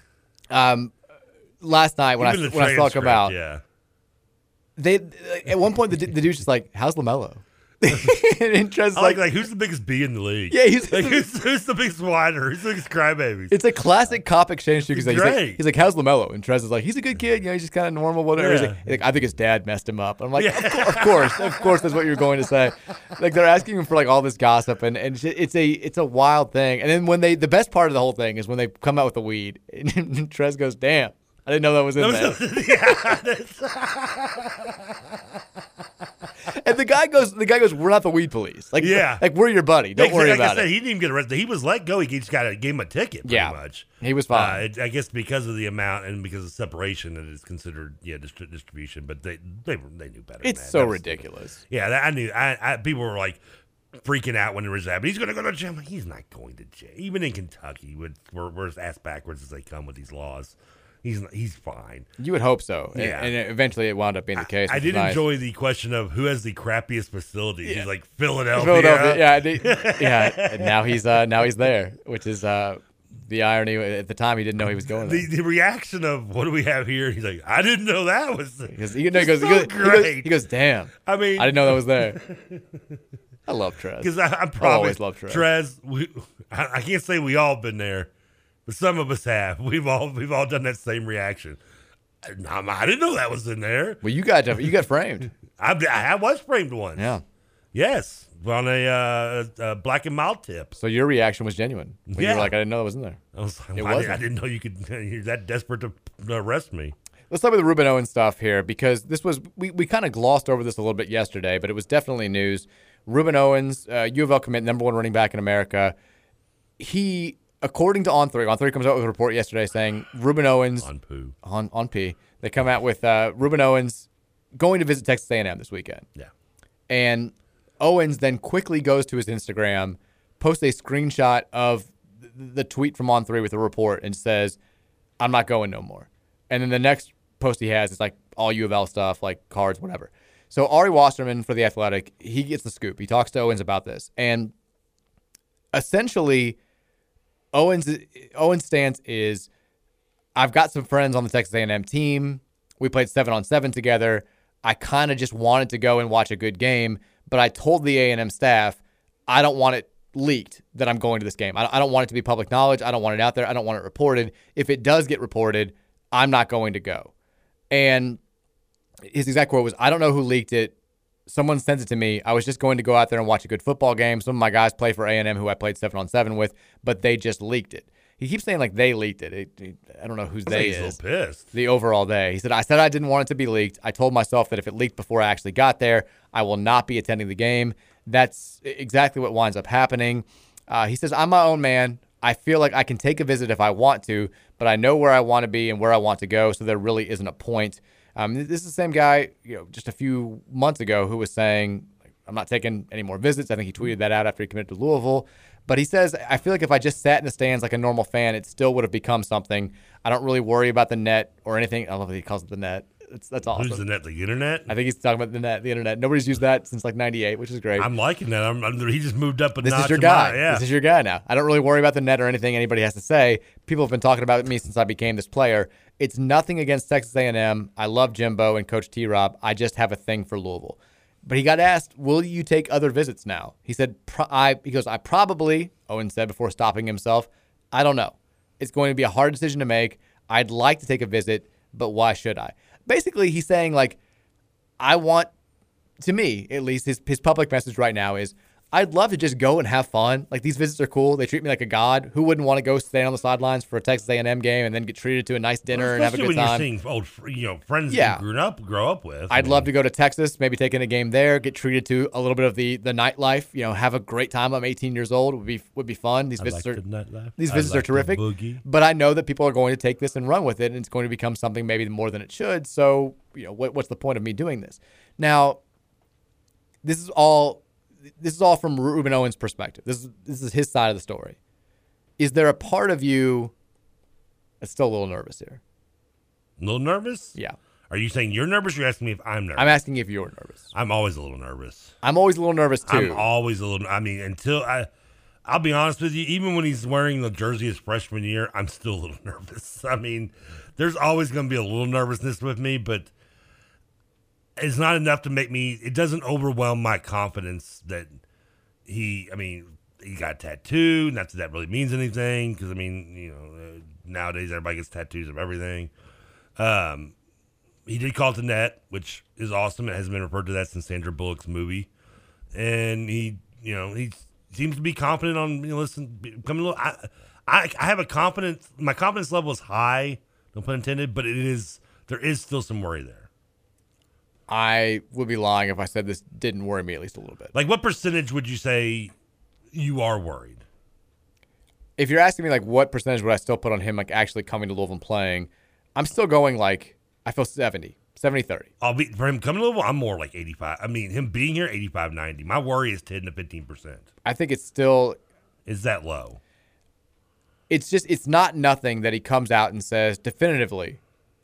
Um, last night when Even I the when I saw it come transcript, out, Yeah. they at one point the, du- the dude's just like, "How's Lamelo?" (laughs) and Trent's I like, like, like who's the biggest B in the league? Yeah, he's- (laughs) like, who's, who's the biggest whiner? Who's the biggest crybaby? "It's a classic cop exchange too." Because like, he's like, Great. he's like, "How's Lamelo?" And Trez is like, "He's a good kid. You know, he's just kind of normal, whatever." He's Yeah. like, he's like, "I think his dad messed him up." I'm like, of, cour- of course, of course, that's what you're going to say." Like they're asking him for like all this gossip, and and shit, it's a it's a wild thing. And then when they the best part of the whole thing is when they come out with the weed, (laughs) and Trez goes, "Damn." I didn't know that was in there. (laughs) And the guy goes, the guy goes, we're not the weed police. Like, Yeah. like we're your buddy. Don't like, worry like about I said, it. He didn't even get arrested. He was let go. He just got a, gave him a ticket. Pretty Yeah. much. He was fine. Uh, it, I guess because of the amount and because of separation, it is considered yeah distri- distribution. But they they were, they knew better. than It's that. so That was- ridiculous. Yeah, that, I knew. I, I people were like freaking out when it was happening. He's going to go to jail. I'm like, He's not going to jail. Even in Kentucky, with we're, we're as ass backwards as they come with these laws. He's not, he's fine. You would hope so. And- Yeah. And, eventually it wound up being the case. I which is did nice. enjoy the question of who has the crappiest facility. He's like Philadelphia. Philadelphia. Yeah, I did- yeah. And now he's uh, now he's there, which is uh, the irony. At the time, he didn't know he was going there. the, the reaction of what do we have here? He's like, I didn't know that was. the-" Because he, you know, he goes, so he goes, he goes, great. he goes, damn. I mean- I didn't know that was (laughs) there. I love Trez. Because I, I I'll probably always love Trez. Trez, we, I, I can't say we all been there, but some of us have. (laughs) We've all we've all done that same reaction. I, I didn't know that was in there. Well, you got you got framed. I, I was framed once. Yeah. Yes, on a, uh, a black and mild tip. So your reaction was genuine. When You Yeah. were like, I didn't know that was in there. I was like, it "Why did- wasn't. I didn't know you could. (laughs) You're that desperate to arrest me. Let's talk about the Ruben Owen stuff here because this was we, we kind of glossed over this a little bit yesterday, but it was definitely news. Ruben Owens, uh, U of L commit, number one running back in America. He, according to On Three, On Three comes out with a report yesterday saying Ruben Owens on poo on on P. They come out with uh, Ruben Owens going to visit Texas A&M this weekend. Yeah. and Owens then quickly goes to his Instagram, posts a screenshot of th- the tweet from On Three with a report, and says, "I'm not going no more." And then the next post he has is like all U of L stuff, like cards, whatever. So Ari Wasserman for the Athletic, he gets the scoop. He talks to Owens about this, and essentially, Owens Owens' stance is, I've got some friends on the Texas A&M team. We played seven on seven together. I kind of just wanted to go and watch a good game, but I told the A&M staff I don't want it leaked that I'm going to this game. I I don't want it to be public knowledge. I don't want it out there. I don't want it reported. If it does get reported, I'm not going to go. And his exact quote was, I don't know who leaked it. Someone sent it to me. I was just going to go out there and watch a good football game. Some of my guys play for A&M who I played 7 on 7 with, but they just leaked it. He keeps saying like they leaked it. It- it- I don't know whose Sounds like they he's a is. little pissed. The overall day. He said I said I didn't want it to be leaked. I told myself that if it leaked before I actually got there, I will not be attending the game. That's i- exactly what winds up happening. Uh, he says I'm my own man. I feel like I can take a visit if I want to, but I know where I want to be and where I want to go, so there really isn't a point. Um, th- this is the same guy, you know, just a few months ago who was saying, like, I'm not taking any more visits. I think he tweeted that out after he committed to Louisville. But he says, I feel like if I just sat in the stands like a normal fan, it still would have become something. I don't really worry about the net or anything. I love that he calls it the net. It's, that's awesome. the net? The internet? I think he's talking about the net. The internet. Nobody's used that since like '98, which is great. I'm liking that. I'm, I'm- he just moved up a this notch. is your in my- guy. yeah. This is your guy now. I don't really worry about the net or anything anybody has to say. People have been talking about me since I became this player. It's nothing against Texas A&M. I love Jimbo and Coach T. Rob. I just have a thing for Louisville. But he got asked, "Will you take other visits now?" He said, "Pro- "I." He goes, "I probably." Owen said before stopping himself, "I don't know. It's going to be a hard decision to make. I'd like to take a visit, but why should I?" Basically, he's saying like, I want, to me at least, his, his public message right now is I'd love to just go and have fun. Like these visits are cool. They treat me like a god. Who wouldn't want to go stand on the sidelines for a Texas A&M game and then get treated to a nice dinner and have a Especially good when time? you're seeing old, fr- you know, friends Yeah. you grew up, grow up with. I'd love to go to Texas, maybe take in a game there, get treated to a little bit of the the nightlife. You know, have a great time. I'm 18 years old. Would be would be fun. These I visits like are the nightlife. these I visits like are the terrific. boogie. But I know that people are going to take this and run with it, and it's going to become something maybe more than it should. So you know, what, what's the point of me doing this? Now, this is all this is all from Ruben Owens' perspective. This is this is his side of the story. Is there a part of you that's still a little nervous here? A little nervous? Yeah. Are you saying you're nervous? Or you're asking me if I'm nervous. I'm asking if you're nervous. I'm always a little nervous. I'm always a little nervous too. I'm always a little. I mean, until I, I'll be honest with you. Even when he's wearing the jersey his freshman year, I'm still a little (laughs) nervous. I mean, there's always going to be a little nervousness with me, but it's not enough to make me. It doesn't overwhelm my confidence that he. I mean, he got tattooed. Not that that really means anything, because I mean, you know, uh, nowadays everybody gets tattoos of everything. Um, he did call it the net, which is awesome. It hasn't been referred to that since Sandra Bullock's movie, and he, you know, he seems to be confident on. You know, listen, coming. I, I, I have a confidence. My confidence level is high. No pun intended, but it is. There is still some worry there. I would be lying if I said this didn't worry me at least a little bit. Like, what percentage would you say you are worried? If you're asking me like what percentage would I still put on him like actually coming to Louisville and playing, I'm still going like I feel 70, 70 30. I'll be for him coming to Louisville. I'm more like 85. I mean, him being here, 85, 90. My worry is 10 to 15 percent. I think it's still is that low. It's just it's not nothing that he comes out and says definitively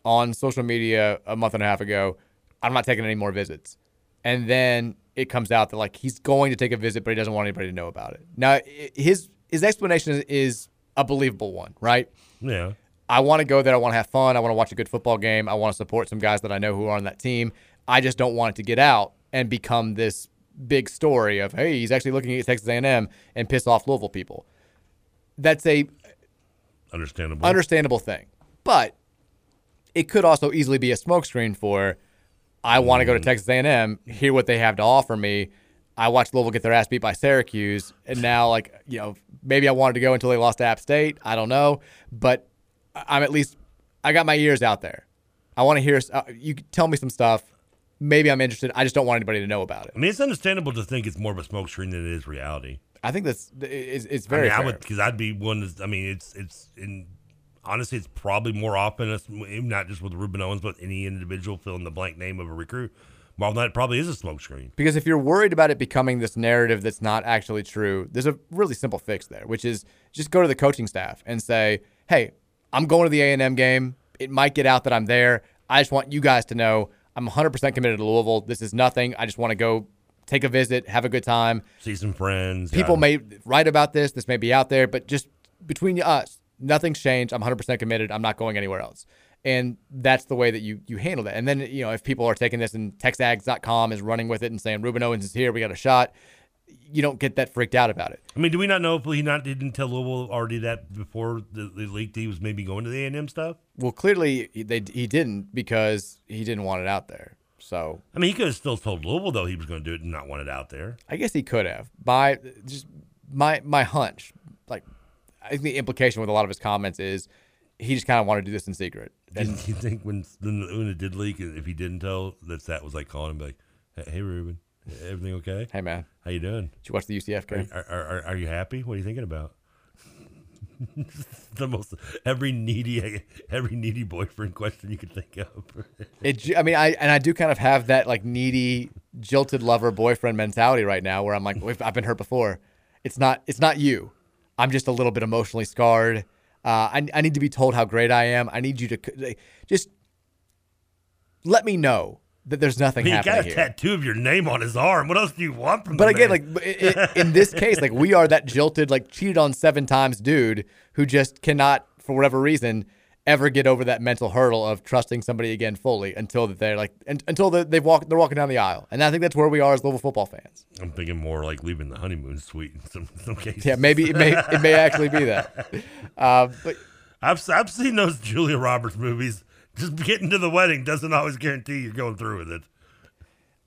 on social media a month and a half ago, I'm not taking any more visits. And then it comes out that like he's going to take a visit, but he doesn't want anybody to know about it. Now i- his his explanation is a believable one, right? Yeah. I want to go there. I want to have fun. I want to watch a good football game. I want to support some guys that I know who are on that team. I just don't want it to get out and become this big story of hey, he's actually looking at Texas A&M and piss off Louisville people. That's a Understandable. understandable thing, but it could also easily be a smokescreen for I want to Mm. go to Texas A&M, hear what they have to offer me. I watched Louisville get their ass beat by Syracuse, and now like you know maybe I wanted to go until they lost to App State. I don't know, but I- I'm at least I got my ears out there. I want to hear s- uh, you could tell me some stuff. Maybe I'm interested. I just don't want anybody to know about it. I mean, it's understandable to think it's more of a smoke screen than it is reality. I think that's i- i- it's, it's very. I, mean, I fair. would because I'd be one. that's- I mean, it's it's in honestly, it's probably more often. It's not just with Ruben Owens, but any individual fill in the blank name of a recruit. Well, that probably is a smoke screen. Because if you're worried about it becoming this narrative that's not actually true, there's a really simple fix there, which is just go to the coaching staff and say, "Hey, I'm going to the A&M game. It might get out that I'm there. I just want you guys to know I'm 100% committed to Louisville. This is nothing. I just want to go take a visit, have a good time. See some friends. People yeah. may write about this. This may be out there, but just between us, nothing's changed. I'm 100% committed. I'm not going anywhere else. And that's the way that you you handle that. And then you know if people are taking this and texags.com is running with it and saying Ruben Owens is here, we got a shot. You don't get that freaked out about it. I mean, do we not know if he not didn't tell Louisville already that before the, the leak that he was maybe going to the A and M stuff? Well, clearly he- they he didn't because he didn't want it out there. So I mean, he could have still told Louisville though he was going to do it and not want it out there. I guess he could have. My just my my hunch, like I think the implication with a lot of his comments is he just kind of wanted to do this in secret. Do And (laughs) you think when when it did leak, if he didn't tell, that that was like calling him like, "Hey, hey, Ruben, everything okay? Hey, man, how you doing? Did you watch the UCF game? Are, are, are, are you happy? What are you thinking about?" (laughs) the most every needy every needy boyfriend question you could think of. It, ju- I mean, I and I do kind of have that like needy, jilted lover boyfriend mentality right now, where I'm like, "We've- I've been hurt before. It's not, it's not you. I'm just a little bit emotionally scarred. Uh, I, I need to be told how great I am. I need you to c- like, just let me know that there's I nothing mean, you happening got a here. tattoo of your name on his arm. What else do you want from? But the again, Oh, man? like i- i- in this case, like we are that jilted, like cheated on seven times dude who just cannot, for whatever reason, ever get over that mental hurdle of trusting somebody again fully until that they're like un- until they- they've walked they're walking down the aisle, and I think that's where we are as Louisville football fans. I'm thinking more like leaving the honeymoon suite in some some cases. Yeah, maybe it may it may actually be that. Uh, but I've s- I've seen those Julia Roberts movies. Just getting to the wedding doesn't always guarantee you're going through with it.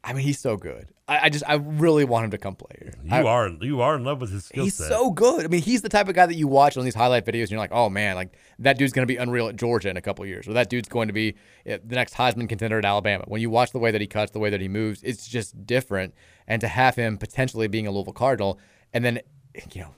I mean, he's so good. I, I just I really want him to come play here. You are you are in love with his skill He's set. so good. I mean, he's the type of guy that you watch on these highlight videos, and you're like, oh man, like that dude's going to be unreal at Georgia in a couple years, or that dude's going to be uh, the next Heisman contender at Alabama. When you watch the way that he cuts, the way that he moves, it's just different. And to have him potentially being a Louisville Cardinal, and then you know,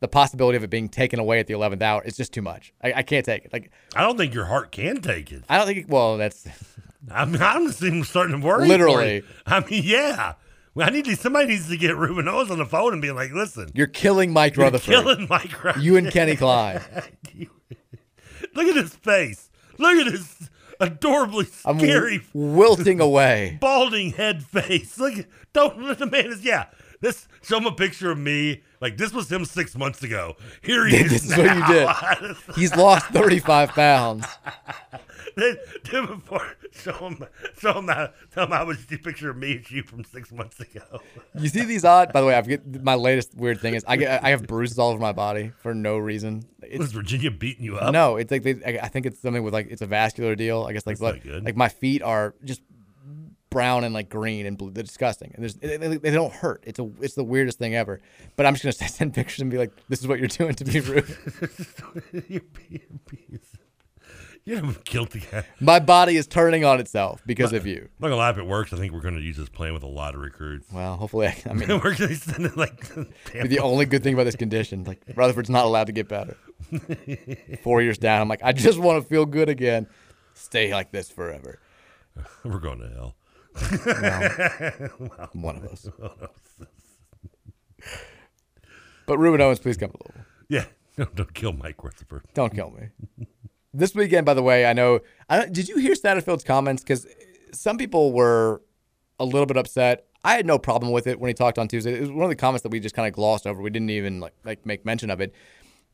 the possibility of it being taken away at the 11th hour, it's just too much. I, I can't take it. Like, I don't think your heart can take it. I don't think. Well, that's (laughs) I'm honestly I'm starting to worry. for Literally. you. I mean, yeah. Well, I need to, somebody needs to get Ruben Owens on the phone and be like, listen, you're killing Mike You're Rutherford. killing Mike Rutherford. You and (laughs) Kenny Klein. look at his face. Look at his adorably I'm scary wilting away. balding head face. Look, don't let the man is. Yeah, this. Show him a picture of me. Like this was him six months ago. Here he (laughs) is. this is what you did. now. (laughs) He's lost 35 pounds. Then, then before, show him, show him how, tell him how much you picture of me and you from six months ago. You see these odd. By the way, I forget my latest weird thing is I get I have bruises all over my body for no reason. It's, Was Virginia beating you up? No, it's like they, I I think it's something with like it's a vascular deal. I guess like That's like, not good. like my feet are just brown and like green and blue. They're disgusting and there's they, they- they don't hurt. It's a it's the weirdest thing ever. But I'm just gonna (laughs) send pictures and be like, this is what you're doing to me, Ruth. (laughs) You're being bees. You're a guilty guy. (laughs) my body is turning on itself because of you. I'm not gonna lie, if it works, I think we're gonna use this plan with a lot of recruits. Well, hopefully, I, I (laughs) mean, we're gonna send it like the only good thing about this condition, like Rutherford's not allowed to get (laughs) better. Four years down, I'm like, I just want to feel good again. Stay like this forever. We're going to hell. Well, (laughs) one of us. But Ruben Owens, please come a little. Yeah, (laughs) no, don't kill Mike Rutherford. Don't kill me. this weekend, by the way, I know. I don't, did you hear Satterfield's comments? Because some people were a little bit upset. I had no problem with it when he talked on Tuesday. It was one of the comments that we just kind of glossed over. We didn't even like like make mention of it.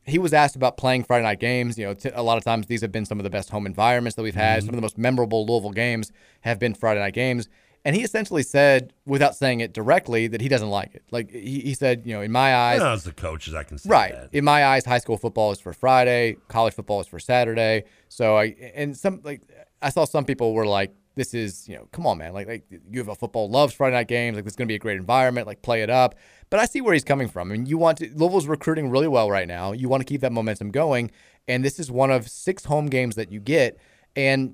He was asked about playing Friday night games. You know, t- a lot of times these have been some of the best home environments that we've had. Some of the most memorable Louisville games have been Friday night games. And he essentially said, without saying it directly, that he doesn't like it. Like he, he said, you know, in my eyes, No, as the coaches, I can see right that. in my eyes high school football is for friday college football is for saturday so i and some like i saw some people were like this is you know come on man like like u of l football loves friday night games like this is going to be a great environment like play it up but i see where he's coming from I mean, you want to louisville's recruiting really well right now you want to keep that momentum going and this is one of six home games that you get and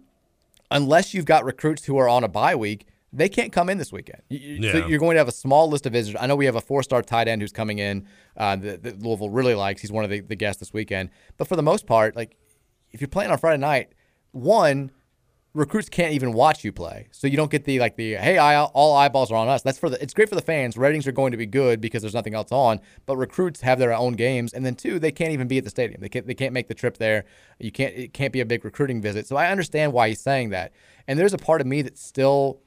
unless you've got recruits who are on a bye week, they can't come in this weekend. You- you- So Yeah. you're going to have a small list of visitors. I know we have a four-star tight end who's coming in uh, that, that Louisville really likes. He's one of the, the guests this weekend. But for the most part, like if you're playing on Friday night, one recruits can't even watch you play, so you don't get the like the hey, I, all eyeballs are on us. That's for the. It's great for the fans. Ratings are going to be good because there's nothing else on. But recruits have their own games, and then two, they can't even be at the stadium. They can't. They can't make the trip there. You can't. It can't be a big recruiting visit. So I understand why he's saying that. And there's a part of me that still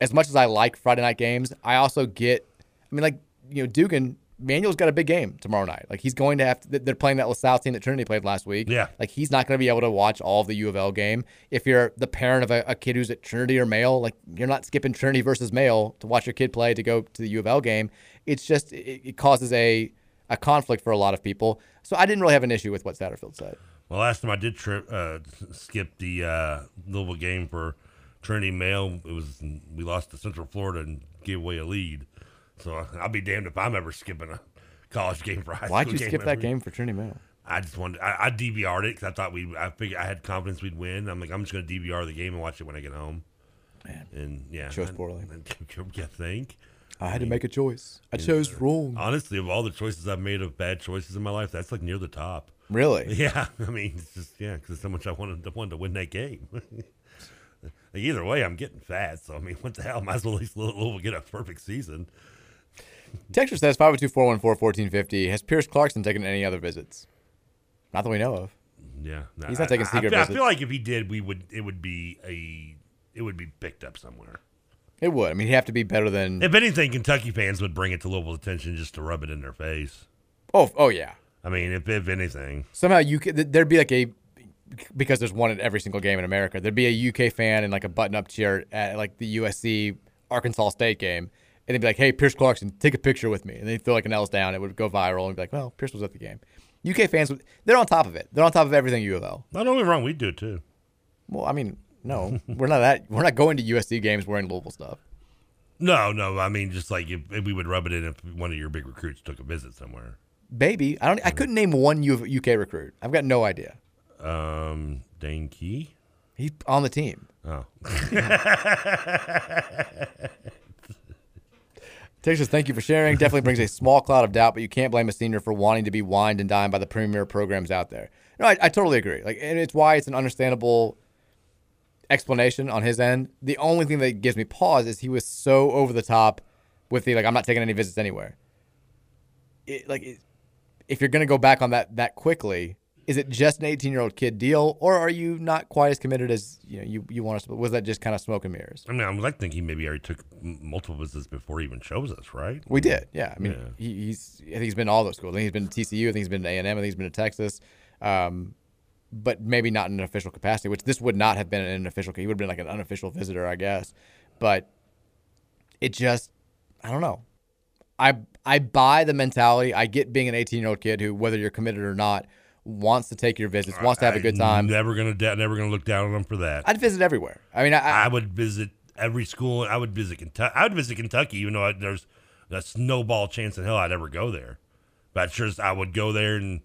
as much as I like Friday night games, I also get. I mean, like you know, Dugan Manuel's got a big game tomorrow night. Like he's going to have. To, they're playing that LaSalle team that Trinity played last week. Yeah. Like he's not going to be able to watch all of the U of L game. If you're the parent of a, a kid who's at Trinity or Mail, like you're not skipping Trinity versus Mail to watch your kid play to go to the U of L game. It's just it, it causes a a conflict for a lot of people. So I didn't really have an issue with what Satterfield said. Well, last time I did trip, uh, s- skip the uh, Louisville game for Trinity Mail, it was we lost to Central Florida and gave away a lead. So I- I'll be damned if I'm ever skipping a college game for a high Why'd school you game skip that every- game for Trinity Mail? I just wanted I, I DVR'd it because I thought we I figured I had confidence we'd win. I'm like I'm just gonna DVR the game and watch it when I get home. And yeah, Chose I- poorly. (laughs) you think? I had to make a choice. I Yeah. Uh, chose wrong. Honestly, of all the choices I've made of bad choices in my life, that's like near the top. (laughs) Really? Yeah. I mean, it's just yeah, because so much I wanted to, wanted to win that game. (laughs) Like, Either way, I'm getting fat, so I mean, what the hell? (laughs) Might as well at least Louisville get a perfect season. Texture says 502 414 1450. Has Pierce Clarkson taken any other visits? Not that we know of. Yeah, no, He's not taking I, secret I, I visits. feel like if he did, we would. It would be a it would be picked up somewhere. It would. I mean, he'd have to be better than. If anything, Kentucky fans would bring it to Louisville's attention just to rub it in their face. Oh, oh yeah. I mean, if if anything, Somehow you could, th- there'd be like a because there's one at every single game in America. There'd be a UK fan and like a button-up shirt at like the USC Arkansas State game, and they'd be like, "Hey, Pierce Clarkson, take a picture with me," and they'd throw like an L's down. It would go viral and be like, "Well, Pierce was at the game." UK fans, would- they're on top of it. They're on top of everything U of L. Not only wrong, we do it too. Well, I mean, no, (laughs) we're not that. We're not going to USC games wearing Louisville stuff. no, no. I mean, just like if, if we would rub it in if one of your big recruits took a visit somewhere. Baby, I don't. I couldn't name one U of, UK recruit. I've got no idea. Um, Dane Key. He's on the team. Oh, Texas, thank you for sharing. Definitely brings a small cloud of doubt, but you can't blame a senior for wanting to be wined and dined by the premier programs out there. No, I, I totally agree. Like, and it's why it's an understandable explanation on his end. The only thing that gives me pause is he was so over the top with the like, I'm not taking any visits anywhere. It, like, it, if you're gonna go back on that that quickly, is it just an 18 year old kid deal, or are you not quite as committed as you know you you want us? to? Was that just kind of smoke and mirrors? I mean, I would like to think he maybe already took m- multiple visits before he even chose us, right? We did, yeah. I mean, He, he's I think he's been to all those schools. I think he's been to TCU. I think he's been to A and M. I think he's been to Texas, um, but maybe not in an official capacity. Which this would not have been in an official. He would have been like an unofficial visitor, I guess. But it just, I don't know. I I buy the mentality. I get being an 18 year old kid who, whether you're committed or not, wants to take your visits, wants to have a good time. Never gonna da- never gonna look down on him for that. I'd visit everywhere. I mean, I, I would visit every school. I would visit Kentucky. I would visit Kentucky, even though I, there's a snowball chance in hell I'd ever go there. But I'd sure, as- I would go there and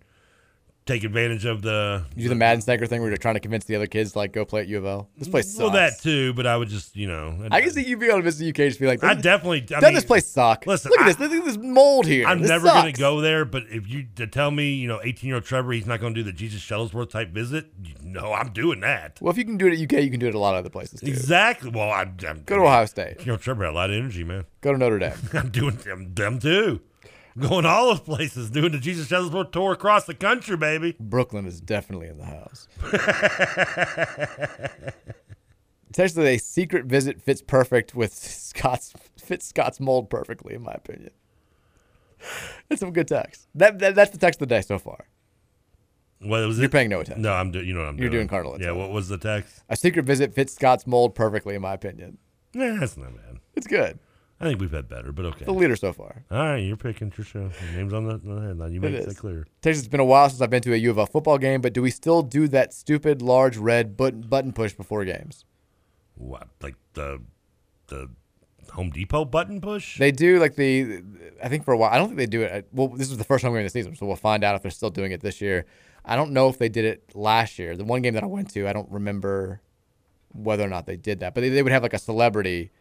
take advantage of the. You do the Madden Snicker thing where you're trying to convince the other kids to like go play at U of L. This place sucks. Well, that too, but I would just you know. I can see you being able to visit the UK and just be like, I definitely. I doesn't this mean, place suck? Listen, look at I- this. Look at this mold here. I'm This never sucks. going to go there, but if you to tell me, you know, 18 year old Trevor, he's not going to do the Jesus Shuttlesworth type visit, you no, I'm doing that. Well, if you can do it at UK, you can do it at a lot of other places too. Exactly. Well, I, I'm Go to Ohio State. You know, Trevor had a lot of energy, man. Go to Notre Dame. (laughs) I'm doing them, them too. Going to all those places, doing the Jesus Shuttlesworth tour across the country, baby. Brooklyn is definitely in the (laughs) house. Essentially, a secret visit fits perfect with Scott's fits Scott's mold perfectly, in my opinion. That's some good text. That, that that's the text of the day so far. What was You're it? paying no attention. No, I'm doing. You know what I'm You're doing doing. Cardinal Yeah. What was the text? A secret visit fits Scott's mold perfectly, in my opinion. Nah, that's not bad. It's good. I think we've had better, but okay. The leader so far. All right, you're picking your show. Your name's on the, on the headline. You It make is. that clear. Texas, it's been a while since I've been to a U of L football game, but do we still do that stupid large red button, button push before games? What? Like the the Home Depot button push? They do like the, I think for a while, I don't think they do it. At, well, this was the first home game of the season, so we'll find out if they're still doing it this year. I don't know if they did it last year. The one game that I went to, I don't remember whether or not they did that, but they, they would have like a celebrity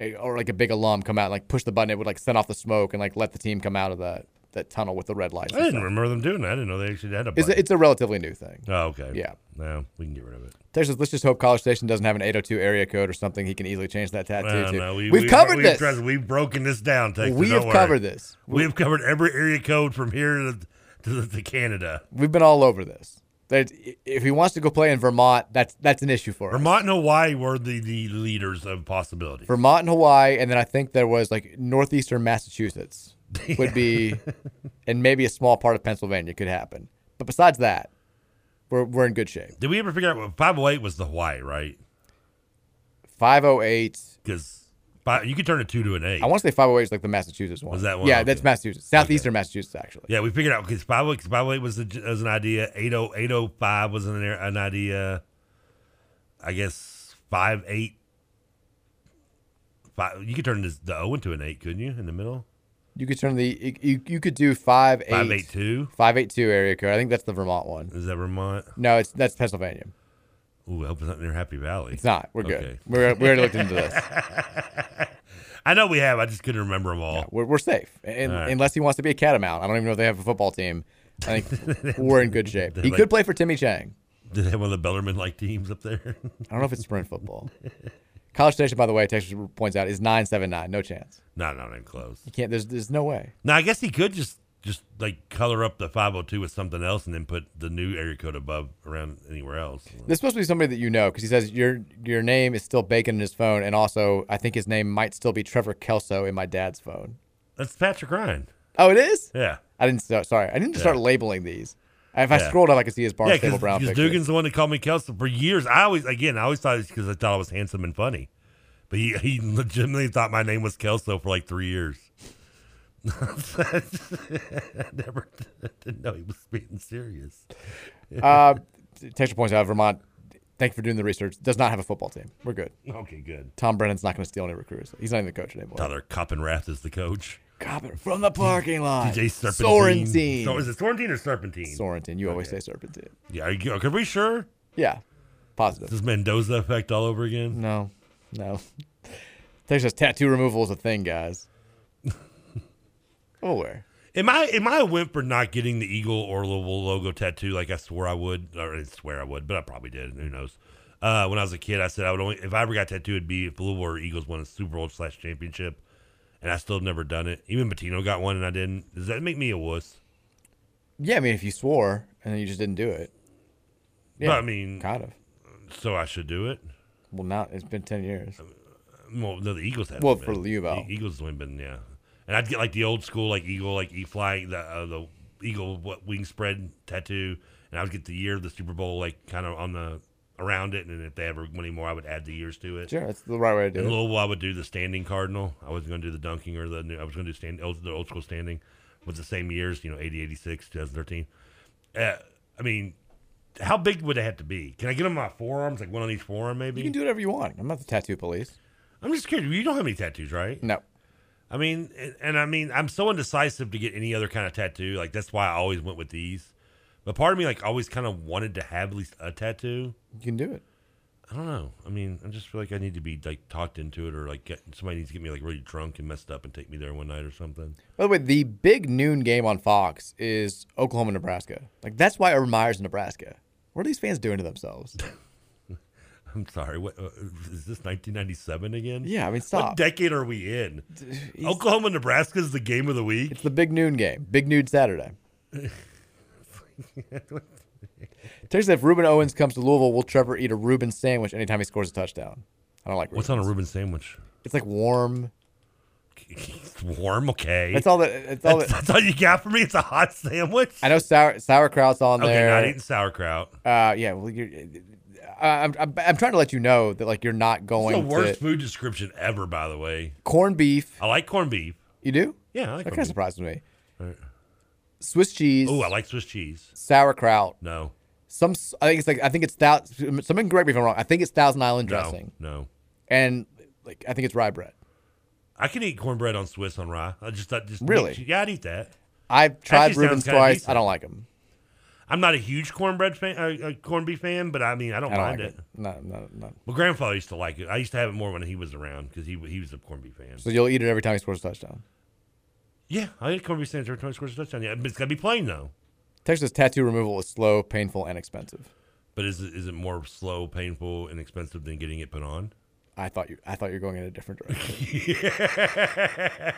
eh, or like a big alum come out and like push the button. It would like send off the smoke and like let the team come out of that, that tunnel with the red lights. I and didn't stuff. remember them doing that. I didn't know they actually had a It's button. a, it's a relatively new thing. oh, okay. Yeah. No, we can get rid of it. Texas, let's just hope College Station doesn't have an 802 area code or something. He can easily change that tattoo Well, to. no, we, have covered we've, this. trust- We've broken this down, Texas. We don't have worry. covered this. We have covered every area code from here to, to, to Canada. We've been all over this. That if he wants to go play in Vermont, that's that's an issue for us. Vermont and Hawaii were the, the leaders of possibility. Vermont and Hawaii, and then I think there was like northeastern (laughs) Massachusetts would be, and maybe a small part of Pennsylvania could happen. But besides that, we're we're in good shape. Did we ever figure out what 508 was the Hawaii, right? 508. Because you could turn a 2 to an 8. I want to say 508 is like the Massachusetts one. Was that one? Yeah, Okay. that's Massachusetts, southeastern Massachusetts actually. yeah, we figured out because 508, 'cause 508 was, a, was an idea. oh, 80, 805 was an, an idea. I guess 58. Five, you could turn this, the 0 into an 8, couldn't you, in the middle? You could turn the you, you could do five eight Five eight two? five eight two area code. I think that's the Vermont one. Is that Vermont? No, it's that's Pennsylvania. Ooh, I hope it's not near Happy Valley. It's not. We're good. Okay. We're, we already looked into this. I know we have. I just couldn't remember them all. We're, we're safe, and, (laughs) All right. unless he wants to be a catamount. I don't even know if they have a football team. I (laughs) think we're in good shape. They're He like- could play for Timmy Chang. Did they have one of the Bellerman like teams up there? (laughs) I don't know if it's sprint football. College Station, by the way, Texas points out is nine seven nine. No chance. no, not even close. You can't. There's there's no way. Now I guess he could just just like color up the 502 with something else and then put the new area code above around anywhere else. This supposed to be somebody that you know because he says your your name is still Bacon in his phone, and also I think his name might still be Trevor Kelso in my dad's phone. That's Patrick Ryan. Oh, it is. Yeah. I didn't. Start, sorry, I didn't Yeah. start labeling these. If I Yeah. scrolled up, I could see his Yeah, Barnstable because Brown picture. Dugan's the one that called me Kelso for years. I always, again, I always thought it's because I thought I was handsome and funny, but he, he legitimately thought my name was Kelso for like three years. (laughs) I never (laughs) didn't know he was being serious. uh, texture points out of Vermont. Thank you for doing the research. Does not have a football team. We're good. Okay, good. Tom Brennan's not going to steal any recruits. He's not even the coach anymore. Tyler Coppenrath is the coach. Copper from the parking lot. DJ Serpentine. Sorrentine. So is it Sorrentine or Serpentine? Sorrentine. You always say Serpentine. Yeah, are, you, are we sure? Yeah. Positive. Is this Mendoza effect all over again? No, no. Texas tattoo removal is a thing, guys. Oh, where? Am I am I a wimp for not getting the Eagle or Louisville logo tattoo? Like I swore I would, or I didn't swear I would, but I probably did. Who knows? Uh, when I was a kid, I said I would only if I ever got tattooed, it'd be if Louisville or Eagles won a Super Bowl slash championship, and I still have never done it. Even Patino got one, and I didn't. Does that make me a wuss? Yeah, I mean, if you swore and then you just didn't do it. But, I mean, kind of. So I should do it. Well, now it's been ten years. Well, no, the Eagles have. Well, been. for you, Val. E- Eagles have been, yeah. And I'd get like the old school, like eagle, like e flying the uh, the eagle what wing spread tattoo, and I would get the year of the Super Bowl, like kind of on the around it. And then if they ever win any more, I would add the years to it. Sure, that's the right way to do In it. Louisville, I would do the standing cardinal. I wasn't going to do the dunking or the new. I was going to do stand old, the old school standing with the same years, you know, 80, 86, 2013. Uh, I mean, how big would it have to be? Can I get them on my forearms, like one on each forearm, maybe? You can do whatever you want. I'm not the tattoo police. I'm just curious. You don't have any tattoos, right? No. I mean, and, and I mean, I'm so indecisive to get any other kind of tattoo. Like that's why I always went with these. But part of me, like, always kind of wanted to have at least a tattoo. You can do it. I don't know. I mean, I just feel like I need to be like talked into it, or like get, somebody needs to get me like really drunk and messed up and take me there one night or something. By the way, the big noon game on Fox is Oklahoma, Nebraska. Like that's why Urban Meyer's in Nebraska. What are these fans doing to themselves? I'm sorry. What uh, is this 1997 again? Yeah, I mean, stop. What decade are we in? Oklahoma, Nebraska is the game of the week. It's the big noon game. Big noon (laughs) Saturday. Texas said, if Reuben Owens comes to Louisville, will Trevor eat a Reuben sandwich anytime he scores a touchdown? I don't like. What's on a Reuben sandwich? (laughs) It's like warm. It's warm. Okay. (laughs) That's all that- that's all that's, that- that's all you got for me. It's a hot sandwich. I know sour, sauerkraut's on Okay, there. not eating sauerkraut. Uh, yeah. Well, you're, I- I'm, I'm I'm trying to let you know that like you're not It's going the worst to food description ever, by the way. corned beef. I like corned beef. You do? Yeah, I that like corned kind of beef. surprises me. Swiss cheese. Oh, I like Swiss cheese. sauerkraut. No. Some s- I think it's like I think it's thousand. Someone correct me if I'm wrong. I think it's Thousand Island No, dressing. no. And like I think it's rye bread. I can eat cornbread on Swiss on rye. I just, I just Really? yeah, I'd eat that. I've tried Actually, Reuben's sounds kinda twice. I decent. don't like them. I'm not a huge cornbread fan, uh, uh, corned beef fan, but I mean, I don't I don't mind like it. it. No, no, no. My grandfather used to like it. I used to have it more when he was around because he he was a corned beef fan. So you'll eat it every time he scores a touchdown. yeah, I eat corned beef sandwich every time he scores a touchdown. Yeah, but it's got to be plain though. Texas tattoo removal is slow, painful, and expensive. But is it, is it more slow, painful, and expensive than getting it put on? I thought you. I thought you were going in a different direction.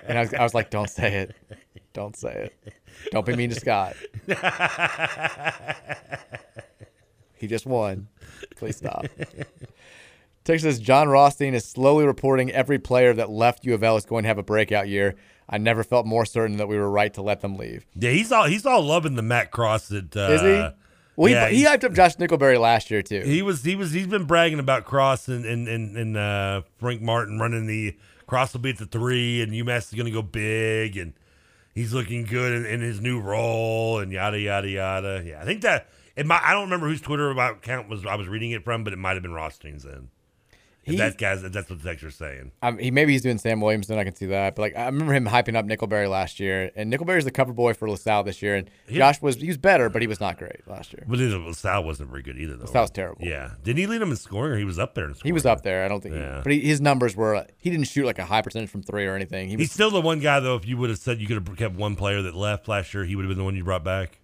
and I was, I was like, "Don't say it. Don't say it. Don't be mean to Scott. he just won. Please stop." Texas John Rothstein is slowly reporting every player that left U of L is going to have a breakout year. I never felt more certain that we were right to let them leave. Yeah, he's all he's all loving the Matt Cross that uh, Is he? Well, yeah, he, he hyped up Josh Nickelberry last year too. He was he was he's been bragging about Cross and and and, and uh, Frank Martin running the Cross will be at the three and UMass is going to go big and he's looking good in, in his new role and yada yada yada. Yeah, I think that it might. I don't remember whose Twitter about account was I was reading it from, but it might have been Rothstein's. Then He- if that guys if that's what the texture's saying. Um, he maybe he's doing Sam Williamson. I can see that, but like I remember him hyping up Nickelberry last year, and Nickelberry's the cover boy for LaSalle this year. And Yeah. Josh was he was better, but he was not great last year. But either LaSalle wasn't very good either, though. LaSalle's terrible. Yeah, didn't he lead him in scoring, or he was up there in scoring? He was up there. I don't think, he- Yeah. but he, his numbers were uh, he didn't shoot like a high percentage from three or anything. He was He's still the one guy, though. If you would have said you could have kept one player that left last year, he would have been the one you brought back.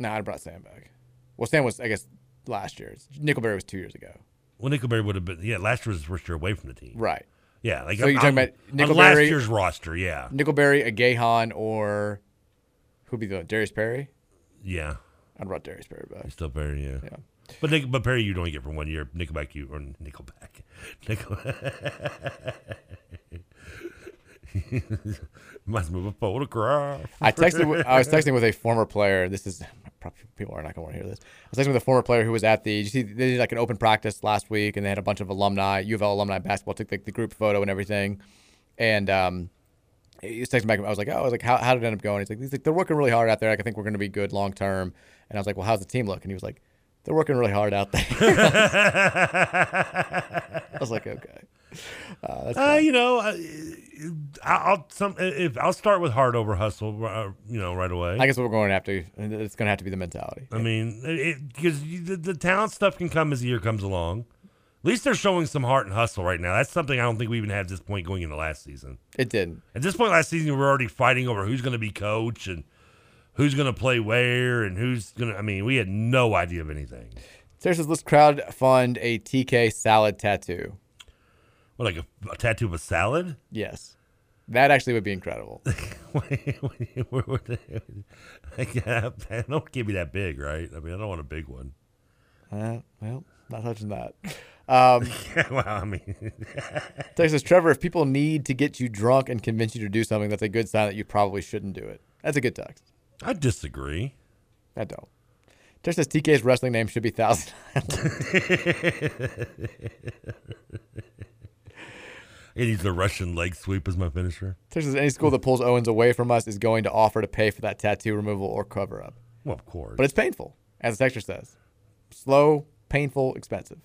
no, I brought Sam back. Well, Sam was I guess last year. Nickelberry was two years ago. Well, Nickelberry would have been. Yeah, last year was his first year away from the team. Right. Yeah. Like so you're talking on- about on last Nickelberry year's roster. Yeah. Nickelberry, a Gahan, or Who'd be the Darius Perry? Yeah. I'd brought Darius Perry back. He's still Perry, yeah. yeah. But Nick, but Perry, you don't get for one year. Nickelback, you or Nickelback, (laughs) Nickel. (laughs) Must move a photograph. I texted. with- I was texting with a former player. This is probably people are not going to want to hear this. I was texting with a former player who was at the. You see, they did like an open practice last week, and they had a bunch of alumni, U of L alumni basketball, took like the group photo and everything, and um, he was texting back. I was like, oh, I was like, how, how did it end up going? He's like, he's like, they're working really hard out there. Like, I think we're going to be good long term. And I was like, well, how's the team look? And he was like, they're working really hard out there. (laughs) I was like, okay. Uh, that's Uh, you know, I, I- I'll some if I'll start with hard over hustle, uh, you know, right away. I guess what we're going to have to. It's going to have to be the mentality. I mean, because the, the talent stuff can come as the year comes along. At least they're showing some heart and hustle right now. That's something I don't think we even had at this point going into last season. It didn't. At this point last season, we were already fighting over who's going to be coach and who's going to play where and who's going to. I mean, we had no idea of anything. Sarah says, let's crowdfund a TK salad tattoo. What, like a, a tattoo of a salad? (laughs) Yes. That actually would be (laughs) incredible. (laughs) Where would they- Like, yeah, don't give me that big, right? I mean, I don't want a big one. (laughs) Uh, well, not touching that. Um, well, I mean, (laughs) Texas Trevor, if people need to get you drunk and convince you to do something, that's a good sign that you probably shouldn't do it. That's a good text. I disagree. I don't. Texas TK's wrestling name should be Thousand (laughs) I use the Russian leg sweep as my finisher. Texas, any school that pulls Owens away from us is going to offer to pay for that tattoo removal or cover up. Well, of course. But it's painful, as the texture says. Slow, painful, expensive.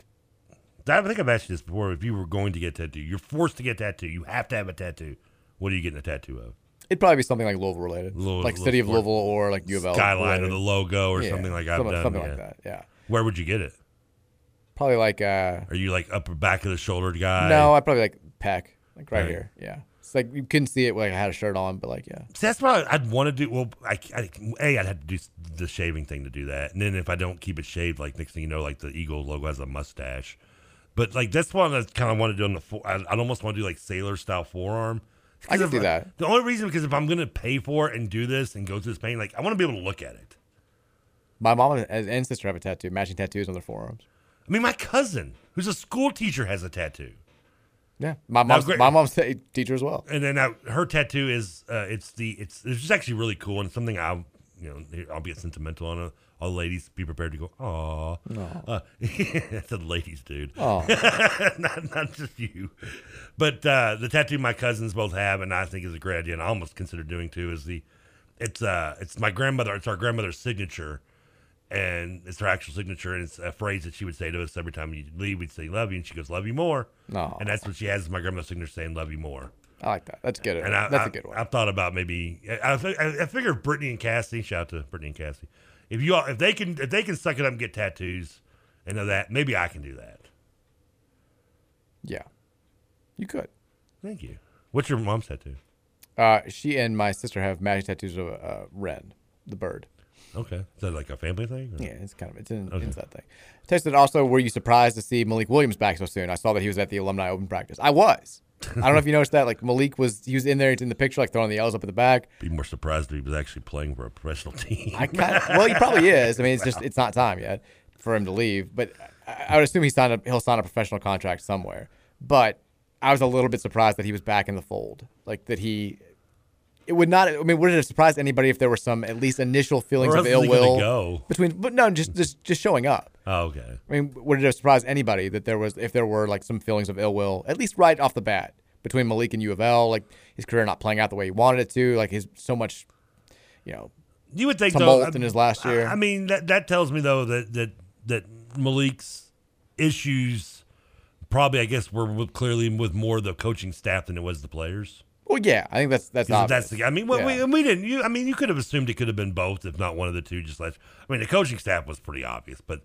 I think I've asked you this before. If you were going to get tattooed, you're forced to get tattooed. You have to have a tattoo. What are you getting a tattoo of? It'd probably be something like Louisville related, Louis- like City of Louis- Louisville or like U of L. Skyline or related. the logo or Yeah, something like I've something, done. Something yeah. like that. Yeah, Where would you get it? probably like uh, Are you like upper back of the shoulder guy? no, I probably like peck, like right, Right. here. Yeah, it's like you couldn't see it when I had a shirt on, but like yeah, See, that's why I'd want to do. Well, I, I, a, I'd have to do s- the shaving thing to do that, and then if I don't keep it shaved, like next thing you know, like the eagle logo has a mustache. But like that's one I kind of want to do on the. fore- I, I'd almost want to do like sailor style forearm. I can Because do if that. The only reason because if I'm gonna pay for it and do this and go through this pain, like I want to be able to look at it. my mom and and sister have a tattoo, matching tattoos on their forearms. I mean, my cousin, who's a school teacher, has a tattoo. Yeah, my Now, mom's great- my mom's a teacher as well. and then now her tattoo is uh, it's the it's it's just actually really cool and something I will you know here, I'll get sentimental on. Uh, all the ladies, be prepared to go. Aw, No. uh, (laughs) that's the ladies, dude. Aw. (laughs) not not just you, but uh, the tattoo my cousins both have, and I think is a great idea, and I almost consider doing too. Is the it's uh it's my grandmother. It's our grandmother's signature, and it's her actual signature, and it's a phrase that she would say to us every time you leave. We'd say "love you," and she goes "love you more," Aw. and that's what she has. Is my grandmother's signature saying "love you more." I like that. That's good. And I, That's I, a good one. I thought about maybe I, I, fi- I figure if Brittany and Cassie. Shout out to Brittany and Cassie. If you all, if they can if they can suck it up and get tattoos and know that, maybe I can do that. Yeah, you could. Thank you. What's your mom's tattoo? Uh, she and my sister have matching tattoos of uh, Ren, the bird. Okay, is that like a family thing? or- Yeah, it's kind of it's an Okay. it's that thing. Texted also, were you surprised to see Malik Williams back so soon? I saw that he was at the alumni open practice. I was. I don't know if you noticed that. Like Malik was, he was in there. It's in the picture, like throwing the L's up at the back. Be more surprised if he was actually playing for a professional (laughs) team. I kind of, well, he probably is. I mean, it's just it's not time yet for him to leave. But I, I would assume he signed up. He'll sign a professional contract somewhere. But I was a little bit surprised that he was back in the fold. Like that he. It would not. I mean, would it have surprised anybody if there were some at least initial feelings Where of else ill is he gonna will go? between? But no, just just just showing up. Oh, okay. I mean, would it have surprised anybody that there was, if there were like some feelings of ill will, at least right off the bat between Malik and U of L, like his career not playing out the way he wanted it to, like his so much, you know, You would think tumult though, I- in his last year. I, I mean, that that tells me though that that that Malik's issues probably, I guess, were with, clearly with more the coaching staff than it was the players. well, yeah, I think that's that's Because if obvious. that's the. I mean, well, Yeah. we and we didn't. You, I mean, you could have assumed it could have been both, if not one of the two. Just like, I mean, the coaching staff was pretty obvious, but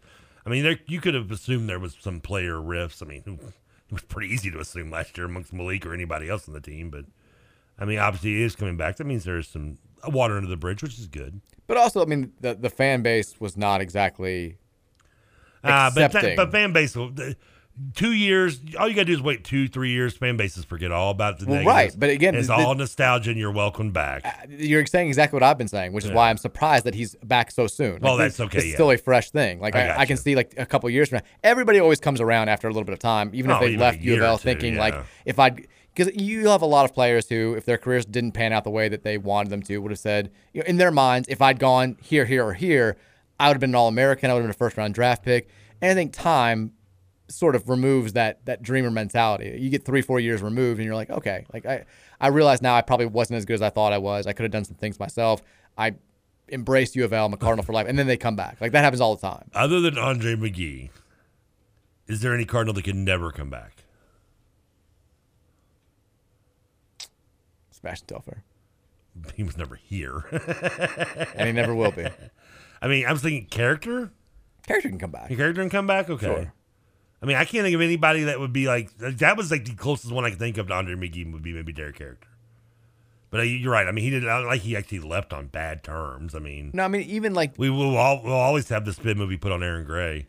I mean, there you could have assumed there was some player riffs. I mean, (laughs) it was pretty easy to assume last year amongst Malik or anybody else on the team, but I mean, obviously, he is coming back. That means there's some uh, water under the bridge, which is good. but also, I mean, the the fan base was not exactly Ah, but accepting. that, but fan base will. th- two years, all you got to do is wait two, three years. Fan bases forget all about the Well, negatives. right, but again, it's the- all nostalgia, and you're welcome back. You're saying exactly what I've been saying, which is Yeah. why I'm surprised that he's back so soon. Well, Like, that's okay, It's yeah. still a fresh thing. Like I I, I, gotcha. can see, like a couple years from now, everybody always comes around after a little bit of time, even Oh, if they even a left U of year or L two, thinking like yeah. if I'd. Because you have a lot of players who, if their careers didn't pan out the way that they wanted them to, would have said, you know, in their minds, if I'd gone here, here, or here, I would have been an All American. I would have been a first round draft pick. And I think time sort of removes that that dreamer mentality. You get three, four years removed, and you're like, okay, like I, I realize now I probably wasn't as good as I thought I was. I could have done some things myself. I embraced U of L. I'm a Cardinal for life, and then they come back. Like that happens all the time. Other than Andre McGee, is there any Cardinal that can never come back? (laughs) Sebastian Telfair. He was never here, (laughs) And he never will be. I mean, I'm thinking character. Character can come back. Your character can come back. Okay. Sure. I mean, I can't think of anybody that would be like that. Was like the closest one I could think of to Andre McGee would be maybe Derek Character. But uh, you're right. I mean, he did not like he actually left on bad terms. I mean, No, I mean even like we will all, we'll always have the spin movie put on Aaron Gray.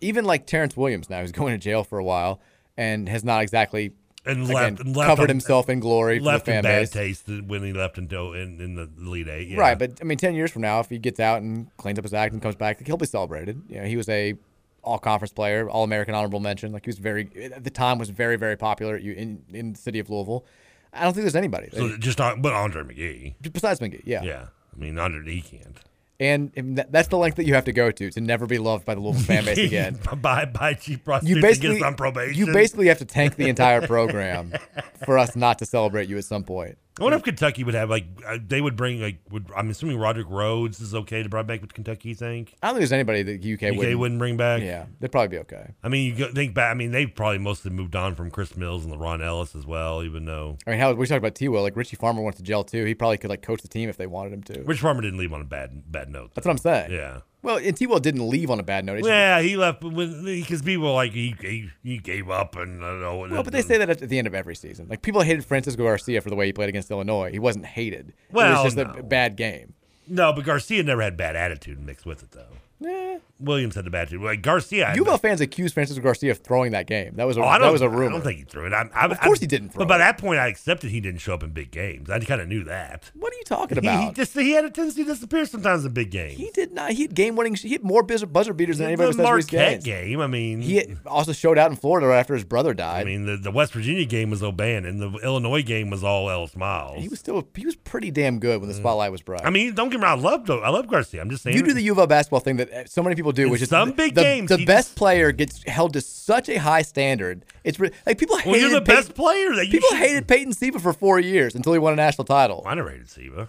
even like Terrence Williams now, who's (laughs) going to jail for a while and has not exactly And again, left, and left covered on- himself in glory Left for the fan in bad base. taste when he left in, in, in the lead eight. Yeah. Right, but I mean, ten years from now, if he gets out and cleans up his act and comes back, like, he'll be celebrated. You know, he was a all conference player, all American honorable mention. Like he was very at the time was very very popular at U- in in the city of Louisville. I don't think there's anybody So just not, but Andre McGee. besides McGee. Yeah, Yeah. I mean, Andre he can't. and, and that, that's the length that you have to go to to never be loved by the Louisville fan (laughs) base again. buy buy cheap prostitutes You and get basically us on probation. you basically have to tank the entire program (laughs) for us not to celebrate you at some point. I wonder if Kentucky would have like uh, they would bring like would I'm assuming Roderick Rhodes is okay to bring back with Kentucky. You think I don't think there's anybody that UK, UK wouldn't, bring back? Yeah, they'd probably be okay. I mean, you go, think back. I mean, they've probably mostly moved on from Chris Mills and LeRon Ellis as well. Even though I mean, how we talked about T. Will, like Richie Farmer went to jail too. He probably could like coach the team if they wanted him to. Rich Farmer didn't leave on a bad bad note. That's what I'm saying. Yeah. Well, and T. Will didn't leave on a bad note. It's just- Yeah, he left when because people like he, he he gave up and uh, I don't know. well, but they say that at the end of every season. Like people hated Francisco Garcia for the way he played against Illinois. He wasn't hated. it Well, was just no. a bad game. no, but Garcia never had bad attitude mixed with it though. Yeah. Williams had the bad attitude. Like Garcia, had U of L fans accused Francisco Garcia of throwing that game. That was a, Oh, I don't, that was a I rumor. don't think he threw it. I, I, Of course I- he didn't throw But by it. that point, I accepted he didn't show up in big games. I kind of knew that. What are you talking (laughs) He- He, about? just he had a tendency to disappear sometimes in big games. He did not. He had game winning. He had more buzzer, buzzer beaters than anybody the besides Reese Marquette Gaines. game. I mean, He had- also showed out in Florida right after his brother I died. mean, the, the West Virginia game was O'Bannon. The Illinois game was all else Miles. he was still he was pretty damn good when the spotlight was bright. Mm. I mean, don't get me wrong. I love I love Garcia. I'm just saying. You do the U of L basketball thing that uh, so many people do, In which is some the- big the, games, The you best player gets held to such a high standard. It's re- like people hated. well, you're the Pey- best player that you people should- hated Peyton Siva for four years until he won a national title. I never hated Siva.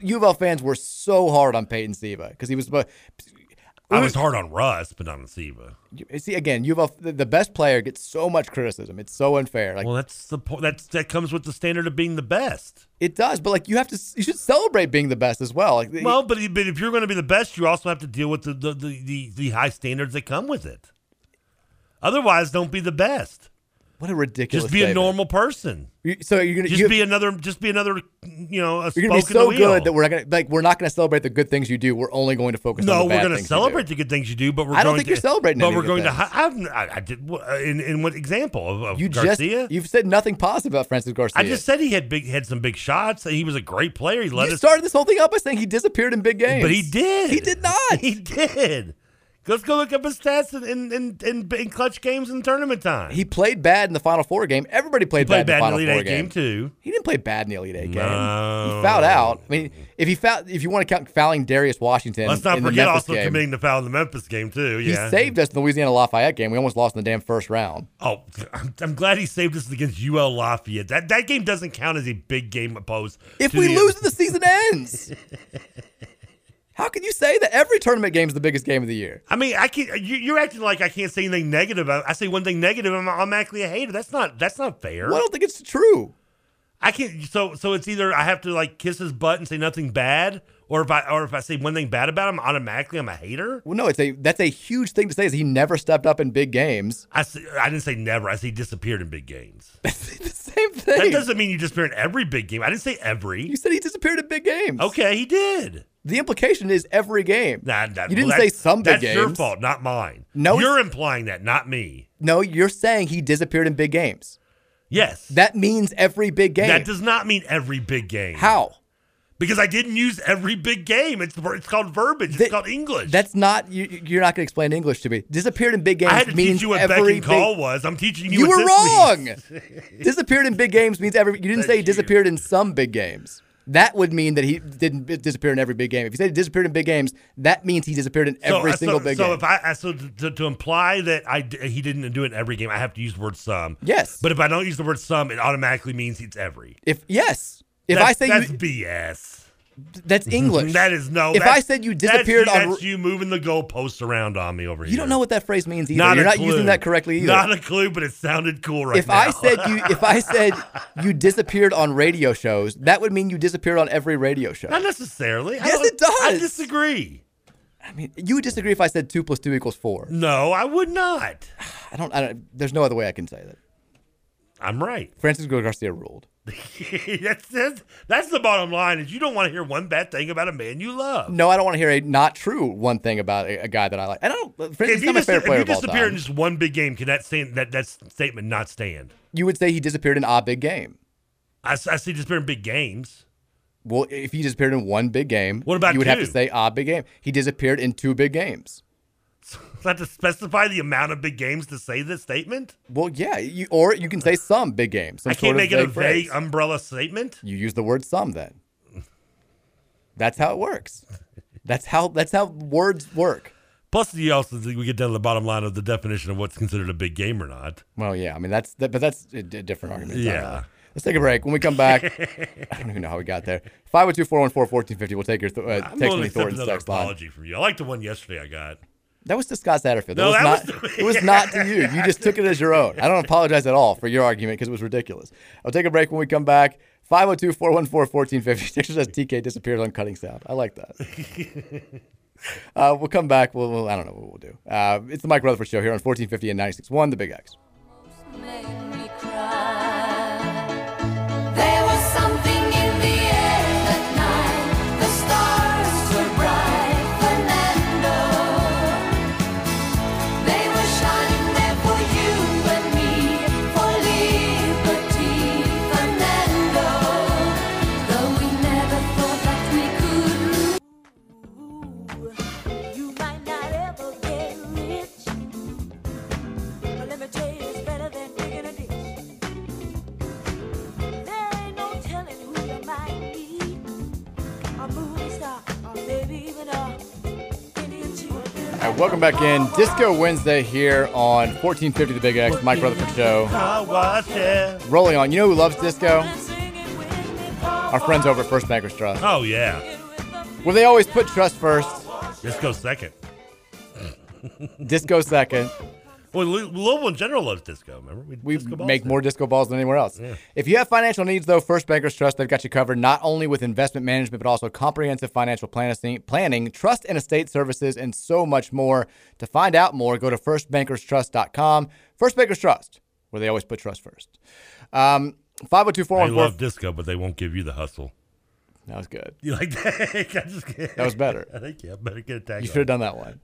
U of L fans were so hard on Peyton Siva because he was. supposed- I was hard on Russ, but not on Siva. See again, U of L, the- the best player gets so much criticism. It's so unfair. Like Well, that's the po- that's that comes with the standard of being the best. it does, but like you have to, you should celebrate being the best as well. Like Well, but, but if you're going to be the best, you also have to deal with the the, the, the the high standards that come with it. Otherwise, don't be the best. what a ridiculous. Just be a statement. normal person. You- So you're gonna Just you- be another. Just be another. You know, a You're gonna be spoke in the so wheel. good that we're not gonna like we're not gonna celebrate the good things you do. We're only going to focus on no, the bad we're going to things celebrate the good things you do, but we're I don't going think to, you're celebrating But any we're good going to. things. hi- I've, I, I did uh, in in what example of, of You, do. you just Garcia? you've said nothing positive about Francis Garcia. I just said he had big had some big shots. He was a great player. He led you us, started this whole thing up by saying he disappeared in big games, but he did. He did not. He did. Let's go look up his stats in in, in, in clutch games and tournament time. He played bad in the Final Four game. Everybody played, played bad in bad the in the Final Elite Four Eight game, too. Uh, He didn't play bad in the Elite Eight game. No. He fouled out. I mean, if he fouled, if you want to count fouling Darius Washington, Let's not in the forget Memphis also game, committing the foul in the Memphis game too. he Yeah, saved us in the Louisiana Lafayette game. We almost lost in the damn first round. Oh, I'm, I'm glad he saved us against UL Lafayette. That that game doesn't count as a big game opposed. If to we the- lose, the season (laughs) ends. How can you say that every tournament game is the biggest game of the year? I mean, I can't. You, you're acting like I can't say anything negative. I, I say one thing negative, I'm automatically a hater. That's not that's not fair. Well, I don't think it's true. I can't. So so it's either I have to like kiss his butt and say nothing bad, or if I or if I say one thing bad about him, automatically I'm a hater. Well, no, it's a that's a huge thing to say. Is he never stepped up in big games? (laughs) I say, I didn't say never. I say disappeared in big games. Same thing. That doesn't mean you disappear in every big game. I didn't say every. you said he disappeared in big games. Okay, he did. The implication is every game. Nah, that, you didn't well, say that's- some big that's games. your fault, not mine. No, you're implying that, not me. No, you're saying he disappeared in big games. Yes. That means every big game. That does not mean every big game. How? Because I didn't use every big game. It's it's called verbiage. It's called English. That's not you. You're not going to explain English to me. Disappeared in big games. I had to means teach you what every beck and call big- was. I'm teaching you. You what were this wrong. means. (laughs) disappeared in big games means every. You didn't say he disappeared in some big games. That would mean that he didn't b- disappear in every big game. If you say he disappeared in big games, that means he disappeared in every so, single so, big so game. if I I- so to, to, to imply that I d- he didn't do it in every game, I have to use the word some. Yes. But if I don't use the word some, it automatically means it's every. If yes, if That's- I say that's you, BS. (laughs) that's English. that is no. If that's- I said you that's disappeared you- on, that's you moving the goalposts around on me over here. you don't know what that phrase means either. Not You're a not clue. using that correctly either. Not a clue, but it sounded cool right if now. I said (laughs) you, if I said you disappeared on radio shows, that would mean you disappeared on every radio show. not necessarily. I Yes, don't- it does. I disagree. I mean, you would disagree if I said two plus two equals four. No, I would not. I don't. I don't there's no other way I can say that. I'm right. (laughs) Francisco Garcia ruled. that's, that's that's the bottom line. Is you don't want to hear one bad thing about a man you love. No, I don't want to hear a not true one thing about a, a guy that I like. I don't. Francisco's If you, not my dis- if favorite player you of all disappear in time. just one big game, can that stand, that that statement not stand? You would say he disappeared in a big game. I, s- I see disappear in big games. (laughs) Well, if he disappeared in one big game, what about you would have to two? say a big game. He disappeared in two big games. So I have to specify the amount of big games to say this statement. Well, yeah, you, or you can say some big games. some I sort can't of make it a vague phrase. vague um, umbrella statement. You use the word some then. That's how it works. That's how that's how words work. Plus, you also think we get down to the bottom line of the definition of what's considered a big game or not. Well, yeah, I mean that's that, but that's a, d- different argument. Yeah. entirely. Let's take a break. When we come (laughs) back, (laughs) I don't even know how we got there. 502-414-1450. We'll take your th- uh, I'm text willing me to accept Thornton's another text line. apology from you. I like the one yesterday I got. That was to Scott Satterfield. No, that was that not. was- it was not to you. You just took it as your own. I don't apologize at all for your argument because it was ridiculous. I'll take a break when we come back. (laughs) 502-414-1450. Text says TK disappeared on cutting sound. I like that. (laughs) Uh, we'll come back. We'll, we'll- I don't know what we'll do. Uh, it's the Mike Rutherford Show here on 1450 and 96.1, The Big X. There was something in the air that night. The stars were bright, Fernando. They were shining there for you and me, for liberty, Fernando. Though we never thought that we could lose. You might not ever get rich, but let me tell you, it's better than digging a ditch. There ain't no telling who you might be. A movie star, or maybe even a Indian chief. All right, welcome back in. Disco Wednesday here on 1450 The Big X, Mike Rutherford Show. I watch it. Rolling on. You know who loves disco? Our friends over at First Bankers Trust. Oh yeah, Where they always put trust first, this goes second. disco second. Well, Lou- Louisville in general loves disco. Remember, We disco balls make there. more disco balls than anywhere else. Yeah. If you have financial needs, though, First Bankers Trust, they've got you covered not only with investment management, but also comprehensive financial planning, planning trust and estate services, and so much more. To find out more, go to firstbankerstrust.com. First Bankers Trust, where they always put trust first. Um, They 502-414 love disco, but they won't give you the hustle. That was good. (laughs) You like that? I just That was better. (laughs) I think yeah, better get a tag. You should have done that (laughs) one.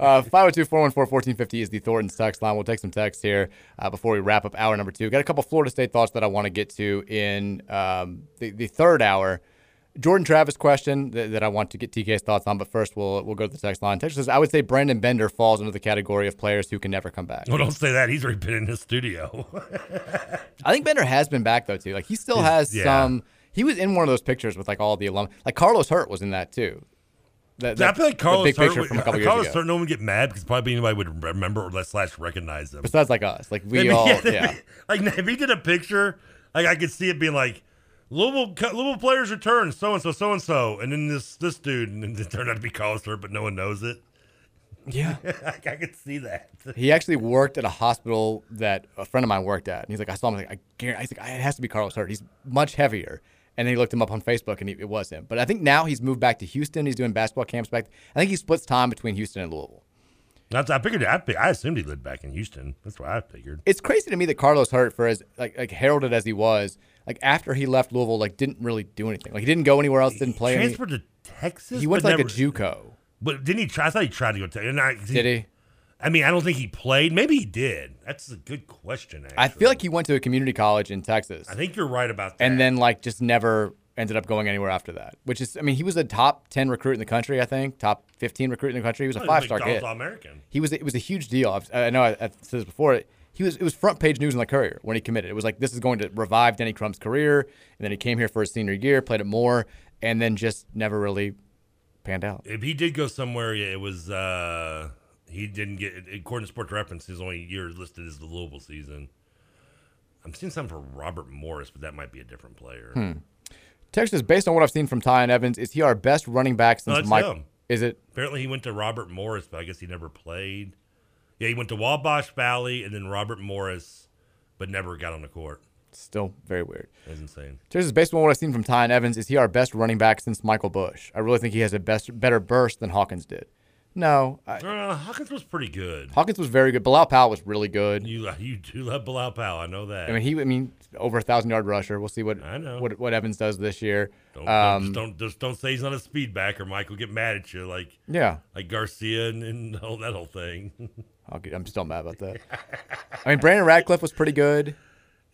Uh, 502-414-1450 is the Thornton's text line. We'll take some text here uh, before we wrap up hour number two. Got a couple Florida State thoughts that I want to get to in um, the, the third hour. Jordan Travis question that, that I want to get TK's thoughts on, but first we'll we'll go to the text line. Text says, I would say Brandon Bender falls under the category of players who can never come back. Well, don't say that. He's already been in his studio. (laughs) I think Bender has been back though too. Like he still has yeah. some. He was in one of those pictures with like all the alum. Like Carlos Hurt was in that too. That, I feel like Carlos big Hart picture would- from a (laughs) couple Carlos years ago. Hart, no one would get mad because probably anybody would remember or slash recognize (laughs) him. Besides, like us, like we I mean, (laughs) all, yeah, yeah. Like if he did a picture, like I could see it being like Louisville, co- Louisville players return, so and so, so and so, and then this this dude, and it turned out to be Carlos Hurt, but no one knows it. (laughs) Yeah, like I could see that. (laughs) He actually worked at a hospital that a friend of mine worked at, and he's like, I saw him. I was like, I guarantee, he's like, it has to be Carlos Hurt. He's much heavier. And then he looked him up on Facebook, and he, it was him. But I think now he's moved back to Houston. He's doing basketball camps back. I think he splits time between Houston and Louisville. That's, I figured. I, fi- I assumed he lived back in Houston. That's what I figured. It's crazy to me that Carlos Hurt, for as like like heralded as he was, like after he left Louisville, like didn't really do anything. Like he didn't go anywhere else, didn't play. any- Transferred to Texas. He went but to, like, a never- JUCO. But didn't he try? I thought he tried to go to. Not, Did he? I mean, I don't think he played. Maybe he did. That's a good question. Actually. I feel like he went to a community college in Texas. I think you're right about that. and then like just never ended up going anywhere after that. Which is, I mean, he was a top ten recruit in the country, I think, top fifteen recruit in the country. He was Oh, a he was five star McDonald's kid. All-American. He was. It was a huge deal. I've, I know I, I've said this before. He was. It was front page news in the Courier when he committed. It was like this is going to revive Denny Crum's career. And then he came here for his senior year, played at Moore, and then just never really panned out. If he did go somewhere, yeah, it was. uh He didn't get. According to Sports Reference, his only year listed is the Louisville season. I'm seeing something for Robert Morris, but that mimight be a different player. Hmm. Texas, based on what I've seen from Ty and Evans, is he our best running back No, since Oh, it's Mike? him. Is it? Apparently, he went to Robert Morris, but I guess he never played. Yeah, he went to Wabash Valley and then Robert Morris, but never got on the court. Still very weird. That's insane. Texas, based on what I've seen from Ty and Evans, is he our best running back since Michael Bush? I really think he has a best, better burst than Hawkins did. No, I, Uh, Hawkins was pretty good. Hawkins was very good. Bilal Powell was really good. You uh, you do love Bilal Powell. I know that. I mean, he, I mean, over a thousand yard rusher. We'll see what I know. what what Evans does this year. Don't, um, don't, just don't just don't say he's not a speed back or Mike will get mad at you like Yeah. like Garcia and, and all that whole thing. (laughs) I'll get, I'm still mad about that. I mean, Brandon Radcliffe was pretty good.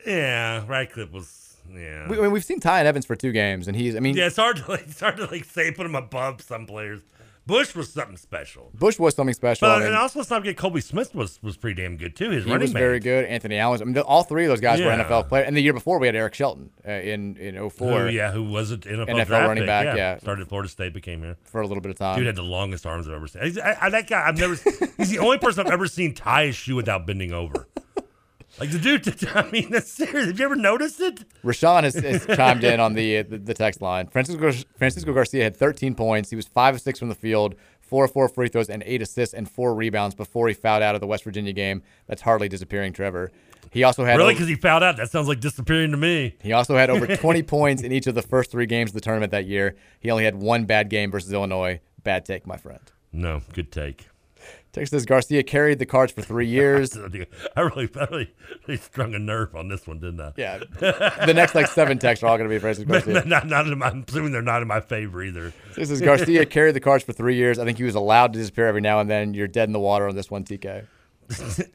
yeah, Radcliffe was yeah. We, I mean, we've seen Ty and Evans for two games, and he's. I mean, yeah, it's hard to like, it's hard to like say put him above some players. Bush was something special. Bush was something special. But, I mean, and also, let's not forget Colby Smith was was pretty damn good too. His he running was mate. very good. Anthony Allen. was- I mean, th- all three of those guys Yeah. were NFL players. And the year before, we had Eric Shelton uh, in in 04. Who, Oh, yeah, who was an NFL, NFL draft running pick, back? yeah, started at Florida State, became here for a little bit of time. Dude had the longest arms I've ever seen. He's- I, I, that guy, I've never. he's the only person I've ever seen tie his shoe without bending over. Like the dude, (laughs) I mean, that's serious. Have you ever noticed it? Rashawn has, has chimed in on the, uh, the the text line. Francisco Francisco Garcia had 13 points. He was five of six from the field, four of four free throws, and eight assists and four rebounds before he fouled out of the West Virginia game. That's hardly disappearing, Trevor. He also had Really? o- Because he fouled out. That sounds like disappearing to me. he also had over 20 (laughs) points in each of the first three games of the tournament that year. He only had one bad game versus Illinois. Bad take, my friend. No, good take. Texas Garcia carried the Cards for three (laughs) years. I really, I really, really strung a nerve on this one, didn't I? Yeah. the next like seven texts are all going to be (laughs) Francisco But Garcia. (laughs) not, not, not in my, I'm assuming they're not in my favor either. (laughs) This is Garcia carried the cards for three years. I think he was allowed to disappear every now and then. You're dead in the water on this one, TK.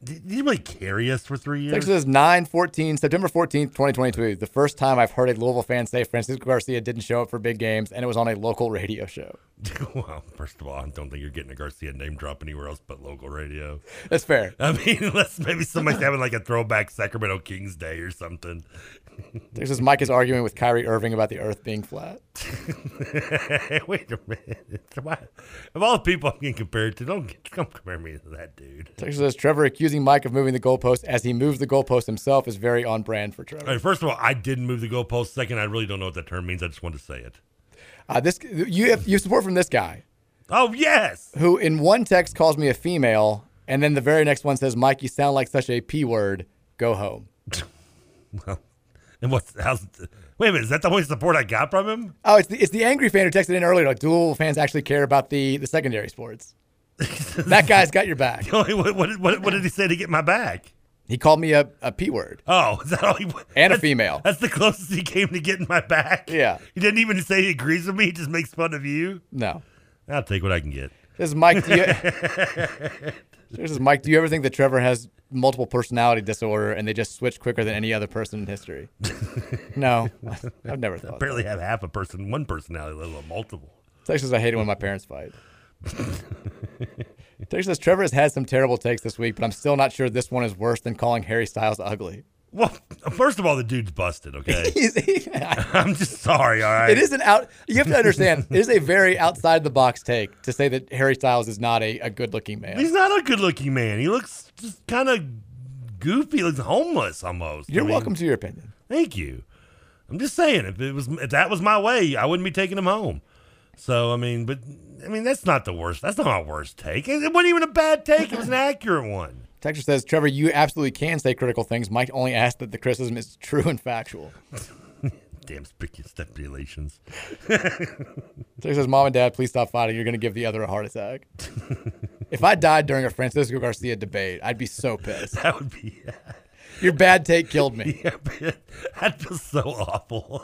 Did you really carry us for three years? Texas 9 14, September 14th, 2022. The first time I've heard a Louisville fan say Francisco Garcia didn't show up for big games, and it was on a local radio show. (laughs) well, first of all, I don't think you're getting a Garcia name drop anywhere else but local radio. That's fair. (laughs) I mean, unless maybe somebody's having like a throwback Sacramento Kings Day or something. (laughs) Texas Mike is arguing with Kyrie Irving about the earth being flat. Wait a minute. Why- Of all the people I'm getting compared to, don't get, come compare me to that dude. Texas says Trevor accusing Mike of moving the goalpost as he moves the goalpost himself is very on brand for Trevor. All right, first of all, I didn't move the goalpost. Second, I really don't know what that term means. I just wanted to say it. Uh, this you have you have support from this guy. Oh yes. (laughs) Who in one text calls me a female, and then the very next one says, "Mike, you sound like such a p word. Go home." Well, and what's how's wait a minute? Is that the only support I got from him? (laughs) Oh, it's the it's the angry fan who texted in earlier. Like, dual fans actually care about the the secondary sports. that guy's got your back. The only- what, what, what, what did he say to get my back? He called me a, a p word Oh, is that all he? and a that's- female. That's the closest he came to getting my back. Yeah. He didn't even say he agrees with me. He just makes fun of you. No. I'll take what I can get. This is Mike. Do you, this is Mike. Do you ever think that Trevor has multiple personality disorder and they just switch quicker than any other person in history? no, I've never thought. Apparently, that. have half a person, one personality, let alone multiple. Texas, I hate it when my parents fight. Texas, Trevor has had some terrible takes this week, but I'm still not sure this one is worse than calling Harry Styles ugly. (laughs) Well, first of all, the dude's busted. Okay. (laughs) I'm just sorry. All right. It is an out. You have to understand. it is a very outside the box take to say that Harry Styles is not a, a good looking man. He's not a good-looking man. He looks just kind of goofy. He looks homeless almost. You're I mean, welcome to your opinion. Thank you. I'm just saying, if it was if that was my way, I wouldn't be taking him home. So I mean, but I mean, that's not the worst. That's not my worst take. It, it wasn't even a bad take. It was an accurate one. Texas says, Trevor, you absolutely can say critical things. Mike only asked that the criticism is true and factual. Damn spic- stipulations. Texas says, Mom and Dad, please stop fighting. You're going to give the other a heart (laughs) attack. if I died during a Francisco Garcia debate, I'd be so pissed. (laughs) That would be. (laughs) Your bad take killed me. I'd feel so awful.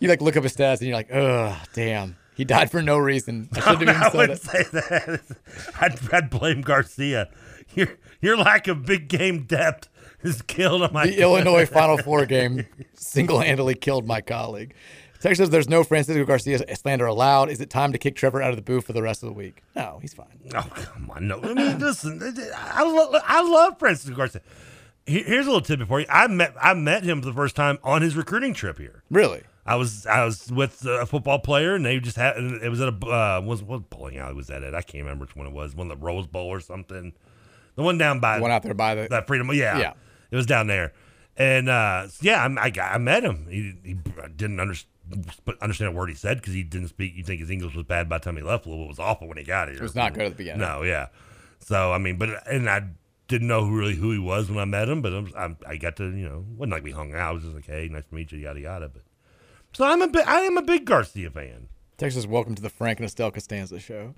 You like look up his stats and you're like, ugh, damn. He died for no reason. I shouldn't (laughs) No, have even I said wouldn't it. say that. (laughs) I'd, I'd blame Garcia. Your your lack of big game depth has killed my the Illinois Final Four game single-handedly killed my colleague. Text says there's no Francisco Garcia slander allowed. Is it time to kick Trevor out of the booth for the rest of the week? No, he's fine. (laughs) Oh come on, no. (laughs) I mean, listen, I love I love Francisco Garcia. Here- Here's a little tidbit for you. I met I met him for the first time on his recruiting trip here. Really? I was I was with a football player, and they just had it was at a uh, was what bowling alley was that at? I can't remember which one it was. One of the Rose Bowl or something. The one down by one out there by the that Freedom. Yeah, Yeah. It was down there, and uh, so yeah, I, I got- I met him. He, he didn't under, understand a word he said because he didn't speak. You think his English was bad by the time he left? Louisville. it was awful when he got here. It was not good at the beginning. No, yeah. So I mean, but and I didn't know who really who he was when I met him, but I'm, I'm, I got to you know wasn't like we hung out. It was just like hey, nice to meet you, yada yada. But so I'm a bi- I am a big Garcia fan. Texas, welcome to the Frank and Estelle Costanza show.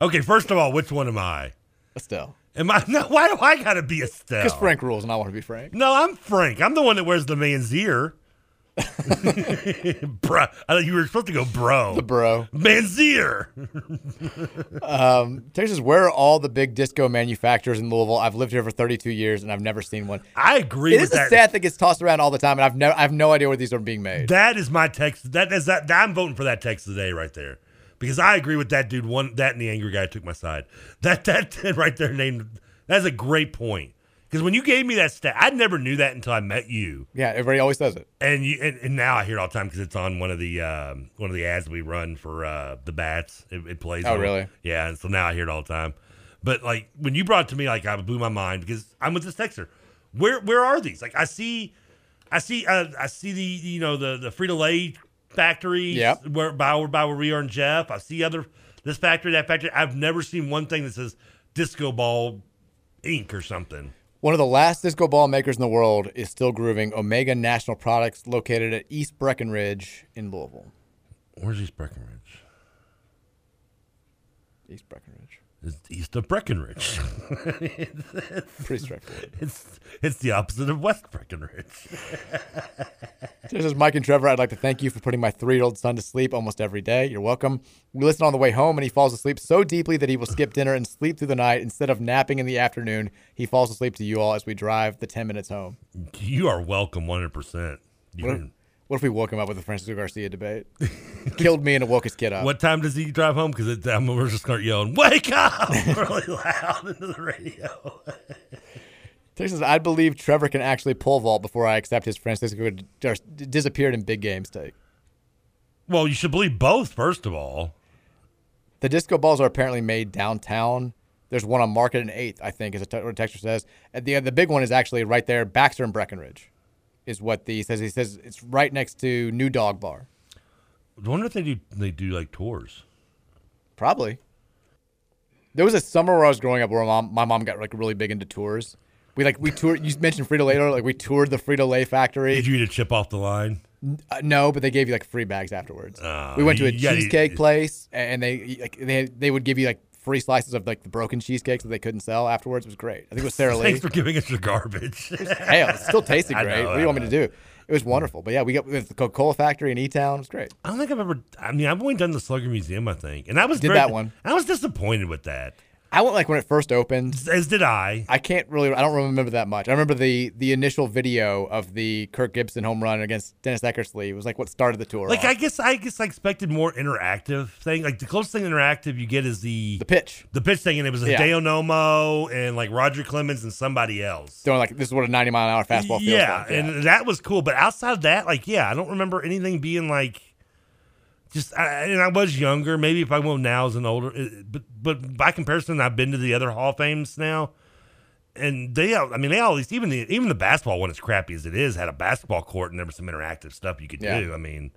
Okay, first of all, which one am I? Estelle. Am I? (laughs) No, why do I gotta be Estelle? Because Frank rules, and I want to be Frank. No, I'm Frank. I'm the one that wears the man's ear. (laughs) bro, I thought you were supposed to go, bro. The bro, man's ear. Um, Texas, where are all the big disco manufacturers in Louisville? I've lived here for 32 years, and I've never seen one. I agree. It with is a that. stat that gets tossed around all the time, and I've no, I have no idea where these are being made. That is my text. That is that. I'm voting for that text today, right there, because I agree with that dude. One that and the angry guy took my side. That that, (laughs) that right there named. That's a great point. Because when you gave me that stat, I never knew that until I met you. Yeah, everybody always says it. And you and, and now I hear it all the time because it's on one of the um, one of the ads we run for uh, the bats. It, it plays. Oh, on- really? Yeah. And so now I hear it all the time. But like when you brought it to me, like I blew my mind because I'm with this texter. Where where are these? Like I see, I see, uh, I see the you know the the Frito Lay factory. Yep. Where by by where we are in Jeff, I see other this factory that factory. I've never seen one thing that says Disco Ball Inc. or something. One of the last disco ball makers in the world is still grooving Omega National Products, located at East Breckenridge in Louisville. Where's East Breckenridge? East Breckenridge. It's east of (laughs) Breckenridge. Pretty straightforward. It's it's the opposite of West Breckenridge. This is Mike and Trevor. I'd like to thank you for putting my three year old son to sleep almost every day. You're welcome. We listen on the way home, and he falls asleep so deeply that he will skip dinner and sleep through the night. Instead of napping in the afternoon, he falls asleep to you all as we drive the 10 minutes home. You are welcome, one hundred percent. What if, what if we woke him up with a Francisco Garcia debate? Killed me and it woke his kid up. What time does he drive home? Because I'm we're just start yelling, "Wake up!" (laughs) really loud into the radio. Texas, I believe Trevor can actually pole vault before I accept his Francisco d- d- disappeared in big games take. Well, you should believe both. First of all, The disco balls are apparently made downtown. There's one on Market and Eighth, I think, is what the texture says. And the the big one is actually right there, Baxter and Breckenridge, is what the says. He says it's right next to New Dog Bar. I wonder if they do they do like tours. Probably. There was a summer where I was growing up where my mom, my mom got like really big into tours. We like we toured. You mentioned Frito Lay, earlier, like we toured the Frito Lay factory. Did you eat a chip off the line? Uh, no, but they gave you like free bags afterwards. Oh, we went to a you gotta- cheesecake place, and they like they they would give you like free slices of like the broken cheesecakes that they couldn't sell afterwards. It was great. I think it (laughs) was Sarah Lee. Thanks for giving us your garbage. (laughs) Hell, it still tasted I great. know, what I do you want me know. to do? It was wonderful. But yeah, we got we went to the Coca Cola factory in E Town. It was great. I don't think I've ever. I mean, I've only done the Slugger Museum, I think, and I was Did very- that one. I was disappointed with that. I went like when it first opened. As did I. I can't really. I don't remember that much. I remember the the initial video of the Kirk Gibson home run against Dennis Eckersley. It was like what started the tour. Like off. I guess I guess I expected more interactive thing. Like the closest thing to interactive you get is the the pitch, the pitch thing, and it was Yeah. Hideo Nomo and like Roger Clemens and somebody else. throwing like this is what a ninety mile an hour fastball feels Yeah, like. and that was cool. But outside of that, like yeah, I don't remember anything being like just. I, and I was younger. Maybe if I went now as an older, it- but but by comparison, I've been to the other Hall of Fames now. And they, all- I mean, they all these even the even the basketball one, as crappy as it is, had a basketball court and there was some interactive stuff you could Yeah. do. I mean,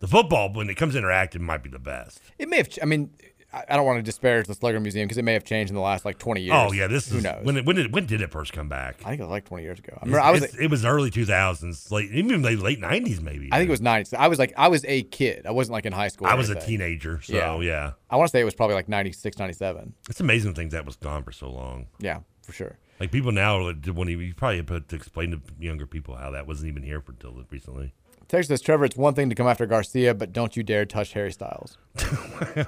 the football when it comes interactive might be the best. It may have. ch- I mean, I I don't want to disparage the Slugger Museum because it may have changed in the last like twenty years. Oh yeah, this who is knows. when it, when did when did it first come back? I think it was like twenty years ago. I remember I was. It's- it was early two thousands, late even late late nineties maybe. I think it was ninety. I was like I was a kid. I wasn't like in high school. or I was a anything. teenager, so Yeah. yeah. I want to say it was probably like 96, 97. It's amazing to think that was gone for so long. Yeah, for sure. Like people now would not even you probably have to explain to younger people how that wasn't even here for until recently. (laughs) Text says, Trevor, it's one thing to come after Garcia, but don't you dare touch Harry Styles.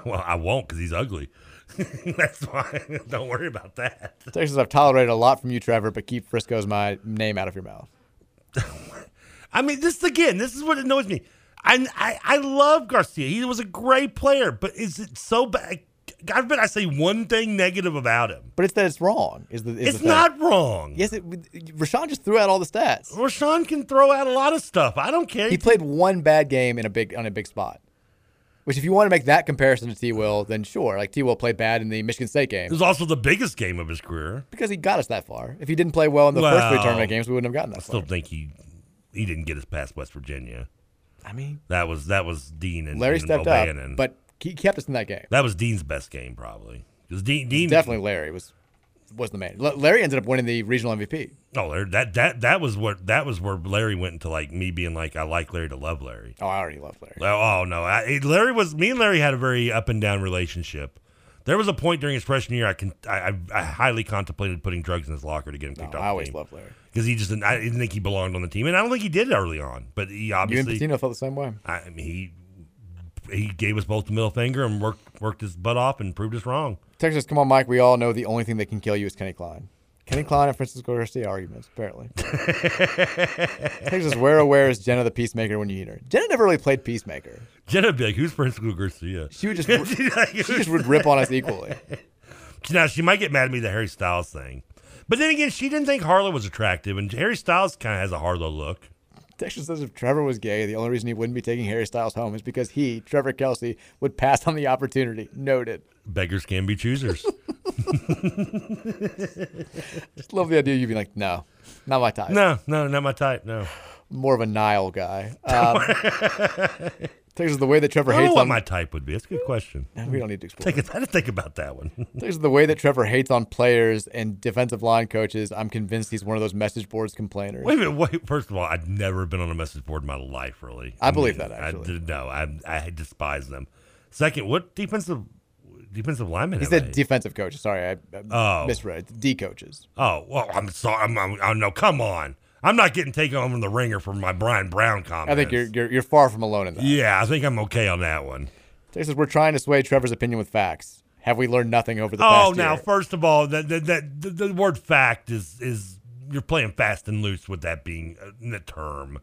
well, I won't because he's ugly. (laughs) That's why. (laughs) Don't worry about that. Text says, I've tolerated a lot from you, Trevor, but keep Frisco's my name out of your mouth. I mean, this again. This is what annoys me. I I, I love Garcia. He was a great player, but is it so bad? God forbid I say one thing negative about him. But it's that it's wrong. Is the, is the It's thing. not wrong. Yes, it, Rashawn just threw out all the stats. Rashawn can throw out a lot of stuff. I don't care. He played one bad game in a big on a big spot. Which, if you want to make that comparison to T. Will, then sure. Like T. Will played bad in the Michigan State game It was also the biggest game of his career. because he got us that far. If he didn't play well in the first three Well, tournament games, we wouldn't have gotten I that still far. think he he didn't get us past West Virginia. I mean, That was that was Dean and Larry and stepped O'Bannon. up, but he kept us in that game. that was Dean's best game probably. 'Cause Dean, Dean Definitely, Larry was was the man. L- Larry ended up winning the regional MVP. No, Oh, Larry, that that that was what that was where Larry went into like me being like I like Larry to love Larry. Oh, I already love Larry. Oh, no, I, Larry was me and Larry had a very up and down relationship. There was a point during his freshman year I can I, I, I highly contemplated putting drugs in his locker to get him kicked off. Oh, I always the team. loved Larry. because he just didn't, I didn't think he belonged on the team, and I don't think he did early on. But he You and obviously Patino felt the same way. I I mean, he he gave us both the middle finger and worked worked his butt off and proved us wrong. Texas, come on, Mike. We all know the only thing that can kill you is Kenny Klein. Kenny Klein and Francisco Garcia arguments, (laughs) apparently. Texas, where aware is Jenna the Peacemaker when you eat her? Jenna never really played Peacemaker. Jena'd be like, "Who's Francisco Garcia?" (laughs) She (laughs) would just she just would rip on us equally. Now she might get mad at me the Harry Styles thing, but then again, she didn't think Harlow was attractive, and Harry Styles kind of has a Harlow look. Texas says if Trevor was gay, the only reason he wouldn't be taking Harry Styles home is because he, Trevor Kelsey, would pass on the opportunity. Noted. Beggars can be choosers. Just love the idea of you being like, no, not my type. no, no, not my type. No, More of a Nile (laughs) guy. Um, Texas, the way that Trevor I don't hates know what on my type would be. That's a good question. we don't need to explore Take a, I didn't think about that one. There's the way that Trevor hates on players and defensive line coaches. I'm convinced he's one of those message boards complainers. Wait a minute. Wait. First of all, I've never been on a message board in my life, really. I believe that, I did, no, I I despise them. Second, what defensive defensive lineman? He have said I- defensive coaches. Sorry, I, I Oh. misread. D coaches. oh, well, I'm sorry. I'm, I'm, oh no, come on. I'm not getting taken home from the ringer for my Brian Brown comment. I think you're, you're you're far from alone in that. Yeah, I think I'm okay on that one. Texas, we're trying to sway Trevor's opinion with facts. Have we learned nothing over the Oh, past now year? first of all, that that, that the, the word fact is is you're playing fast and loose with that being uh, the term.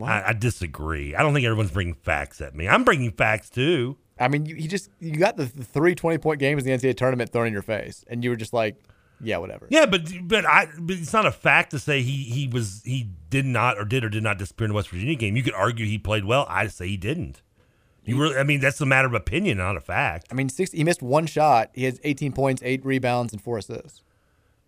I, I disagree. I don't think everyone's bringing facts at me. I'm bringing facts too. I mean, you, he just you got the the three 20 point games in the NCAA tournament thrown in your face, and you were just like, yeah, whatever. Yeah, but but I but it's not a fact to say he he was he did not or did or did not disappear in the West Virginia game. You could argue he played well. I say he didn't. You really, I mean, that's a matter of opinion, not a fact. I mean, six, he missed one shot. He has 18 points, eight rebounds, and four assists.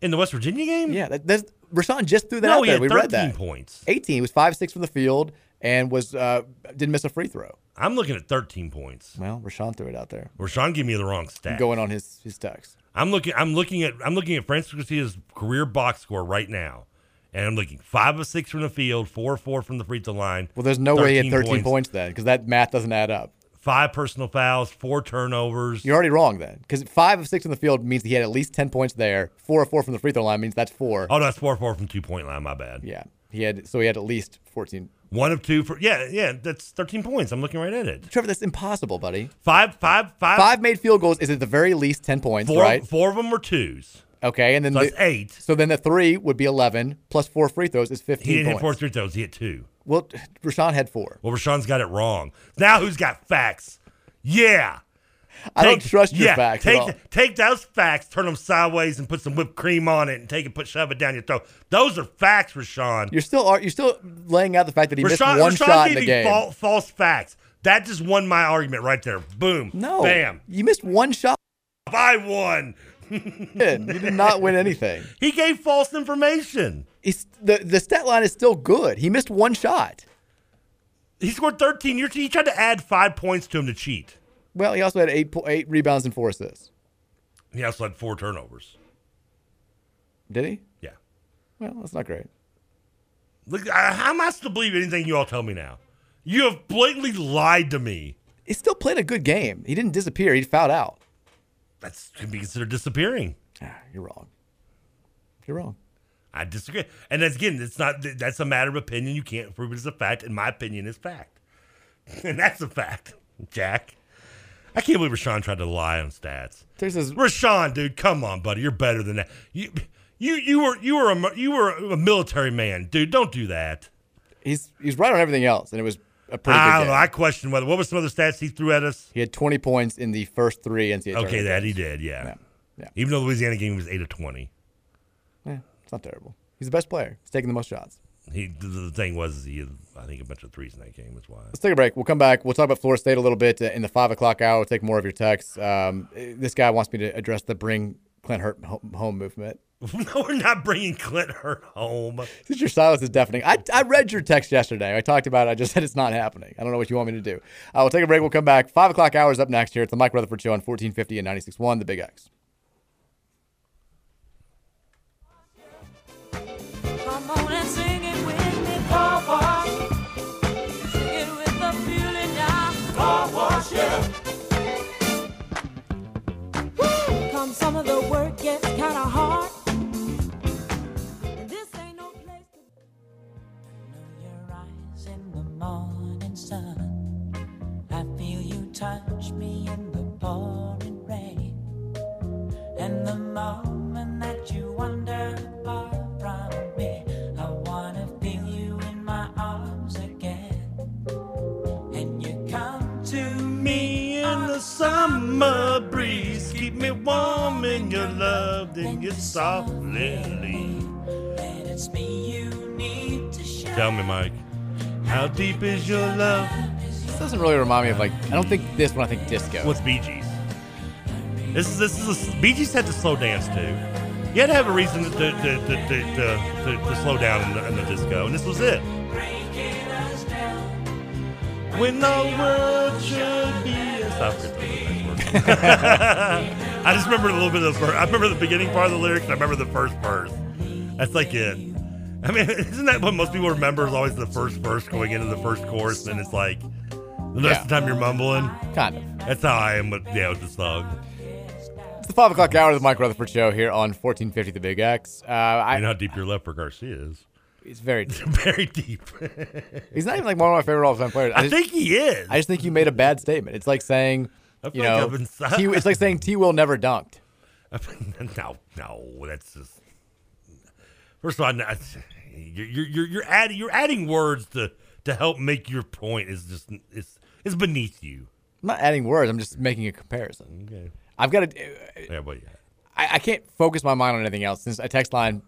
In the West Virginia game, Yeah, that, that's Rashawn just threw that No, out he there. had we 13 read that. points. 18. He was five six from the field and was uh, didn't miss a free throw. I'm looking at 13 points. Well, Rashawn threw it out there. Rashawn gave me the wrong stat. Going on his his text. I'm looking. I'm looking at. I'm looking at Francis Garcia's career box score right now, and I'm looking five of six from the field, four of four from the free throw line. Well, there's no way he had 13 points, points, then because that math doesn't add up. five personal fouls, four turnovers. You're already wrong then because five of six in the field means he had at least 10 points there. Four of four from the free throw line means that's four. Oh, that's four of four from two point line. My bad. Yeah, he had so he had at least 14. One of two for yeah, yeah. That's 13 points. I'm looking right at it. Trevor, that's impossible, buddy. Five, five, five. Five made field goals is at the very least 10 points, Uh, Four, right? four of them were twos. Okay, and then So the, that's eight. So then the three would be 11 plus four free throws is 15 He didn't hit points. four three throws. He hit two. Well, t- Rashawn had four. Well, Rashawn's got it wrong. Now who's got facts? Yeah. I don't trust your facts at Take, all. take those facts, turn them sideways, and put some whipped cream on it, and take it, put shove it down your throat. Those are facts, Rashawn. You're still are you're still laying out the fact that he missed Rashawn, one Rashawn shot in gave the you game. fal- false facts. That just won my argument right there. Boom. No, Bam. you missed one shot. I won. Man, you did not win (laughs) anything. He gave false information. It's, the the stat line is still good. He missed one shot. He scored 13. You're, he tried to add five points to him to cheat. Well, he also had eight po- eight rebounds and four assists. He also had four turnovers. Did he? Yeah. Well, that's not great. Look, I, how am I supposed to believe anything you all tell me now? You have blatantly lied to me. He still played a good game. He didn't disappear. He fouled out. That's can be considered disappearing. Ah, You're wrong. You're wrong. I disagree. And that's, again, it's not that's a matter of opinion. You can't prove it as a fact, and my opinion is fact, (laughs) and that's a fact, Jack. I can't believe Rashawn tried to lie on stats. Rashawn, dude, come on, buddy, you're better than that. You, you, you were, you were a, mi- you were a military man, dude. Don't do that. He's he's right on everything else, and it was a pretty. I good don't game. know. I question whether what were some of the stats he threw at us. He had 20 points in the first three NCAA. Okay, tournament that he games. did. Yeah. yeah, Even though the Louisiana game was eight of twenty, Yeah, Eh, it's not terrible. He's the best player. He's taking the most shots. he the, the thing was is he had, I think a bunch of threes in that game is why. (laughs) Let's take a break. We'll come back. We'll talk about Florida State a little bit uh, in the five o'clock hour. We'll take more of your texts. Um, eh, this guy wants me to address the bring Clint Hurt ho- home movement. (laughs) no, we're not bringing Clint Hurt home. Since your silence is deafening, I, I read your text yesterday. I talked about it. I just (laughs) said it's not happening. I don't know what you want me to do. Uh, we'll take a break. We'll come back. Five o'clock hours up next here. It's the Mike Rutherford Show on 1450 and 96.1, The Big X. Come on and sing it with me, Wawa. Sing it with the feeling now, Wawa, yeah. Woo! Come some of the work gets kinda hard. And this ain't no place to I know your eyes in the morning sun. I feel you touch me in the pouring rain. And the moment that you wander far from me, I wanna feel you in my arms again. And you come to me in the summer breeze, keep me warm in your love, then you softly leave. And it's me you need to share. Tell me, Mike, how deep is your love? This doesn't really remind me of like I don't think this one. I think disco. What's Bee Gees? This is this is a, Bee Gees had to slow dance too. You had to have a reason to to, to, to, to, to, to slow down in the, in the disco, and this was it. When the world should be Stop it. I just remember (laughs) a little bit of the first. I remember the beginning part of the lyrics. and I remember the first verse. That's like it. I mean, (laughs) isn't that what most people remember? Is always the first verse going into the first chorus, and then it's like the rest of the time you're mumbling. Kind of. That's how I am with yeah with the song. It's the five o'clock hour of the Mike Rutherford Show here on 1450 The Big X. Uh, I, you know how deep your love for Garcia is. It's very deep. (laughs) very deep. He's not even like one of my favorite all-time players. I just- think he is. I just think you made a bad statement. It's like saying, I you feel like know, I've been si- (laughs) T, it's like saying T will never dunked. (laughs) no, no, that's just. First of all, I- you're you're you're, you're adding you're adding words to to help make your point is just is is beneath you. I'm not adding words. I'm just making a comparison. Okay. I've got to. Yeah, but yeah. I, I can't focus my mind on anything else since a text line.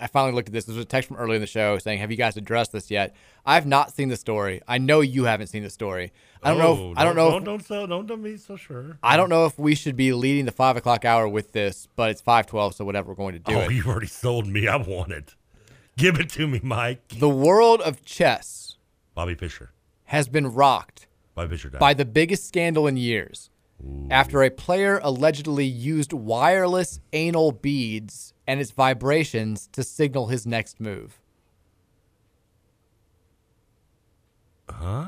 I finally looked at this. This was a text from earlier in the show saying, "Have you guys addressed this yet?" I've not seen the story. I know you haven't seen the story. I don't know. If, I don't know. Oh, Don't if, don't so don't, don't be so sure. I don't know if we should be leading the five o'clock hour with this, but it's five twelve, so whatever. We're going to do oh, it. you've already sold me. I want it. Give it to me, Mike. The world of chess Bobby Fischer. has been rocked Bobby Fischer died. by the biggest scandal in years after a player allegedly used wireless anal beads and its vibrations to signal his next move. huh?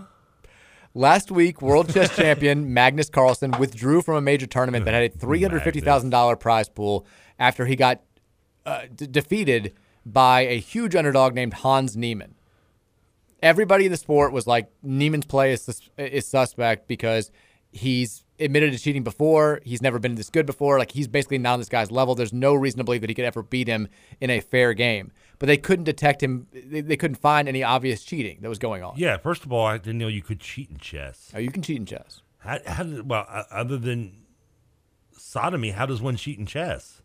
Last week, World Chess Champion Magnus Carlsen withdrew from a major tournament that had a $350,000 prize pool after he got uh, d- defeated by a huge underdog named Hans Niemann. Everybody in the sport was like, Niemann's play is, sus- is suspect because he's admitted to cheating before. He's never been this good before. Like, he's basically not on this guy's level. There's no reason to believe that he could ever beat him in a fair game. But they couldn't detect him, they, they couldn't find any obvious cheating that was going on. Yeah, first of all, I didn't know you could cheat in chess. Oh, you can cheat in chess. How, how did, well, o- other than sodomy, how does one cheat in chess?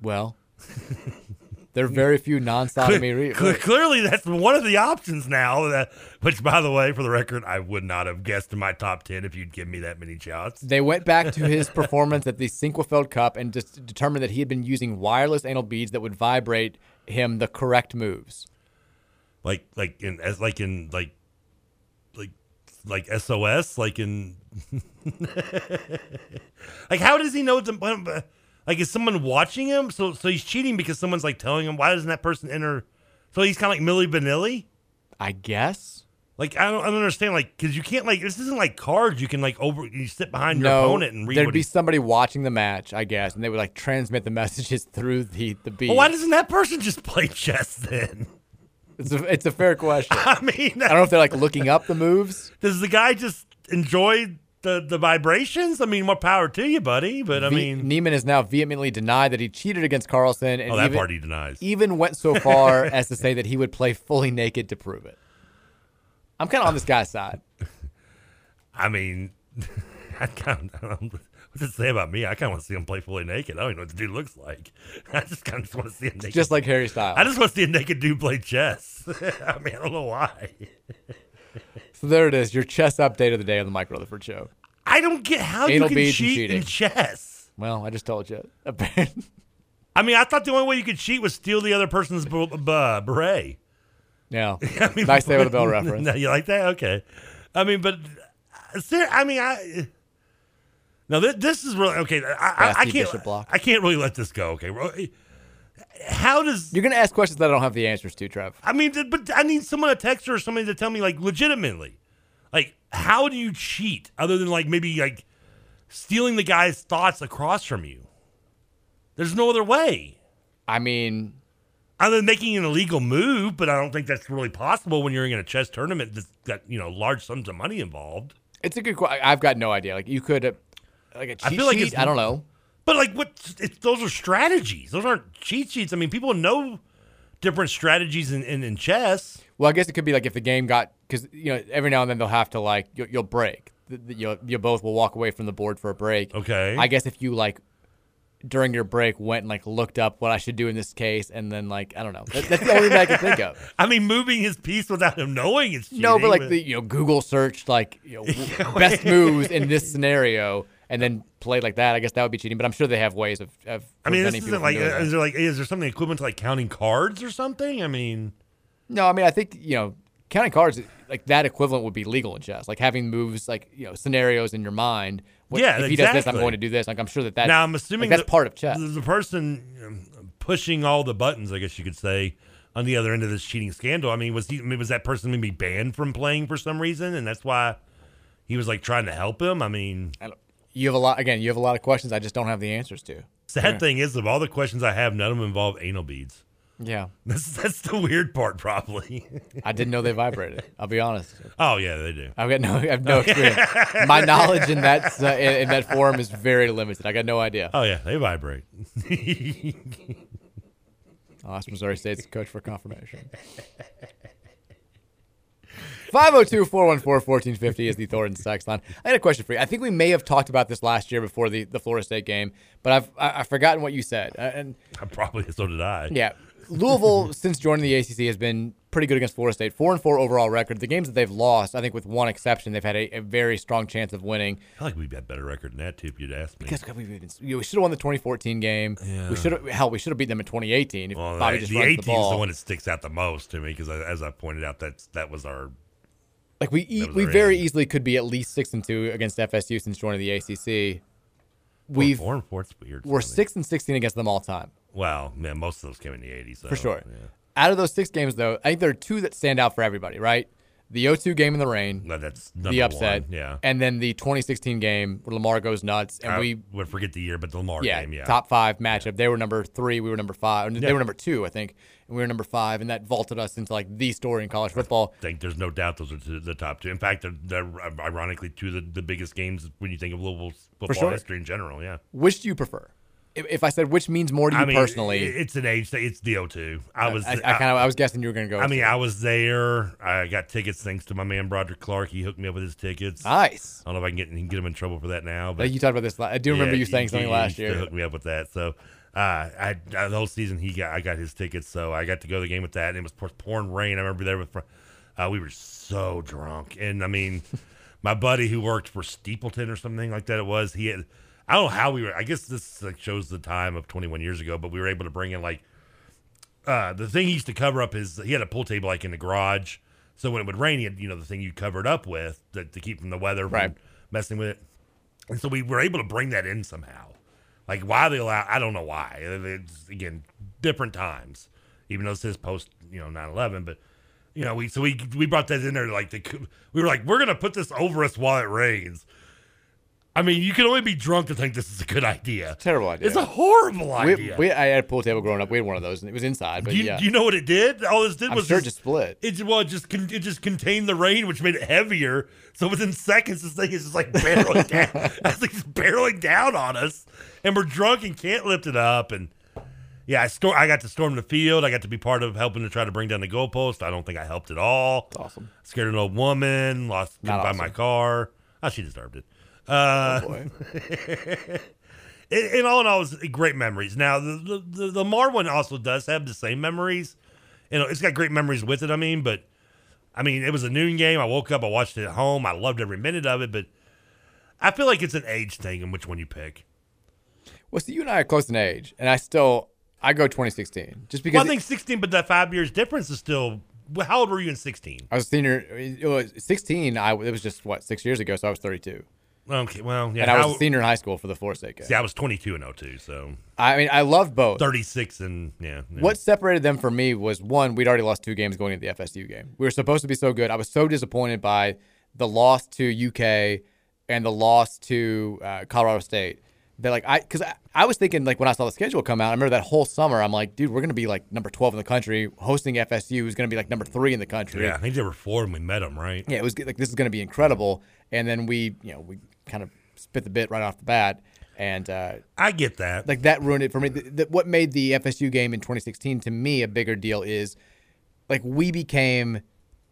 Well, (laughs) there are very few non-sodomy Cle- re- cle- clearly, that's one of the options now. That, which, by the way, for the record, I would not have guessed in my top ten if you'd given me that many shots. They went back to his performance at the Cinquefeld Cup and just determined that he had been using wireless anal beads that would vibrate him the correct moves. like, like in as like in like, like, like SOS, like in, (laughs) like how does he know? The, like, is someone watching him? So, so he's cheating because someone's like telling him. Why doesn't that person enter? So he's kind of like Millie Vanilli. I guess. Like I don't, I don't understand. Like because you can't like this isn't like cards. You can like over you sit behind your no, opponent and read. There'd what be he's- somebody watching the match, I guess, and they would like transmit the (laughs) messages through the the beat. Well, why doesn't that person just (laughs) play chess then? (laughs) It's a, it's a fair question. I mean, I don't know if they're like looking up the moves. Does the guy just enjoy the the vibrations? I mean, more power to you, buddy. But (laughs) I Ve- mean, Neiman has now vehemently denied that he cheated against Carlson. And Oh, that even, e part he denies. Even went so (laughs) far as to say that he would play fully naked to prove it. I'm kind of on this guy's side. I mean, (laughs) I kind of, I don't, (laughs) what does it say about me? I kind of want to see him play fully naked. I don't even know what the dude looks like. (laughs) I just kind of just want to see him naked. just like Harry Styles. I just want to see a naked dude play chess. (laughs) I mean, I don't know why. So there it is, your chess update of the day on the Mike Rutherford Show. I don't get how you Anal can beads and cheat in cheating. chess. Well, I just told you. (laughs) (laughs) I mean, I thought the only way you could cheat was steal the other person's b- b- beret. (laughs) Yeah. I mean, (laughs) nice Saved by the Bell reference. No, you like that? Okay. I mean, but uh, ser- I mean, I. No, this, this is really okay. I, I, I Basti can't. Bishop Block. I can't really let this go. Okay, Well, how does you're going to ask questions that I don't have the answers to, Trev? I mean, th- but I need someone to text her or somebody to tell me, like, legitimately, like, how do you cheat other than like maybe like stealing the guy's thoughts across from you? There's no other way. I mean, other than making an illegal move, but I don't think that's really possible when you're in a chess tournament that's got you know large sums of money involved. It's a good question. I've got no idea. Like you could, uh, like a cheat I feel like sheet? it's- I don't know. But like, what? It's, those are strategies. Those aren't cheat sheets. I mean, people know different strategies in, in, in chess. Well, I guess it could be like if the game got because you know every now and then they'll have to like you'll, you'll break. Th- th- You'll, you both will walk away from the board for a break. Okay. I guess if you like during your break went and like looked up what I should do in this case, and then like I don't know. That, that's the only thing I can think (laughs) of. I mean, moving his piece without him knowing is cheating. (laughs) No, but like the you know Google searched like you know, (laughs) w- best moves in this scenario, and then played like that. I guess that would be cheating. But I'm sure they have ways of. of I mean, this preventing people isn't from like. uh, doing that. Is there like is there something equivalent to like counting cards or something? I mean, No, I mean I think you know counting cards like that equivalent would be legal in chess. Like having moves like you know scenarios in your mind. What- Yeah, if he does this, I'm exactly. going to do this. Like I'm sure that that. now I'm assuming like, that's the- part of chess. The person um, pushing all the buttons, I guess you could say, on the other end of this cheating scandal. I mean, was he? I mean, was that person maybe banned from playing for some reason, and that's why he was like trying to help him? I mean, You have a lot again. You have a lot of questions. I just don't have the answers to. sad thing is, of all the questions I have, none of them involve anal beads. (laughs) Yeah, That's that's the weird part, probably. (laughs) I didn't know they vibrated. I'll be honest. Oh yeah, they do. I've got no. I have no experience. My knowledge in that s- uh, in, in that forum is very limited. I got no idea. Oh yeah, they vibrate. (laughs) I'll ask Missouri (laughs) State's coach for confirmation. 502 414 1450 is the Thornton Sex line. I had a question for you. I think we may have talked about this last year before the, the Florida State game, but I've I, I've forgotten what you said. Uh, and I probably so did I. yeah, (laughs) Louisville since joining the ACC has been pretty good against Florida State. Four and four overall record. The games that they've lost, I think, with one exception, they've had a, a very strong chance of winning. I feel like we'd have better record than that too if you'd asked me. Because we should have won the 2014 game. Yeah. We should have hell. We should have beaten them in 2018. If Well, Bobby the- just the runs 18 the is ball. the one that sticks out the most to me because, as I pointed out, that's that was our Like we e- was we our very easily could be at least six and two against FSU since joining the ACC. We've four and four's weird. We're six and sixteen against them all time Well, man, most of those came in the 80s, though. for sure. Oh, Yeah. Out of those six games, though, I think there are two that stand out for everybody. Right, the 0-2 game in the rain, No, that's the number upset, one, yeah. and then the 2016 game where Lamar goes nuts and I we. would forget the year, but the Lamar Yeah, game, yeah. top five matchup. They were number three. We were number five. They Yeah. were number two, I think, and we were number five, and that vaulted us into like the story in college football. I think there's no doubt those are two, the top two. In fact, they're, they're ironically two of the, the biggest games when you think of Louisville football sure. history in general, yeah. Which do you prefer? If, if I said which means more to you I mean, personally, it- it's an age thing. It's the 02. I was I, kind of I was guessing you were going to go. I mean, with- I was there. I got tickets thanks to my man Broderick Clark. He hooked me up with his tickets. Nice. I don't know if I can get, get him in trouble for that now, I but think you talked about this. la- I do remember Yeah, you saying he- something he used last to year. Hook me up with that. So uh, I, I the whole season he got I got his tickets, so I got to go to the game with that, and it was pour- pouring rain. I remember there with fr- uh, we were so drunk, and I mean, (laughs) my buddy who worked for Steepleton or something like that. It was he had I don't know how we were. I guess this like, shows the time of 21 years ago, but we were able to bring in like uh, the thing he used to cover up is he had a pool table like in the garage. So when it would rain, he had, you know, the thing you covered up with to, to keep from the weather from messing with it. And so we were able to bring that in somehow. Like why they allow, I don't know why. It's again different times, even though this is post, you know, 9 11. But you know, we so we we brought that in there like the we were like we're gonna put this over us while it rains. I mean, you can only be drunk to think this is a good idea. Terrible idea. It's a horrible We- idea. We, I had a pool table growing up. We had one of those, and it was inside. But do, you, yeah, do you know what it did? All this did I'm was sure it just (laughs) split. It ju- well, it just con- it just contained the rain, which made it heavier. So within seconds, this thing is just like (laughs) barreling down. It's like just barreling down on us, and we're drunk and can't lift it up. And yeah, I stor- I got to storm the field. I got to be part of helping to try to bring down the goalpost. I don't think I helped at all. Awesome. Scared an old woman. Lost by Not my awesome. car. Oh, she deserved it. Uh, boy. in, in all in all, it's great memories. Now, the, the the Mar one also does have the same memories. You know, it's got great memories with it. I mean, but I mean, it was a noon game. I woke up, I watched it at home. I loved every minute of it. But I feel like it's an age thing in which one you pick. (laughs) Well, see, you and I are close in age, and I still I go 2016 just because well, I think sixteen, but that five years difference is still. well, How old were you in sixteen? I was senior. It was 16. I it was just what six years ago, so I was 32, Okay, well, yeah. and I was how- a senior in high school for the Forsaken. See, I was twenty two and 02, so I mean, I loved both. thirty six and yeah. yeah. What separated them from me was one, we'd already lost two games going into the FSU game. We were supposed to be so good. I was so disappointed by the loss to UK and the loss to uh, Colorado State. That like I, because I, I was thinking like when I saw the schedule come out, I remember that whole summer. I'm like, dude, we're gonna be like number 12 in the country. Hosting FSU is gonna be like number three in the country. Yeah, I think they were four when we met them, right? Yeah, it was like this is going to be incredible, and then we, you know, we kind of spit the bit right off the bat, and uh, I get that. Like that ruined it for me. Th- th- what made the FSU game in 2016 to me a bigger deal is, like, we became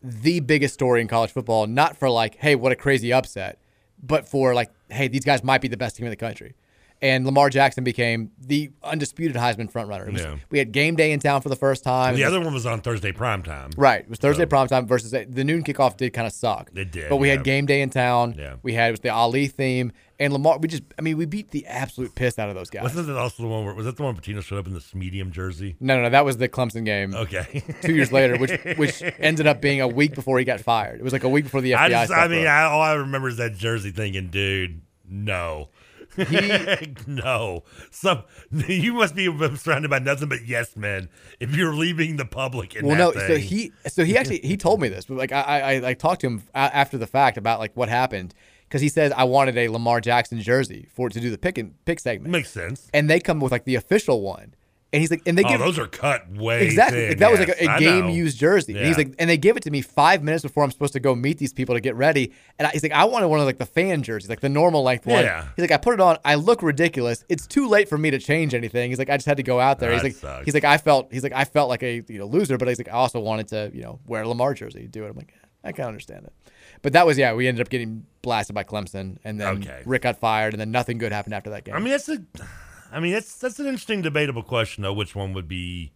the biggest story in college football, not for like, hey, what a crazy upset, but for like, hey, these guys might be the best team in the country. And Lamar Jackson became the undisputed Heisman frontrunner. It was- Yeah. We had game day in town for the first time. the It was- other one was on Thursday prime time. Right. It was Thursday So- prime time versus the noon kickoff did kind of suck. It did, But we yeah. had game day in town. Yeah. We had it was the Ali theme and Lamar. We just I mean we beat the absolute piss out of those guys. Wasn't that also the one where was that the one Patino showed up in this medium jersey? no, no, no. That was the Clemson game. Okay. Mm. (laughs) two years later, which which ended up being a week before he got fired. It was like a week before the FBI. (laughs) I just, I stuff mean, broke. I, all I remember is that jersey thinking, dude, no. (laughs) no, some (laughs) you must be surrounded by nothing but yes men if you're leaving the public. In well, that no. thing. So he so he actually he told me this. But like I I, I like talked to him a- after the fact about like what happened because he says I wanted a Lamar Jackson jersey for to do the pick and pick segment. makes sense. and they come with like the official one. And he's like, and they Oh, give those are cut way exactly. thin, Like, that was like yes, a, I a game know. used jersey. And he's Yeah. like, and they give it to me five minutes before I'm supposed to go meet these people to get ready. And I, he's like, I wanted one of like the fan jerseys, like the normal length one. Yeah. He's like, I put it on. I look ridiculous. It's too late for me to change anything. He's like, I just had to go out there. That he's like, sucks. he's like, I felt, he's like, I felt like a you know loser, but he's like, I also wanted to you know wear a Lamar jersey, do it. I'm like, "Eh, I can understand it. But that was yeah. We ended up getting blasted by Clemson, and then Okay. Rick got fired, and then nothing good happened after that game. I mean, that's a, I mean, that's that's an interesting debatable question though. Which one would be?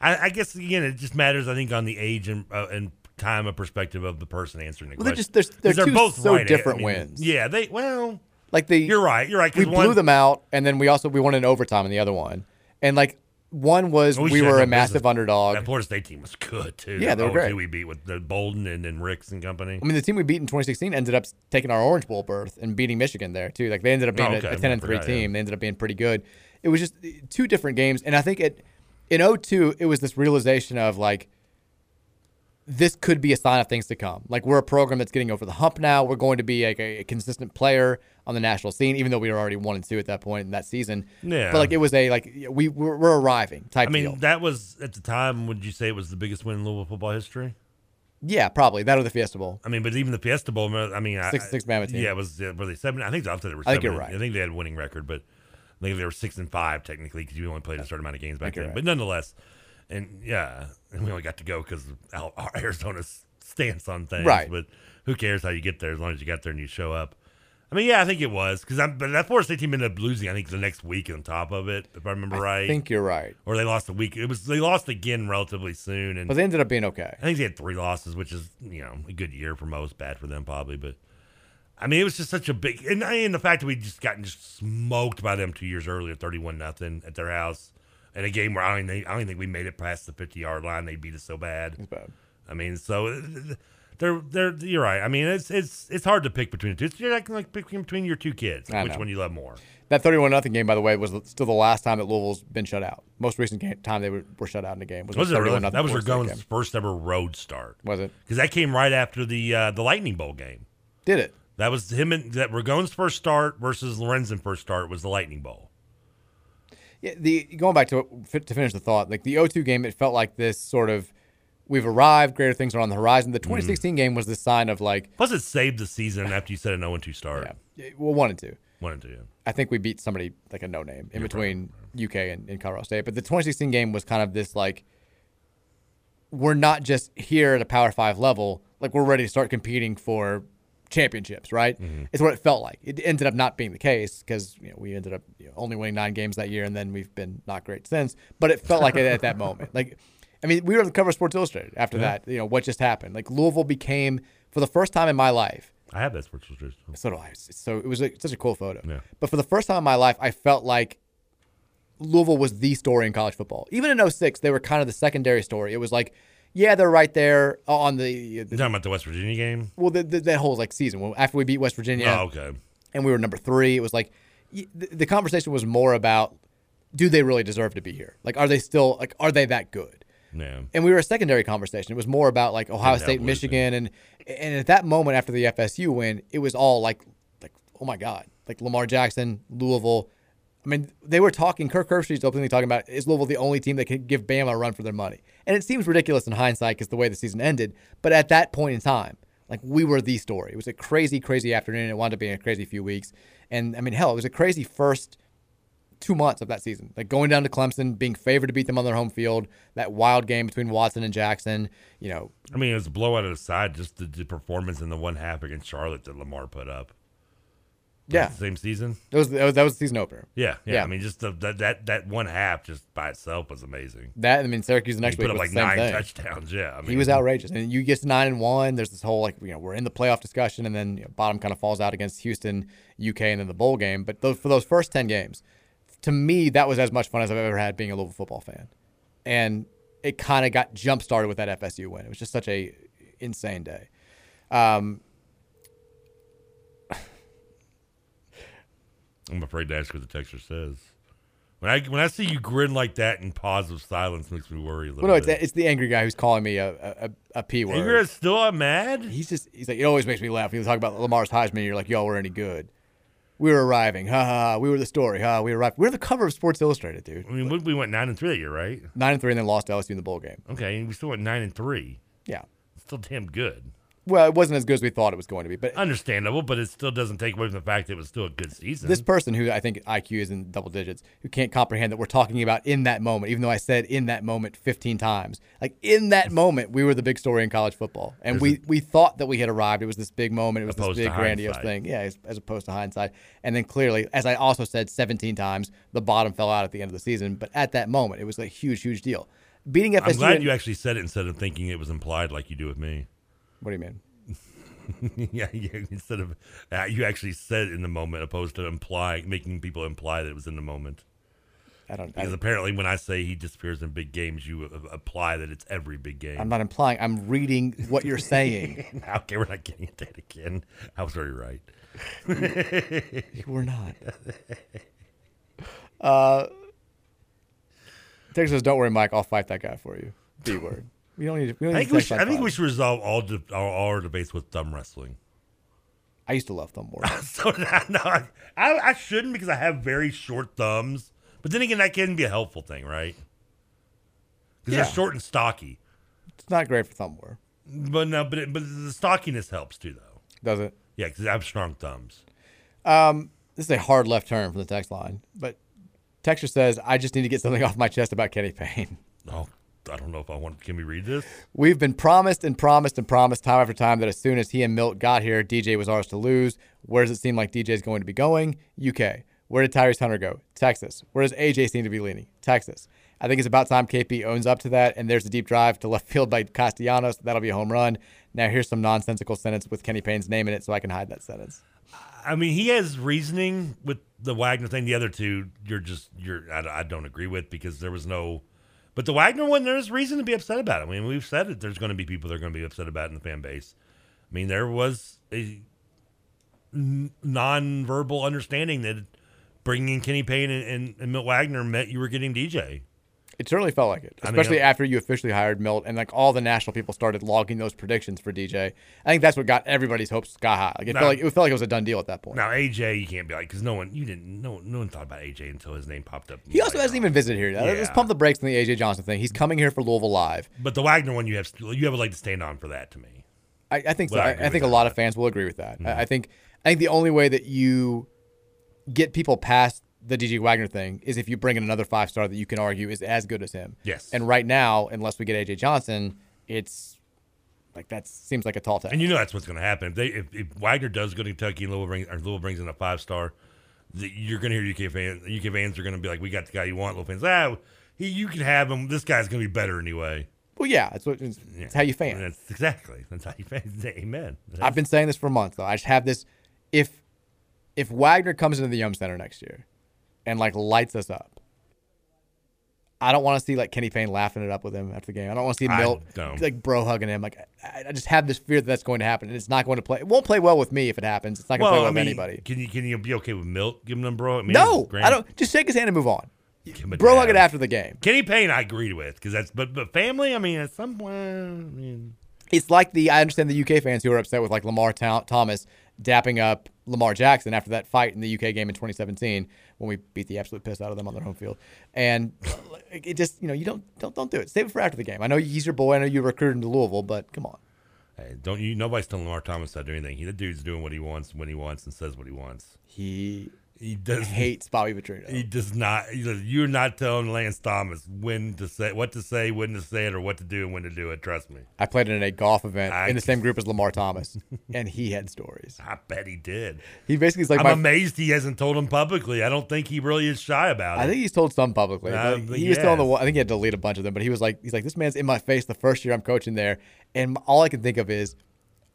I, I guess again, it just matters. I think on the age and uh, and time of perspective of the person answering the Well, they're question. just- they're- 'Cause they're two so right. I different mean, wins. Yeah, they well. Like the You're right. You're right. 'cause We one- blew them out, and then we also we won in overtime in the other one, and like one was Oh, we we, should have were a done business. massive underdog. That Florida State team was good too. Yeah, they were Oh, great. Who we beat with the Bolden and, and Ricks and company. I mean, the team we beat in 2016 ended up taking our Orange Bowl berth and beating Michigan there too. Like they ended up being Oh, a- okay. a, 10 and I 3 forgot, yeah. team. They ended up being pretty good. It was just two different games, and I think it in 02 it was this realization of like this could be a sign of things to come. Like we're a program that's getting over the hump now. We're going to be like a, a consistent player on the national scene, even though we were already one and two at that point in that season. Yeah. But like it was a like we we're, we're arriving type I mean, deal. that was at the time. Would you say it was the biggest win in Louisville football history? Yeah, probably that or the Fiesta Bowl. I mean, but even the Fiesta Bowl. I mean, I- 66 Bama team. Yeah, it was uh, were they seven? I think after they were. I Seven, think you're right. I think they had a winning record, but I think they were six and five technically because you only played a certain amount of games back think you're then. right. But nonetheless, and yeah, and we only got to go because (laughs) Arizona's stance on things. Right. But who cares how you get there as long as you got there and you show up. I mean, yeah, I think it was because I'm. But that Florida State team ended up losing. I think the next week on top of it, if I remember right. I think you're right. Or they lost a week. It was they lost again relatively soon, and But they ended up being okay. I think they had three losses, which is you know a good year for most, bad for them probably. But I mean, it was just such a big, and, and the fact that we just gotten just smoked by them two years earlier, thirty-one nothing at their house, in a game where I don't, think, I don't think we made it past the fifty-yard line. They beat us so bad. bad. I mean, so th- th- They're they're you're right. I mean, it's it's it's hard to pick between the two. It's, you're like, like picking between your two kids, I which know. one you love more. That 31 nothing game, by the way, was still the last time that Louisville's been shut out. Most recent game, time they were, were shut out in a game was, Was it 31 really? nothing That was Florida State game. Ragone's first ever road start. Was it? Because that came right after the uh, the Lightning Bowl game. Did it? That was him and that Ragone's first start versus Lorenzen first start was the Lightning Bowl. Yeah, the going back to it, to finish the thought, like the 0-2 game, it felt like this sort of we've arrived, greater things are on the horizon. The Mm-hmm. 2016 game was the sign of like Plus, it saved the season after you said an 0 2 start. well, one and two. One and two, yeah. I think we beat somebody like a no name in Yeah, between UK and, and Colorado State. But the 2016 game was kind of this like, we're not just here at a Power Five level. Like we're ready to start competing for championships, right? Mm-hmm. It's what it felt like. It ended up not being the case because you know, we ended up you know, only winning nine games that year, and then we've been not great since. But it felt like it at that (laughs) moment. Like, I mean, we were on the cover of Sports Illustrated after Yeah. that. You know what just happened? Like Louisville became for the first time in my life. I have that sports illustration. So do I. It's- So it was like, such a cool photo. Yeah. But for the first time in my life, I felt like Louisville was the story in college football. Even in 06, they were kind of the secondary story. It was like, yeah, they're right there on the, You talking about the West Virginia game? well, the, the, that whole like season when, after we beat West Virginia. Oh, okay. And we were number three. It was like y- the, the conversation was more about, do they really deserve to be here? Like, are they still like, are they that good? No. And we were a secondary conversation. It was more about like oh, Ohio Yeah, that State, was, Michigan, and and at that moment after the FSU win, it was all like like oh my god, like Lamar Jackson, Louisville. I mean, they were talking. Kirk Herbstreit's openly talking about is Louisville the only team that can give Bama a run for their money? And it seems ridiculous in hindsight because the way the season ended. But at that point in time, like we were the story. It was a crazy, crazy afternoon. It wound up being a crazy few weeks. And I mean, hell, it was a crazy first two months of that season. Like going down to Clemson, being favored to beat them on their home field, that wild game between Watson and Jackson, you know, I mean, it was a blowout aside, just the, the performance in the one half against Charlotte that Lamar put up. Yeah. Same season? that was that was, that was the season opener. Yeah, yeah. Yeah. I mean, just the, that, that that one half just by itself was amazing. That I mean Syracuse the He next put week up was like the same nine thing. touchdowns, yeah, I he mean- was outrageous, and you get to nine and one. There's this whole like you know we're in the playoff discussion, and then you know, bottom kind of falls out against Houston, UK, and then the bowl game. But those, for those first ten games, to me that was as much fun as I've ever had being a Louisville football fan, and it kind of got jump started with that FSU win. It was just such a insane day. Um, I'm afraid to ask what the texture says. When I when I see you grin like that and pause of silence makes me worry a little Well, no, it's, bit. it's the angry guy who's calling me a a, a- a p word. Angry is still uh, mad. He's just he's like it always makes me laugh. He was talking about Lamar's Heisman. You're like, y'all were any good? We were arriving. Ha ha. ha. We were the story. Ha. We arrived. We were the cover of Sports Illustrated, dude. I mean, we- we went nine and three that year, right? Nine and three, and then lost to LSU in the bowl game. Okay, and we still went nine and three. Yeah. Still damn good. Well, it wasn't as good as we thought it was going to be, but Understandable, but it still doesn't take away from the fact that it was still a good season. this person who I think IQ is in double digits, who can't comprehend that we're talking about in that moment, even though I said in that moment 15 times. Like in (laughs) that moment, we were the big story in college football. And There's we, we thought that we had arrived. It was this big moment. It was this Opposed to big grandiose hindsight. thing. Yeah, as, as opposed to hindsight. And then clearly, as I also said 17 times, the bottom fell out at the end of the season. But at that moment, it was a huge, huge deal. Beating FSU. I'm glad you actually said it instead of thinking it was implied like you do with me. (laughs) What do you mean? yeah, yeah, instead of uh, you actually said in the moment opposed to implying making people imply that it was in the moment. I don't because apparently when I say he disappears in big games, you uh, apply that it's every big game. (laughs) I'm not implying. I'm reading what you're saying. okay, we're not getting into that again. I was very right. you were (laughs) not. Uh, Texas says, "Don't worry, Mike. I'll fight that guy for you." (laughs) B word. We don't need. To, we don't I need think to we text should, like I think that. we should resolve all, de- all all our debates with thumb wrestling. (laughs) I used to love thumb wars. so (laughs) now, now I, I I shouldn't because I have very short thumbs. But then again, that can be a helpful thing, right? Because Yeah. they're short and stocky. it's not great for thumb war, But no, but it, but the stockiness helps too, though. does it? Yeah, because I have strong thumbs. Um, this is a hard left turn from the text line, but Texture says, "I just need to get something off my chest about Kenny Payne." Oh, I don't know if I want. Can we read this? We've been promised and promised and promised time after time that as soon as he and Milt got here, DJ was ours to lose. Where does it seem like DJ's going to be going? UK. Where did Tyrese Hunter go? Texas. Where does AJ seem to be leaning? Texas. I think it's about time KP owns up to that, and there's a deep drive to left (laughs) field by Castellanos. That'll be a home run. Now, here's some nonsensical sentence with Kenny Payne's name in it so I can hide that sentence. I mean, he has reasoning with the Wagner thing. The other two, you're just you're. I, I don't agree with because there was no. But the Wagner one, there's reason to be upset about. it. I mean, we've said it. There's going to be people that are going to be upset about it in the fan base. I mean, there was a n- nonverbal understanding that bringing in Kenny Payne and, and, and Milt Wagner meant you were getting DJ. It certainly felt like it, I mean, especially uh, after you officially hired Milt and like all the national people started logging those predictions for DJ. I think that's what got everybody's hopes sky high. Like it Nah. felt like it felt like it was a done deal at that point. Now AJ, you can't be like because no one you didn't no no one thought about AJ until his name popped up. He also hasn't even visited here. yet. Let's Yeah. pump the brakes on the AJ Johnson thing. He's coming here for Louisville Live. But the Wagner one you have you have a leg to stand on for that to me. I, I think so. Well, I I, agree I think with a Mm-hmm. lot of fans will agree with that. I, I think I think the only way that you get people past the DJ Wagner thing is if you bring in another five star that you can argue is as good as him. Yes. And right now, unless we get AJ Johnson, it's like that seems like a tall task. And you know that's what's going to happen if they if, if Wagner does go to Kentucky and Louisville brings or Louisville brings in a five star, you're going to hear UK fans UK fans are going to be like we got the guy you want. Louisville fans ah he you can have him. This guy's going to be better anyway. Well, yeah, that's what it's, it's how you fan. That's exactly that's how you fans. Amen. I've been saying this for months though. I just have this if if Wagner comes into the Yum Center next year and like lights us up, I don't want to see like Kenny Payne laughing it up with him after the game. I don't want to see I Milt don't. like bro hugging him. Like I, I just have this fear that that's going to happen, and it's not going to play. It won't play well with me if it happens. It's not going to play well with anybody. Can you can you be okay with Milt giving them bro? I mean, no, Graham- I don't. Just shake his hand and move on. him a Bro hug dab. it after the game. Kenny Payne, I agreed with because that's but but family. I mean, at some point, I mean, It's like the I understand the UK fans who are upset with like Lamar Thom- Thomas dapping up Lamar Jackson after that fight in the UK game in 2017 when we beat the absolute piss out of them on their home field. And like, it just you know you don't don't don't do it. Save it for after the game. I know he's your boy. I know you recruited him to Louisville, but come on. hey, don't you? Nobody's telling Lamar Thomas how to do anything. He, the dude's doing what he wants when he wants and says what he wants. He he does hates Bobby Petrino. He does not. he does- You're not telling Lance Thomas when to say what to say, when to say it, or what to do and when to do it. Trust me. I played in a golf event I- in the same group as Lamar Thomas, and he had stories. I bet he did. He basically is like I'm my- amazed he hasn't told him publicly. I don't think he really is shy about it. I think he's told some publicly. Uh, but but he was still on the. yes. one- I think he had to delete a bunch of them, but he was like, he's like, this man's in my face the first year I'm coaching there, and m- all I can think of is,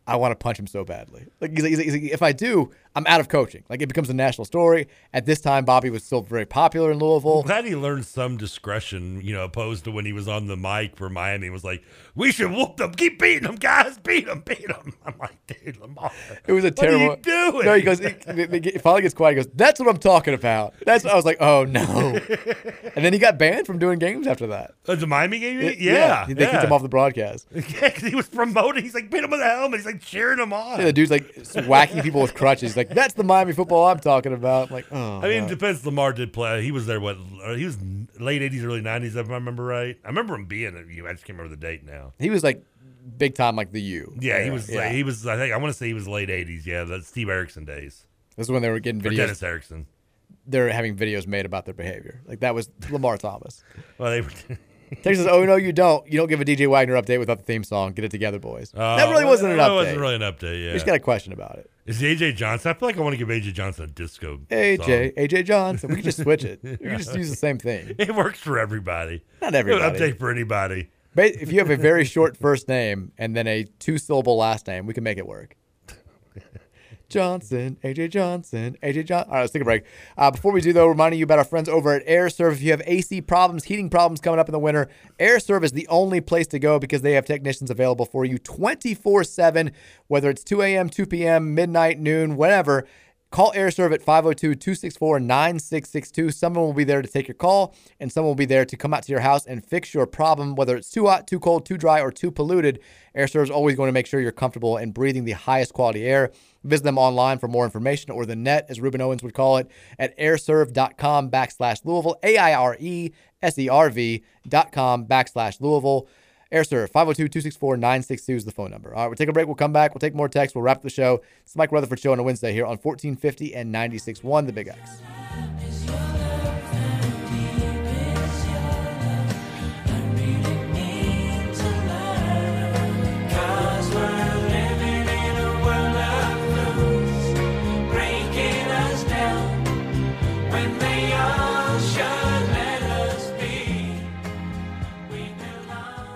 I want to punch him so badly. Like he's, like, he's like, he's like, if I do, I'm out of coaching. Like it becomes a national story. At this time, Bobby was still very popular in Louisville. (laughs) glad he learned some discretion, you know, opposed to when he was on the mic for Miami. It was like, we should whoop them, keep beating them, guys, beat them, beat them. (laughs) I'm like, dude, Lamar, It was a terrible. What are you doing? No, he (laughs) goes. He, they- they get- finally gets quiet. He goes. That's what I'm talking about. That's. I was like, oh (laughs) no. and then he got banned from doing games after that. Uh, the Miami game? Yeah, They kicked him off the broadcast. (laughs) Yeah, 'cause he was promoting. He's like, beat him with a helmet. He's like cheering him on. Yeah, the dude's like whacking people with crutches. Like that's the Miami football I'm talking about. I'm like, oh. I mean, no. in defense, Lamar did play. He was there, what? uh, He was late 80s, early 90s, if I remember right. I remember him being at U. I just can't remember the date now. he was like big time, like the U. Yeah, he was. Like, he was. I think I want to say he was late 80s. Yeah, that's Steve Erickson days. This is when they were getting Or videos. Dennis Erickson. They're having videos made about their behavior. Like that was Lamar Thomas. (laughs) Well, they were. Texas, oh no, you don't. You don't give a DJ Wagner update without the theme song. Get it together, boys. that Uh, really wasn't an that update. wasn't really an update, We yeah. just got a question about it. Is AJ Johnson? I feel like I want to give AJ Johnson a disco. AJ, song. AJ Johnson. We can just switch it. We can just use the same thing. (laughs) It works for everybody. Not everybody. An update for anybody. Ba- If you have a very short first name and then a two syllable last name, we can make it work. Johnson, AJ Johnson, AJ Johnson. All right, let's take a break. Uh, before we do, though, reminding you about our friends over at Air Serve. If you have AC problems, heating problems coming up in the winter, Air Serve is the only place to go because they have technicians available for you 24 7, whether it's 2 a.m., 2 p.m., midnight, noon, whatever. Call AirServe at 502 264 9662. Someone will be there to take your call, and someone will be there to come out to your house and fix your problem, whether it's too hot, too cold, too dry, or too polluted. AirServe is always going to make sure you're comfortable and breathing the highest quality air. Visit them online for more information or the net, as Ruben Owens would call it, at airserve.com backslash Louisville, A I R E S E R V dot com backslash Louisville. AirServe 502-264-9662 is the phone number. All right, we'll take a break. We'll come back. We'll take more text. We'll wrap up the show. It's the Mike Rutherford Show on a Wednesday here on 1450 and 96.1 The Big X. Cause we're living in a world of fools, breaking us down when they all should let us be. We belong.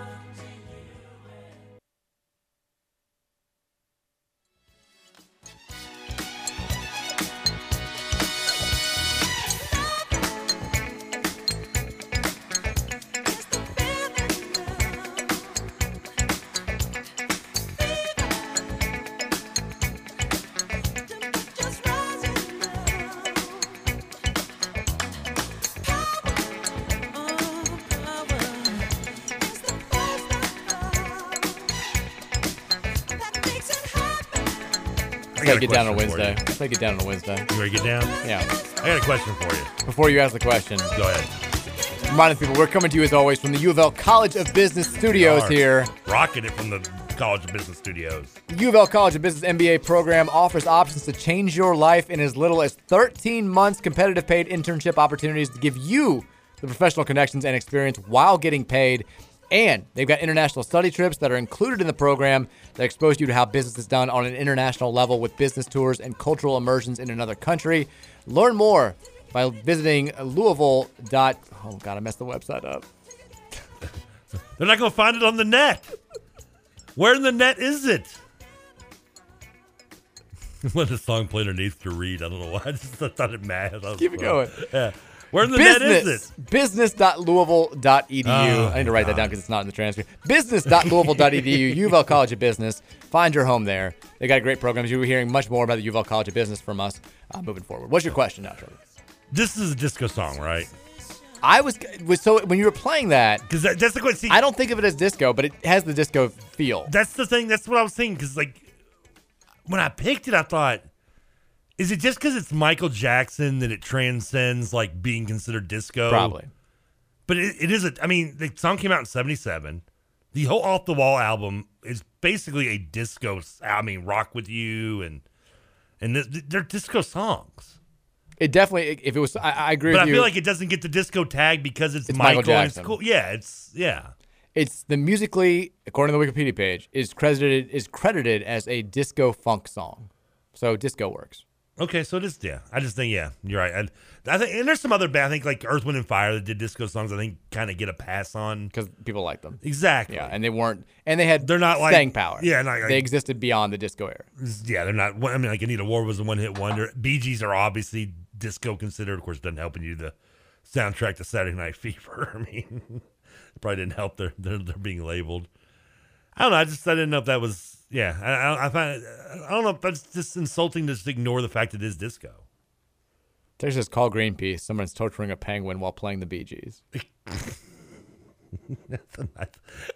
I got gotta a get down on a question for Wednesday. I you. gotta get down on a Wednesday. You ready to get down? Yeah. I got a question for you. Before you ask the question, go ahead. Reminding people, we're coming to you as always from the U of L College of Business Studios We are here. Rocking it from the College of Business Studios. U of L College of Business MBA program offers options to change your life in as little as 13 months competitive paid internship opportunities to give you the professional connections and experience while getting paid. And they've got international study trips that are included in the program that expose you to how business is done on an international level with business tours and cultural immersions in another country. Learn more by visiting Louisville. Dot, oh, God, I messed the website up. They're not going to find it on the net. Where in the net is it? (laughs) when the song played underneath to read, I don't know why. (laughs) I just thought it mattered. I was Keep it like, going. Yeah. Where in the business, net is it? Business.louisville.edu. Oh, E I need to write that down because it's not in the transcript. Business.louisville.edu, E (laughs) U of L College of Business. Find your home there. They got great programs. You'll be hearing much more about the U of L College of Business from us uh, moving forward. What's your question now, Trevor? This is a disco song, right? I was, was so when you were playing that because that's the question. I don't think of it as disco, but it has the disco feel. That's the thing. That's what I was thinking. Because like when I picked it, I thought, is it just because it's Michael Jackson that it transcends like being considered disco? Probably. But it, it is a. I mean, the song came out in '77. The whole Off the Wall album is basically a disco. s- I mean, Rock with You and and th- th- they're disco songs. It definitely, if it was, I, I agree But I with you. feel like it doesn't get the disco tag because it's, It's Michael Michael. and Jackson. it's cool. Yeah, it's yeah. It's the musically, according to the Wikipedia page, is credited is credited as a disco funk song. So disco works. Okay, so it is. Yeah, I just think yeah, you're right. And I think and there's some other band. I think like Earth, Wind and Fire that did disco songs. I think kind of get a pass on because people like them. Exactly. Yeah, and they weren't, and they had They're not like staying power. Yeah, not like, they existed beyond the disco era. yeah, they're not. I mean, like Anita War was a one hit wonder. Bee Gees are obviously disco considered. Of course, it doesn't help when you do the soundtrack to Saturday Night Fever. (laughs) I mean, it probably didn't help. They're, they're they're being labeled. I don't know. I just I didn't know if that was yeah. I I, I find I don't know if that's just insulting to just ignore the fact it is disco. (laughs) There's this call Greenpeace. Someone's torturing a penguin while playing the Bee Gees. I,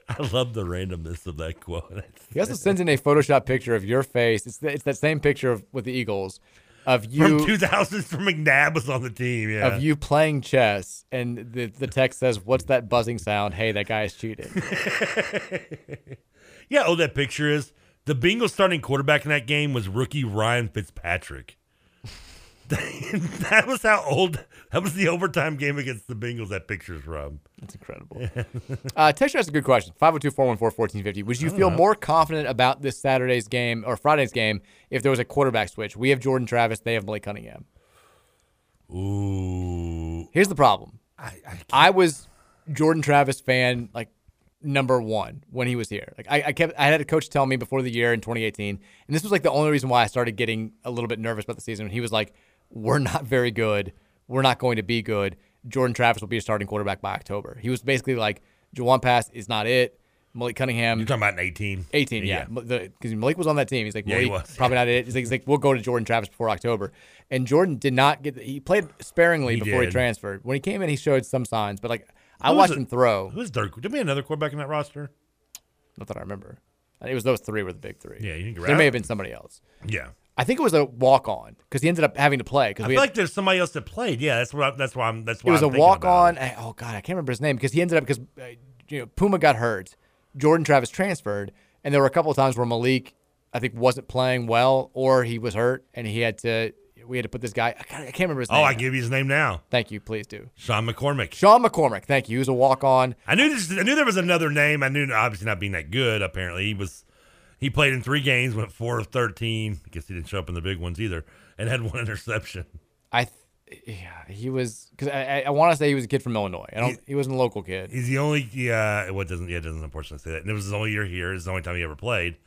I love the randomness of that quote. (laughs) He also sends in a Photoshop picture of your face. It's, the, it's that same picture of, with the Eagles of you from 2000, from McNabb was on the team. Yeah, of you playing chess, and the the text says, "What's that buzzing sound?" Hey, that guy is (laughs) cheating. Yeah, oh, that picture is the Bengals starting quarterback in that game was rookie Ryan Fitzpatrick. (laughs) that was how old. That was the overtime game against the Bengals. That picture's from. That's incredible. uh, text us a good question. 502-414-1450. Would you I don't feel know. more confident about this Saturday's game or Friday's game if there was a quarterback switch? We have Jordan Travis. They have Blake Cunningham. Ooh. Here's the problem. I, I, was Jordan Travis fan like number one when he was here. Like I, I kept I had a coach tell me before the year in 2018, and this was like the only reason why I started getting a little bit nervous about the season. He was like, "We're not very good. We're not going to be good. Jordan Travis will be a starting quarterback by October." He was basically like, "Jawan Pass is not it." Malik Cunningham. You're talking about 18. 18, yeah. Because Malik was on that team. He's like, Yeah, he Malik, was. probably not it. He's like, he's like, we'll go to Jordan Travis before October. And Jordan did not get, he played sparingly He before he did. transferred. When he came in, he showed some signs, but like, I Who was watched it- him throw. Who's third? Did we have another quarterback in that roster? Not that I remember. It was those three were the big three. Yeah, you think There may have been somebody else. Yeah. I think it was a walk on because he ended up having to play. I because feel like there's somebody else that played. Yeah, that's what. I, that's why I'm. That's why it was I'm a thinking walk about on. Oh god, I can't remember his name because he ended up because uh, you know Puma got hurt, Jordan Travis transferred, and there were a couple of times where Malik I think wasn't playing well or he was hurt and he had to we had to put this guy. I can't, I can't remember his it. name. Oh, I give you his name now. Thank you, please do. Sean McCormick. Sean McCormick. Thank you. He was a walk on. I knew this. I knew there was another name. I knew obviously not being that good. Apparently, he was. He played in three games, went four of thirteen. I guess he didn't show up in the big ones either, and had one (laughs) interception. I th- yeah he was because I I, I want to say he was a kid from Illinois. I don't. He, wasn't a local kid. He's the only. Yeah, what doesn't. Yeah, it doesn't unfortunately say that. And it was his only year here. It's the only time he ever played.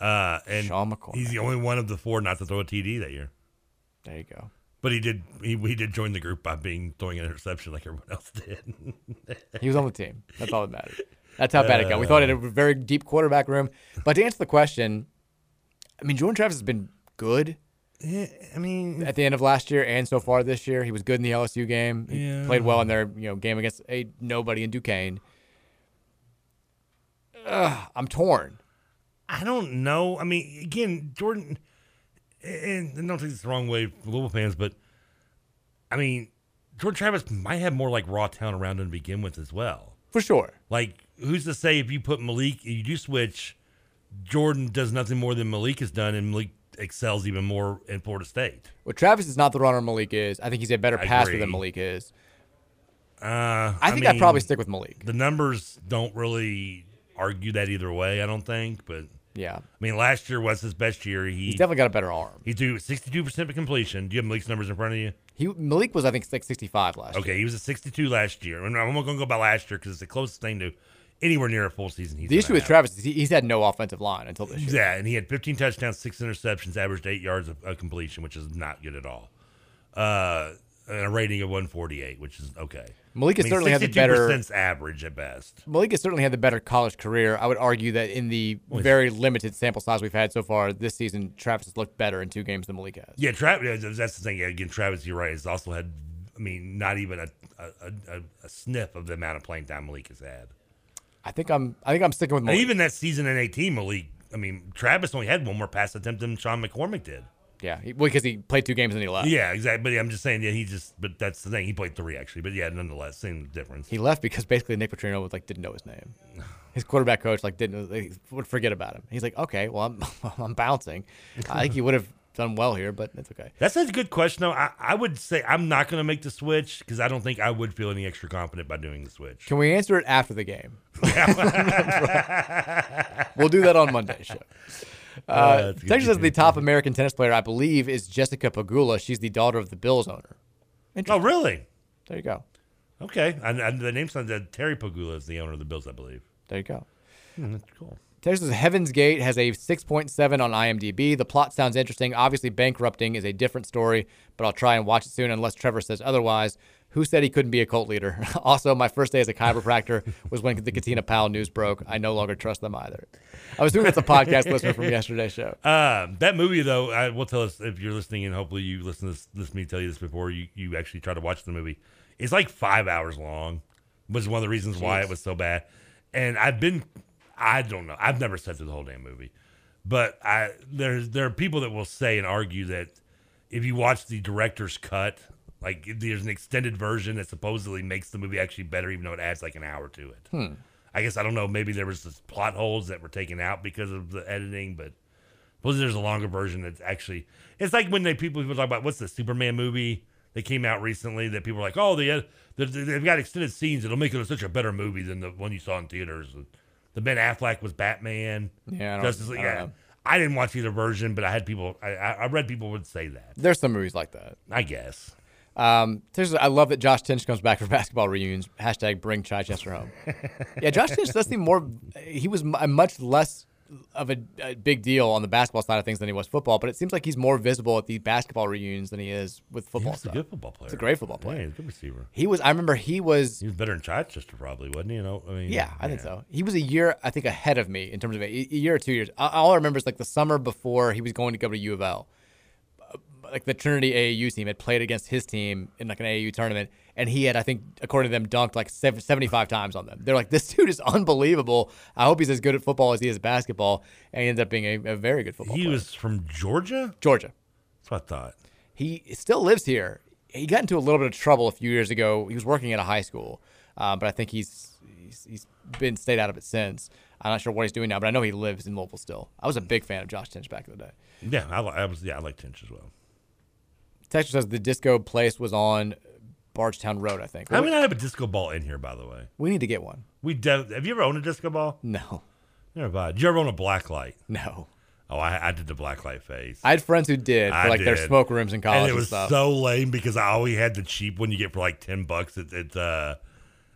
Uh, and Sean McCormick. He's the only one of the four not to throw a TD that year. There you go. But he did. He, he did join the group by being throwing an interception like everyone else did. He was on the team. That's all that mattered. That's how bad it got. We thought it had Uh. a very deep quarterback room. But to answer the question, I mean, Jordan Travis has been good. I mean, at the end of last year and so far this year, he was good in the LSU game. He Yeah. played well in their you know game against a nobody in Duquesne. Ugh, I'm torn. I don't know. I mean, again, Jordan. and and don't take this the wrong way, for Louisville fans, but I mean, George Travis might have more like raw talent around him to begin with as well. For sure. Like, who's to say if you put Malik, if you do switch, Jordan does nothing more than Malik has done, and Malik excels even more in Florida State. Well, Travis is not the runner Malik is. I think he's a better I passer agree. than Malik is. Uh, I, I think I'd probably stick with Malik. The numbers don't really argue that either way. I don't think, but Yeah. I mean, last year was his best year. He He's definitely got a better arm. He's doing sixty-two percent completion. Do you have Malik's numbers in front of you? He Malik was I think like 65 last year. Okay, he was at 62 last year. And I'm not going to go by last year because it's the closest thing to anywhere near a full season. He's the issue gonna with Travis is he, he's had no offensive line until this have. year. yeah, and he had 15 touchdowns, six interceptions, averaged eight yards of, of completion, which is not good at all. Uh, and a rating of 148, which is okay. Malik has I mean, certainly had the better- 62% 's average at best. Malik has certainly had the better college career. I would argue that in the Well, very limited sample size we've had so far this season, Travis has looked better in two games than Malik has. Yeah, Travis. That's the thing. Again, Travis, you're right. Has also had, I mean, not even a a, a, a sniff of the amount of playing time Malik has had. I think I'm I think I'm sticking with And Malik. even that season in 18, Malik. I mean, Travis only had one more pass attempt than Sean McCormick did. yeah, he, well, because he played two games and he left. Yeah, exactly. But I'm just saying, yeah, he just. But that's the thing. He played three actually. But yeah, nonetheless, same difference. He left because basically Nick Petrino was like didn't know his (sighs) name. His quarterback coach like didn't like, would forget about him. He's like, okay, well I'm (laughs) I'm bouncing. I think he would have done well here, but it's okay. That's a good question, though. I, I would say I'm not going to make the switch because I don't think I would feel any extra confident by doing the switch. Can we answer it after the (laughs) game? (laughs) we'll do that on Monday show. Uh, Uh, that's a good Texas says the top American tennis player, I believe, is Jessica Pagula. She's the daughter of the Bills owner. Oh, really? There you go. Okay. And, and the name sounds that Terry Pagula is the owner of the Bills, I believe. There you go. Hmm, that's cool. Texas says Heaven's Gate has a 6.7 on IMDb. The plot sounds interesting. Obviously, bankrupting is a different story, but I'll try and watch it soon unless Trevor says otherwise. Who said he couldn't be a cult leader? (laughs) also, my first day as a (laughs) chiropractor was when the Katina Powell news broke. I no longer trust them either. I was doing that's a podcast listener from yesterday's show. Uh, that movie, though, I will tell us if you're listening, and hopefully you listen to this, listen to me tell you this before you, you actually try to watch the movie. It's like five hours long, was one of the reasons why Jeez. it was so bad. And I've been, I don't know, I've never sat through the whole damn movie, but I there's there are people that will say and argue that if you watch the director's cut, like if there's an extended version that supposedly makes the movie actually better, even though it adds like an hour to it. Hmm. I guess I don't know. Maybe there was this plot holes that were taken out because of the editing, but suppose there's a longer version that's actually. It's like when they people people talk about what's the Superman movie that came out recently that people are like, oh, the, ed- the, the they've got extended scenes. It'll make it such a better movie than the one you saw in theaters. The Ben Affleck was Batman. Yeah, I don't- Justice League. I don't yeah. know. I didn't watch either version, but I had people. I, I I read people would say that. There's some movies like that. I guess. Um, Texas, I love that Josh Tinch comes back for (laughs) basketball reunions. Hashtag bring Chichester (laughs) home. yeah, Josh Tinch does seem more. He was m- a much less of a, a big deal on the basketball side of things than he was football, but it seems like he's more visible at the basketball reunions than he is with football. He's a stuff. good football player. He's a great football player. Yeah, he's a good receiver. He was. I remember he was. He was better than Chichester, probably, wasn't he? You know, I mean, Yeah, I think so. He was a year, I think, ahead of me in terms of a, a year or two years. A- All I remember is like the summer before he was going to go to U of L. uh, Like the Trinity AAU team had played against his team in like an AAU tournament, and he had, I think, according to them, dunked like sev- 75 times on them. They're like, this (laughs) dude is unbelievable. I hope he's as good at football as he is at basketball. And he ends up being a, a very good football He player. was from Georgia? Georgia. That's what I thought. He still lives here. He got into a little bit of trouble a few years ago. He was working at a high school, um, but I think he's, he's he's been stayed out of it since. I'm not sure what he's doing now, but I know he lives in Louisville still. I was a big fan of Josh Tinch back in the day. Yeah, I, li- I was. Yeah, I like Tinch as well. Texas says the disco place was on Bargetown Road, I think. I mean, I have a disco ball in here, by the way. we need to get one. We de- have you ever owned a disco ball? No. (laughs) Never mind. Did you ever own a black light? No. Oh, I, I did the black light phase. I had friends who did for I like their did. smoke rooms in college. And it was stuff. so (laughs) lame because I always had the cheap one you get for like ten bucks at, at uh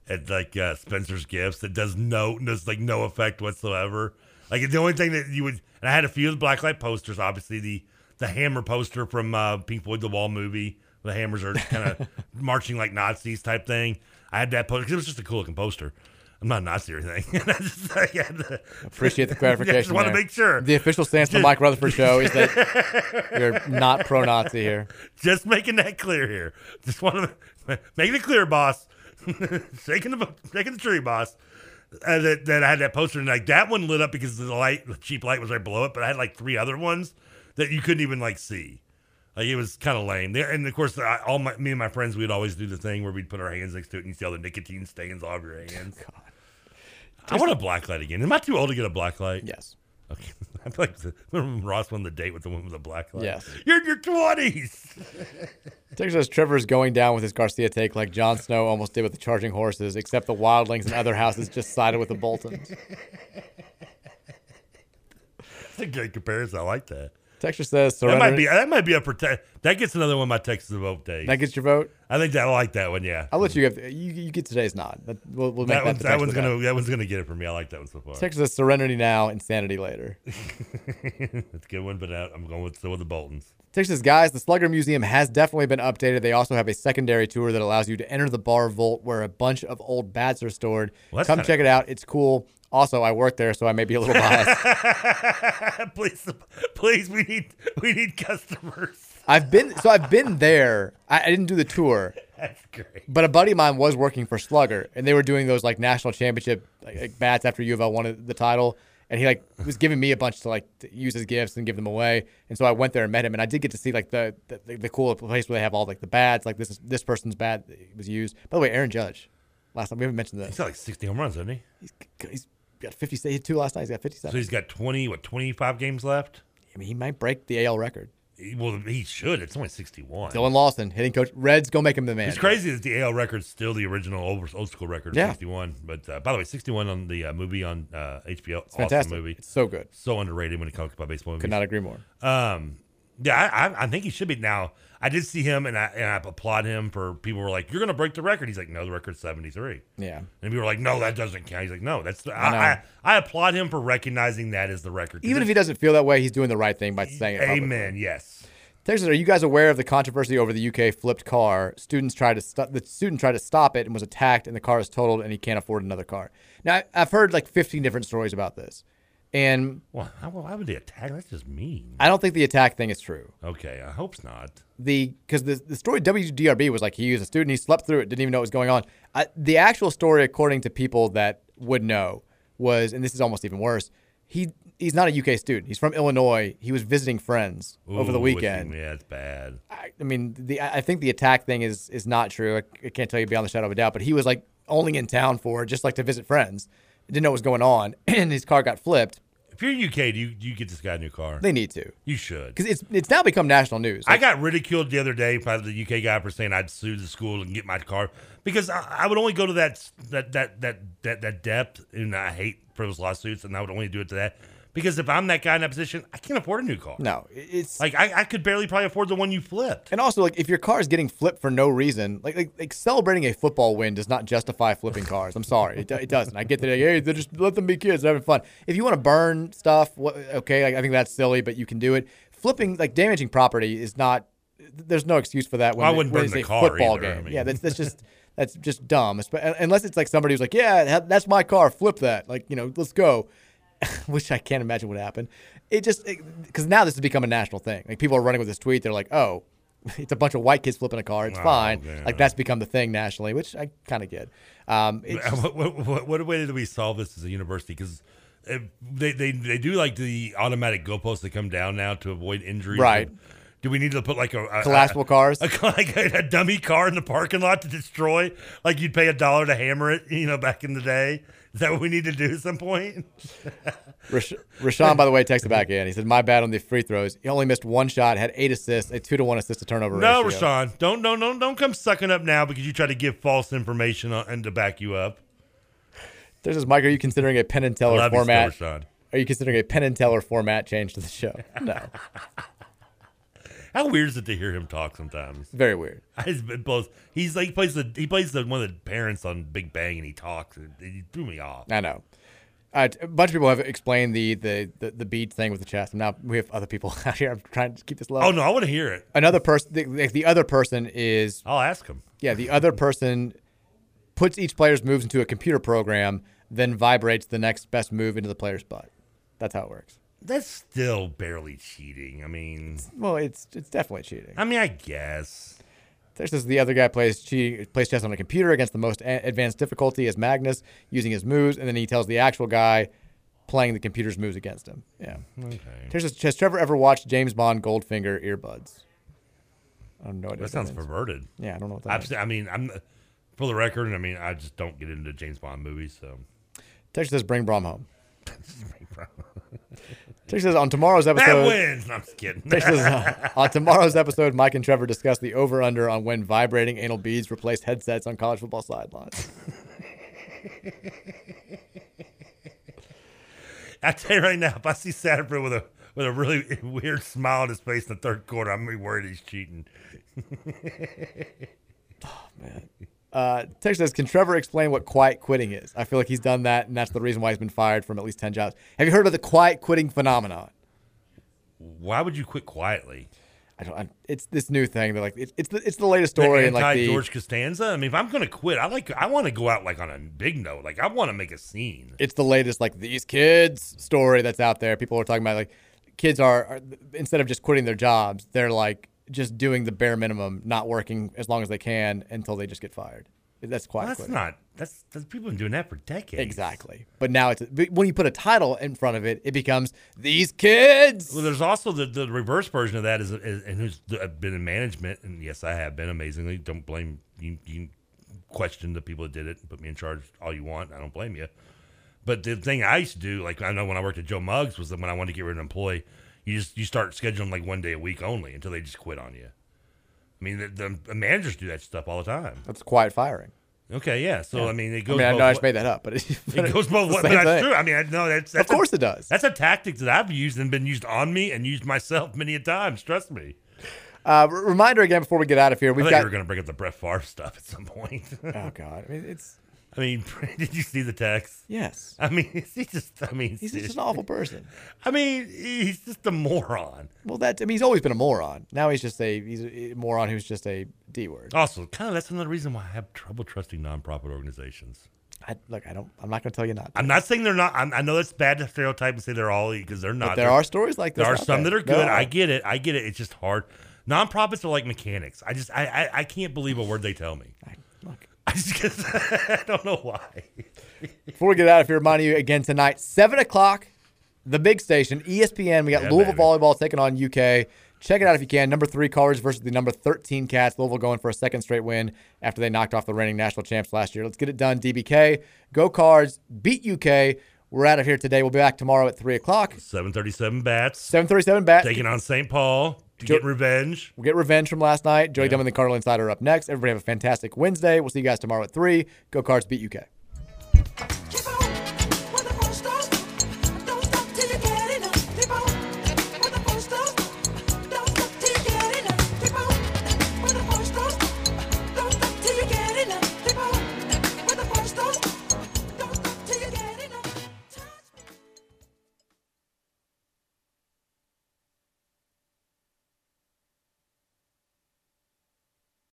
at like uh Spencer's Gifts that does no does like no effect whatsoever. Like the only thing that you would and I had a few of the blacklight posters, obviously the the hammer poster from uh Pink Floyd the Wall movie. The hammers are kind (laughs) of marching like Nazis type thing. I had that poster 'cause it was just a cool looking poster. I'm not a Nazi or anything. (laughs) I just, I had the- (laughs) Appreciate the clarification. I just want to there. make sure. The official stance of the Mike Rutherford show is (laughs) that you're not pro Nazi here. Just making that clear here. Just want to (laughs) make it clear, boss. (laughs) shaking the shaking the tree, boss. Uh, that, that I had that poster and like that one lit up because the light, the cheap light was right below it. But I had like three other ones that you couldn't even like see. Like it was kind of lame. There, and of course, I, all my me and my friends, we'd always do the thing where we'd put our hands next to it and you see all the nicotine stains all over your hands. I want a black light again. Am I too old to get a black light? Yes. Okay. (laughs) I feel like (laughs) the, remember Ross won the date with the woman with a black light. Yes. You're in your twenties. Tex says Trevor's going down with his Garcia take like Jon Snow almost did with the charging horses, except the wildlings and other houses just sided with the (laughs) Boltons. That's a great comparison. I like that. Texture says That surrender. might be that might be a protect. That gets another one of my Texas vote days. That gets your vote. I think that I like that one. Yeah. I'll let you have you, you get today's nod. That, we'll, we'll make that, that one's, the that text one's without. gonna that one's gonna get it for me. I like that one so far. Text says serenity now, insanity later. It's a good one, but I, I'm going with still with the Boltons. (laughs) Text says guys, the Slugger Museum has definitely been updated. They also have a secondary tour that allows you to enter the bar vault where a bunch of old bats are stored. Well, that's Come kinda check it out. It's cool. Also, I work there, so I may be a (laughs) little biased. please, please, we need we need customers. (laughs) I've been so I've been there. I, I didn't do the tour. That's great. But a buddy of mine was working for Slugger, and they were doing those like national championship like, like, bats after U of L won the title. And he like was giving me a bunch to like to use as gifts and give them away. And so I went there and met him, and I did get to see like the the, the cool place where they have all like the bats. Like this is, this person's bat was used. By the way, Aaron Judge. Last time we haven't mentioned this. He's got like 60 home runs, hasn't he? He's, (laughs) he's got 50. He had two last night. He's got 57. So he's got 20, what, 25 games left? I mean, he might break the AL record. He- Well, he should. It's only 61. Dylan Lawson, hitting coach. Reds, go make him the man. It's crazy that the AL record's still the original old, old school record, of Yeah. 61. But uh, by the way, 61 on the uh, movie on uh, HBO. It's awesome fantastic. movie. It's so good. So underrated when it comes to baseball movies. Could not agree more. Um, yeah, I, I, I think he should be. Now, I did see him, and I, and I applaud him for people were like, you're going to break the record. He's like, no, the record's 73. Yeah. And people were like, no, that doesn't count. He's like, no, that's the, I know. I, I, I applaud him for recognizing that as the record. 'Cause Even if he doesn't feel that way, he's doing the right thing by saying it. it's- publicly. amen, yes. Texas, are you guys aware of the controversy over the UK flipped car? Students tried to st- the student tried to stop it and was attacked, and the car is totaled, and he can't afford another car. Now, I- I've heard like 15 different stories about this, and Well, how, why would they attack? That's just mean. I don't think the attack thing is true. Okay, I hope not. The because the, the story WDRB was like he was a student, he slept through it, didn't even know what was going on. I, the actual story, according to people that would know, was and this is almost even worse. He he's not a UK student. He's from Illinois. He was visiting friends over the Ooh, it's- weekend. Yeah, it's bad. I, I mean, the I I think the attack thing is is not true. I, I can't tell you beyond the shadow of a doubt. But he was like only in town for just like to visit friends. Didn't know what was going on, (clears throat) and his car got flipped. If you're UK, do you, do you get this guy a new car? They need to You should. because it's it's now become national news. I got ridiculed the other day by the UK guy for saying I'd sue the school and get my car because I, I would only go to that that that that that, that depth, and I hate frivolous lawsuits, and I would only do it to that because if I'm that guy in that position, I can't afford a new car. No, it's like I, I could barely probably afford the one you flipped. and also like if your car is getting flipped for no reason, like like, like celebrating a football win does not justify flipping cars. I'm sorry, it, do- it doesn't. I get that. Hey, they're just let them be kids, they're having fun. If you want to burn stuff, what, okay, like, I think that's silly, but you can do it. Flipping like damaging property is not. There's no excuse for that. When I it- wouldn't when burn it's the a car football either, I game. mean. Yeah, that's that's just that's just dumb. Espe- Unless it's like somebody who's like, yeah, that's my car. Flip that. Like you know, let's go. Which I can't imagine would happen. It just because now this has become a national thing. Like people are running with this tweet. They're like, oh, (laughs) it's a bunch of white kids flipping a car. It's Oh, fine. man. Like that's become the thing nationally, which I kind of get. (laughs) Um, it's just- what, what, what, what way did we solve this as a university? Because they, they they do like the automatic goalposts that come down now to avoid injuries. Right. Do we need to put like a, a Collapsible a- cars? a, like a, a dummy car in the parking lot to destroy? Like you'd pay a dollar to hammer it, you know, back in the day. Is that what we need to do at some point? Rash- Rashawn, by the way, texted (laughs) back in. He said, "My bad on the free throws. He only missed one shot. Had eight assists. A two to one assist to turnover no, ratio." Rashawn, don't don't don't don't come sucking up now because you try to give false information on, and to back you up. There's this, Mike. Are you considering a pen and I teller love you still, format? Rashawn. Are you considering a pen and teller format change to the show? (laughs) No, How weird is it to hear him talk sometimes? (laughs) very weird. It's been both. He's like he plays the he plays the one of the parents on Big Bang, and he talks. It, it threw me off. I know. Uh, a bunch of people have explained the the the, the bead thing with the chest. And now we have other people (laughs) out here. I'm trying to keep this low. Oh no, I want to hear it. Another person. The, like, the other person is. I'll ask him. Yeah, the other person puts each player's moves into a computer program, then vibrates the next best move into the player's butt. That's how it works. That's still barely cheating. I mean, Well, it's it's definitely cheating. I mean, I guess. There's this. The other guy plays cheating, plays chess on a computer against the most a- advanced difficulty as Magnus, using his moves, and then he tells the actual guy, playing the computer's moves against him. Yeah. Okay. Here's a- has Trevor ever watched James Bond Goldfinger earbuds? I don't know. What That sounds means. perverted. Yeah, I don't know what that I've means. se- I mean, I'm for the record, I mean, I just don't get into James Bond movies. So Texas says, "Bring Brom (laughs) home." Texas says, "On tomorrow's That episode, (laughs) wins!" No, I'm just kidding. Texas says, "On- on tomorrow's episode, Mike and Trevor discuss the over/under on when vibrating anal beads replace headsets on college football sidelines." (laughs) I tell you right now, if I see Satterfield with a with a really (laughs) weird smile on his face in the third quarter, I'm gonna be worried he's cheating. Uh, Texas says, "Can Trevor explain what quiet quitting is? I feel like he's done that, and that's the reason why he's been fired from at least ten jobs. Have you heard of the quiet quitting phenomenon?" Why would you quit quietly? I don't. I, it's this new thing. They're like, it, it's the it's the latest story, The and like the George Costanza. I mean, if I'm gonna quit, I like I want to go out like on a big note. Like I want to make a scene. it's the latest like these kids story that's out there. People are talking about like kids are, are instead of just quitting their jobs, they're like just doing the bare minimum, not working as long as they can until they just get fired. That's quiet. Well, that's quitting. not. That's, that's people have been doing that for decades. Exactly. But now it's but when you put a title in front of it, it becomes these kids. Well, there's also the, the reverse version of that is, is and who's I've been in management, and yes, I have been amazingly. Don't blame you. You can question the people that did it and put me in charge all you want. I don't blame you. But the thing I used to do, like I know when I worked at Joe Muggs, was that when I wanted to get rid of an employee, you just you start scheduling like one day a week only until they just quit on you. I mean, the, the, managers do that stuff all the time. That's quiet firing. Okay, yeah. So Yeah. I mean, I it goes. mean, I both know I wa- just made that up, but it- but (laughs) it goes both. it's (laughs) the ways. But same thing. that's true. I mean, I know that's, that's Of course a, it does. That's a tactic that I've used and been used on me and used myself many a times. Trust me. Uh, r- reminder again before we get out of here, I we've thought got you were going to bring up the Brett Favre stuff at some point. (laughs) oh God, I mean it's. I mean, (laughs) did you see the text? Yes. I mean, (laughs) he's just. I mean, He's just an awful person. I mean, he's just a moron. Well, that I mean, he's always been a moron. Now he's just a he's a moron who's just a d word. Also, kind of that's another reason why I have trouble trusting nonprofit organizations. I, look, I don't. I'm not going to tell you not. I'm not saying they're not. I'm, I know that's bad to stereotype and say they're all because they're not. there They're- are stories like this There are out some there. that are good. There are. I get it. I get it. It's just hard. Nonprofits are like mechanics. I just I I, I can't believe a word they tell me. (laughs) I, just (laughs) I don't know why. Before we get out of here, remind you again tonight, seven o'clock, the big station, E ESPN. We got Yeah, Louisville baby. volleyball taking on UK. Check it out if you can. Number three Cars versus the number thirteen Cats. Louisville going for a second straight win after they knocked off the reigning national champs last year. Let's get it done. DBK, go Cards, beat UK. We're out of here today. We'll be back tomorrow at three o'clock. Seven thirty seven bats. Seven thirty seven bat. Taking on St. Paul to get revenge. We'll get revenge from last night. Joey Dunn and the Cardinal Insider are up next. Everybody have a fantastic Wednesday. We'll see you guys tomorrow at 3. Go Cards beat UK.